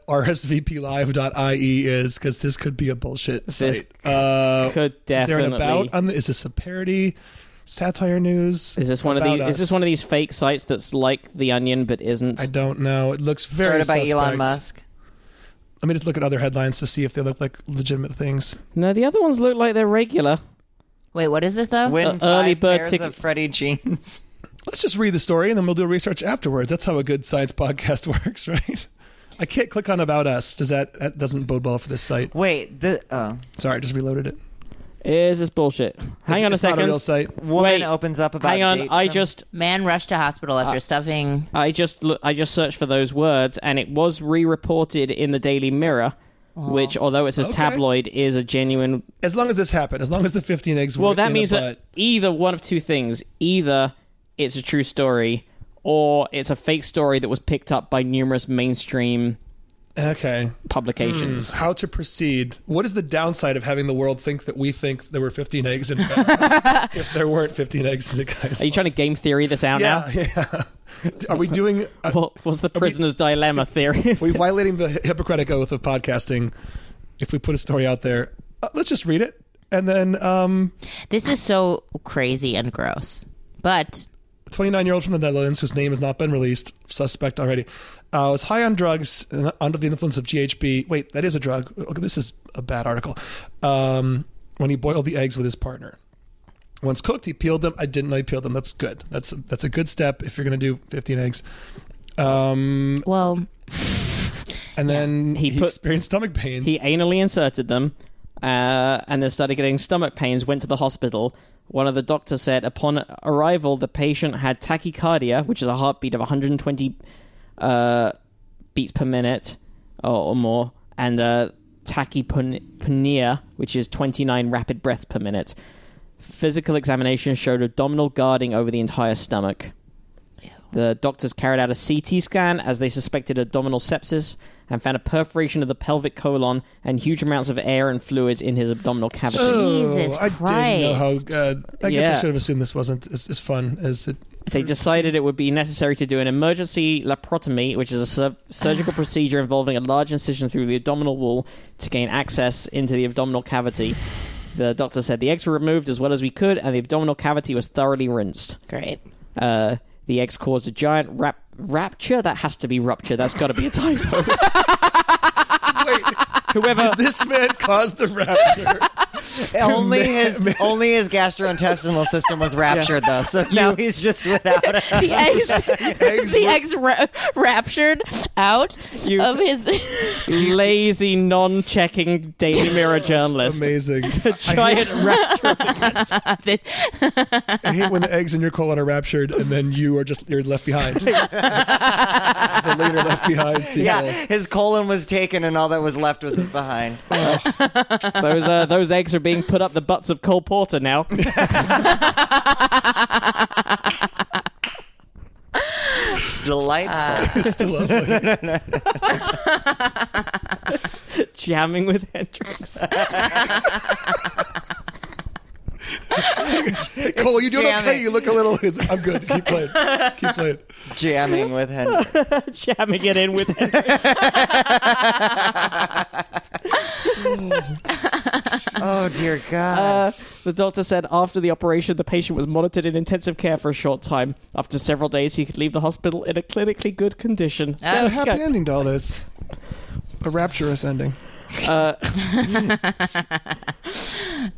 Speaker 3: rsvplive.ie E is because this could be a bullshit site. Uh,
Speaker 2: could
Speaker 3: is there an
Speaker 2: definitely.
Speaker 3: about on the, Is this a parody? Satire news?
Speaker 2: is this one of these?
Speaker 3: About
Speaker 2: Is this
Speaker 3: us?
Speaker 2: one of these fake sites that's like the Onion but isn't?
Speaker 3: I don't know. It looks very
Speaker 4: Started by
Speaker 3: suspect.
Speaker 4: Elon Musk.
Speaker 3: Let me just look at other headlines to see if they look like legitimate things.
Speaker 2: no, the other ones look like they're regular.
Speaker 5: Wait, what is this though?
Speaker 4: Win
Speaker 2: Uh,
Speaker 4: five
Speaker 2: early bird
Speaker 4: pairs
Speaker 2: ticket-
Speaker 4: of
Speaker 2: (laughs)
Speaker 4: Freddy jeans.
Speaker 3: Let's just read the story and then we'll do research afterwards. That's how a good science podcast (laughs) works, right? I can't click on about us. Does that that doesn't bode well for this site?
Speaker 4: Wait, the oh,
Speaker 3: Sorry, I just reloaded it.
Speaker 2: Is this bullshit? Hang
Speaker 3: It's-
Speaker 2: on a
Speaker 3: it's
Speaker 2: second.
Speaker 3: Not a real site.
Speaker 4: woman
Speaker 2: Wait,
Speaker 4: opens up about.
Speaker 2: Hang on,
Speaker 4: date
Speaker 2: I
Speaker 4: from-
Speaker 2: just
Speaker 5: Man rushed to hospital after stuffing.
Speaker 2: I just look, I just searched for those words, and it was re-reported in the Daily Mirror, which, although it says
Speaker 3: Oh. Okay.
Speaker 2: tabloid, is a genuine.
Speaker 3: As long as this happened, as long as the 15 eggs were
Speaker 2: Well, that
Speaker 3: in
Speaker 2: means
Speaker 3: a
Speaker 2: that
Speaker 3: butt,
Speaker 2: either one of two things: either it's a true story, or it's a fake story that was picked up by numerous mainstream
Speaker 3: Okay.
Speaker 2: publications.
Speaker 3: How to proceed? What is the downside of having the world think that we think there were 15 eggs in a guy's
Speaker 2: (laughs)
Speaker 3: butt if there weren't 15 eggs in a guy's
Speaker 2: Are you trying to game theory this out
Speaker 3: Hmm. Yeah,
Speaker 2: now?
Speaker 3: yeah. Are we doing a,
Speaker 2: What was the prisoner's dilemma theory? (laughs)
Speaker 3: we violating the Hippocratic oath of podcasting if we put a story out there. Uh, let's just read it and then um
Speaker 5: This is so crazy and gross. But
Speaker 3: 29 year old from the Netherlands, whose name has not been released, suspect already, uh, was high on drugs and under the influence of GHB. Wait, that is a drug. Okay, this is a bad article. Um, when he boiled the eggs with his partner. Once cooked, he peeled them. I didn't know he peeled them. That's good. That's that's a good step if you're going to do 15 eggs. Um,
Speaker 5: well,
Speaker 3: and then
Speaker 2: He
Speaker 3: he,
Speaker 2: put-
Speaker 3: experienced stomach pains.
Speaker 2: He anally inserted them, uh, and then started getting stomach pains. Went to the hospital. One of the doctors said upon arrival, the patient had tachycardia, which is a heartbeat of 120 uh, beats per minute or, or more, and uh, tachypnea, which is 29 rapid breaths per minute. Physical examination showed abdominal guarding over the entire stomach. The doctors carried out a CT scan as they suspected abdominal sepsis and found a perforation of the pelvic colon and huge amounts of air and fluids in his abdominal cavity.
Speaker 5: Jesus
Speaker 3: Oh, I didn't know how.
Speaker 5: Christ.
Speaker 3: Uh, I guess
Speaker 2: Yeah.
Speaker 3: I should have assumed this wasn't as, as fun as it.
Speaker 2: they
Speaker 3: (laughs)
Speaker 2: decided it would be necessary to do an emergency laparotomy, which is a sur- surgical procedure involving a large incision through the abdominal wall to gain access into the abdominal cavity. The doctor said the eggs were removed as well as we could, and the abdominal cavity was thoroughly rinsed.
Speaker 5: great.
Speaker 2: Uh, the eggs caused a giant rap- rapture. That has to be rupture. That's got to be a typo.
Speaker 3: (laughs) Wait,
Speaker 2: Whoever (laughs)
Speaker 3: this man caused the rapture.
Speaker 4: (laughs) only his only his gastrointestinal system was raptured
Speaker 2: (laughs)
Speaker 4: though, so now he's just without. A,
Speaker 5: the eggs,
Speaker 3: eggs
Speaker 5: the
Speaker 3: were-
Speaker 5: eggs ra- raptured out
Speaker 2: You-
Speaker 5: of his. (laughs)
Speaker 2: Lazy, non-checking Daily Mirror journalist. (laughs)
Speaker 3: Amazing.
Speaker 2: Giant rapture.
Speaker 3: I hate when the eggs in your colon are raptured and then you are just you're left (laughs) behind. That's- it's a later left behind sequel.
Speaker 4: yeah, his colon was taken, and all that was left was his behind.
Speaker 2: (laughs) Those uh, those eggs are being put up the butts of Cole Porter
Speaker 3: (laughs)
Speaker 2: now.
Speaker 4: It's delightful.
Speaker 5: Uh.
Speaker 3: It's still (laughs) lovely.
Speaker 2: jamming with Hendrix.
Speaker 3: Hey, Cole, you doing
Speaker 4: jamming.
Speaker 3: okay? You look a little. I'm good. Keep playing. Keep playing.
Speaker 4: Jamming with Henry.
Speaker 2: jamming it in with
Speaker 3: (laughs)
Speaker 2: Hendrix.
Speaker 4: Oh dear God.
Speaker 2: Uh, the doctor said after the operation, the patient was monitored in intensive care for a short time. After several days, he could leave the hospital in a clinically good condition.
Speaker 3: It's a
Speaker 2: Okay.
Speaker 3: happy ending to all this. A rapturous ending.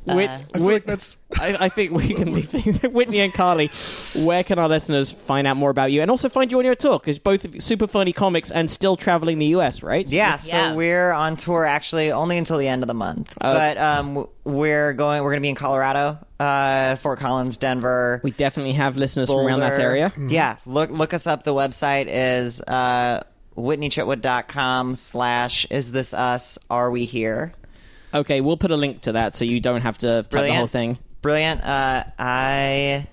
Speaker 2: Whit-
Speaker 3: I feel like that's.
Speaker 2: I, I think we can leave things. Whitney and Carly, where can our listeners find out more about you and also find you on your tour? Because both of you, super funny comics and still traveling the US, right?
Speaker 4: Yeah, so
Speaker 5: Yeah.
Speaker 4: we're on tour actually only until the end of the month.
Speaker 2: Oh.
Speaker 4: but um, w- we're going. We're going to be in Colorado, uh, Fort Collins, Denver.
Speaker 2: We definitely have listeners from around that
Speaker 4: Boulder.
Speaker 2: area.
Speaker 4: Yeah, look look us up. The website is uh, whitneychitwood.com slash is this us? Are we here?
Speaker 2: Okay, we'll put a link to that so you don't have to type the
Speaker 4: Brilliant.
Speaker 2: whole thing.
Speaker 4: Brilliant. Uh, I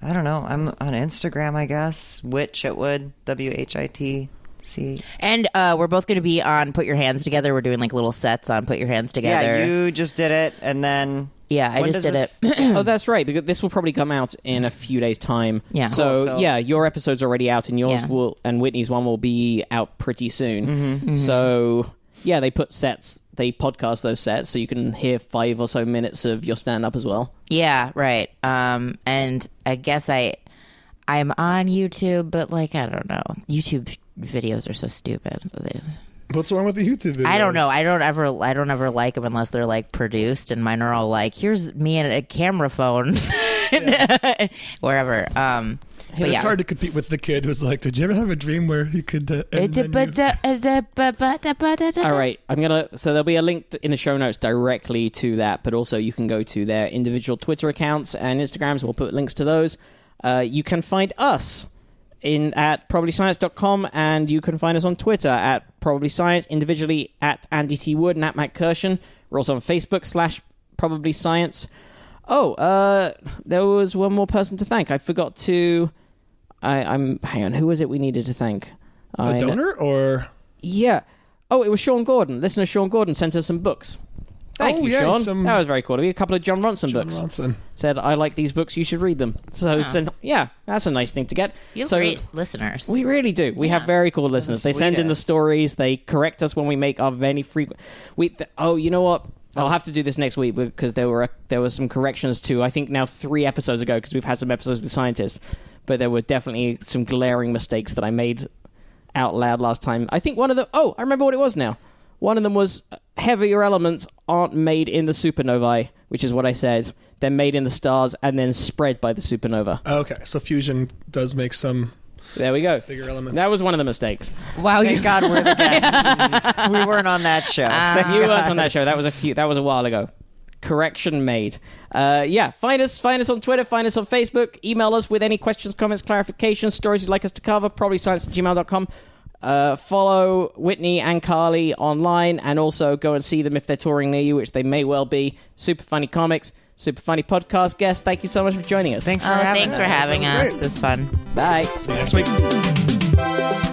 Speaker 4: I don't know. I'm on Instagram, I guess. Whit Chitwood, W H I T C.
Speaker 5: and uh, we're both going to be on Put Your Hands Together. We're doing like little sets on Put Your Hands Together.
Speaker 4: Yeah, you just did it, and then
Speaker 5: Yeah, I
Speaker 4: When
Speaker 5: just
Speaker 4: does
Speaker 5: did
Speaker 4: this-
Speaker 5: it.
Speaker 2: oh, that's right. Because this will probably come out in a few days' time.
Speaker 5: Yeah.
Speaker 2: So,
Speaker 4: Cool, so-
Speaker 2: yeah, your episode's already out, and yours
Speaker 5: Yeah.
Speaker 2: will, and Whitney's one will be out pretty soon.
Speaker 4: Mm-hmm.
Speaker 2: So, yeah, they put sets. They podcast those sets, so you can hear five or so minutes of your stand up as well.
Speaker 5: yeah, right. Um, and I guess I, I'm on YouTube, but like I don't know. YouTube videos are so stupid. They-
Speaker 3: What's wrong with the YouTube video?
Speaker 5: I don't know. I don't ever. I don't ever like them unless they're like produced, and mine are all like, "Here's me and a camera phone, (laughs) wherever." Um, but
Speaker 3: It's
Speaker 5: yeah.
Speaker 3: hard to compete with the kid who's like, "Did you ever have a dream where you could?" Uh, and then you-
Speaker 2: All
Speaker 5: All
Speaker 2: right, I'm gonna. So there'll be a link in the show notes directly to that, but also you can go to their individual Twitter accounts and Instagrams. We'll put links to those. Uh, you can find us in at probablyscience.com, and you can find us on Twitter at Probably Science, individually at Andy T Wood and at Matt Kirshen. We're also on Facebook slash Probably Science. Oh, uh, there was one more person to thank. I forgot to. I, I'm hang on. Who was it we needed to thank?
Speaker 3: a
Speaker 2: I-
Speaker 3: donor or
Speaker 2: yeah. Oh, it was Sean Gordon. Listener Sean Gordon sent us some books. Thank
Speaker 3: Oh,
Speaker 2: you,
Speaker 3: yeah,
Speaker 2: Sean.
Speaker 3: some-
Speaker 2: That was very cool. A couple of John Ronson books.
Speaker 3: Bronson.
Speaker 2: Said, I like these books. You should read them. So, sent, yeah, that's a nice thing to get.
Speaker 5: You have
Speaker 2: so,
Speaker 5: great listeners.
Speaker 2: We really do. We have very cool listeners. they send in the
Speaker 4: sweetest.
Speaker 2: stories. They correct us when we make our very frequent. We th- oh, you know what? I'll have to do this next week because there were there were some corrections to I think now three episodes ago because we've had some episodes with scientists, but there were definitely some glaring mistakes that I made out loud last time. I think one of them. Oh, I remember what it was now. One of them was uh, heavier elements aren't made in the supernovae, which is what I said. They're made in the stars and then spread by the supernova.
Speaker 3: Okay, so fusion does make some
Speaker 2: There we go.
Speaker 3: bigger elements.
Speaker 2: That was one of the mistakes.
Speaker 5: Wow, you
Speaker 4: Thank God we're (laughs) the Ah. best. we weren't on that show.
Speaker 2: you weren't on that show. That was a few. That was a while ago. Correction made. Uh, yeah, find us. Find us on Twitter. Find us on Facebook. Email us with any questions, comments, clarifications, stories you'd like us to cover. Probably science at gmail.com. Uh, follow Whitney and Carly online and also go and see them if they're touring near you, which they may well be. Super Funny Comics, Super Funny Podcast guest. Thank you so much for joining us.
Speaker 4: Thanks for
Speaker 5: Oh,
Speaker 4: having
Speaker 5: thanks for
Speaker 4: us.
Speaker 5: having
Speaker 3: That was
Speaker 5: us.
Speaker 3: great.
Speaker 5: This was fun.
Speaker 2: Bye.
Speaker 3: next week.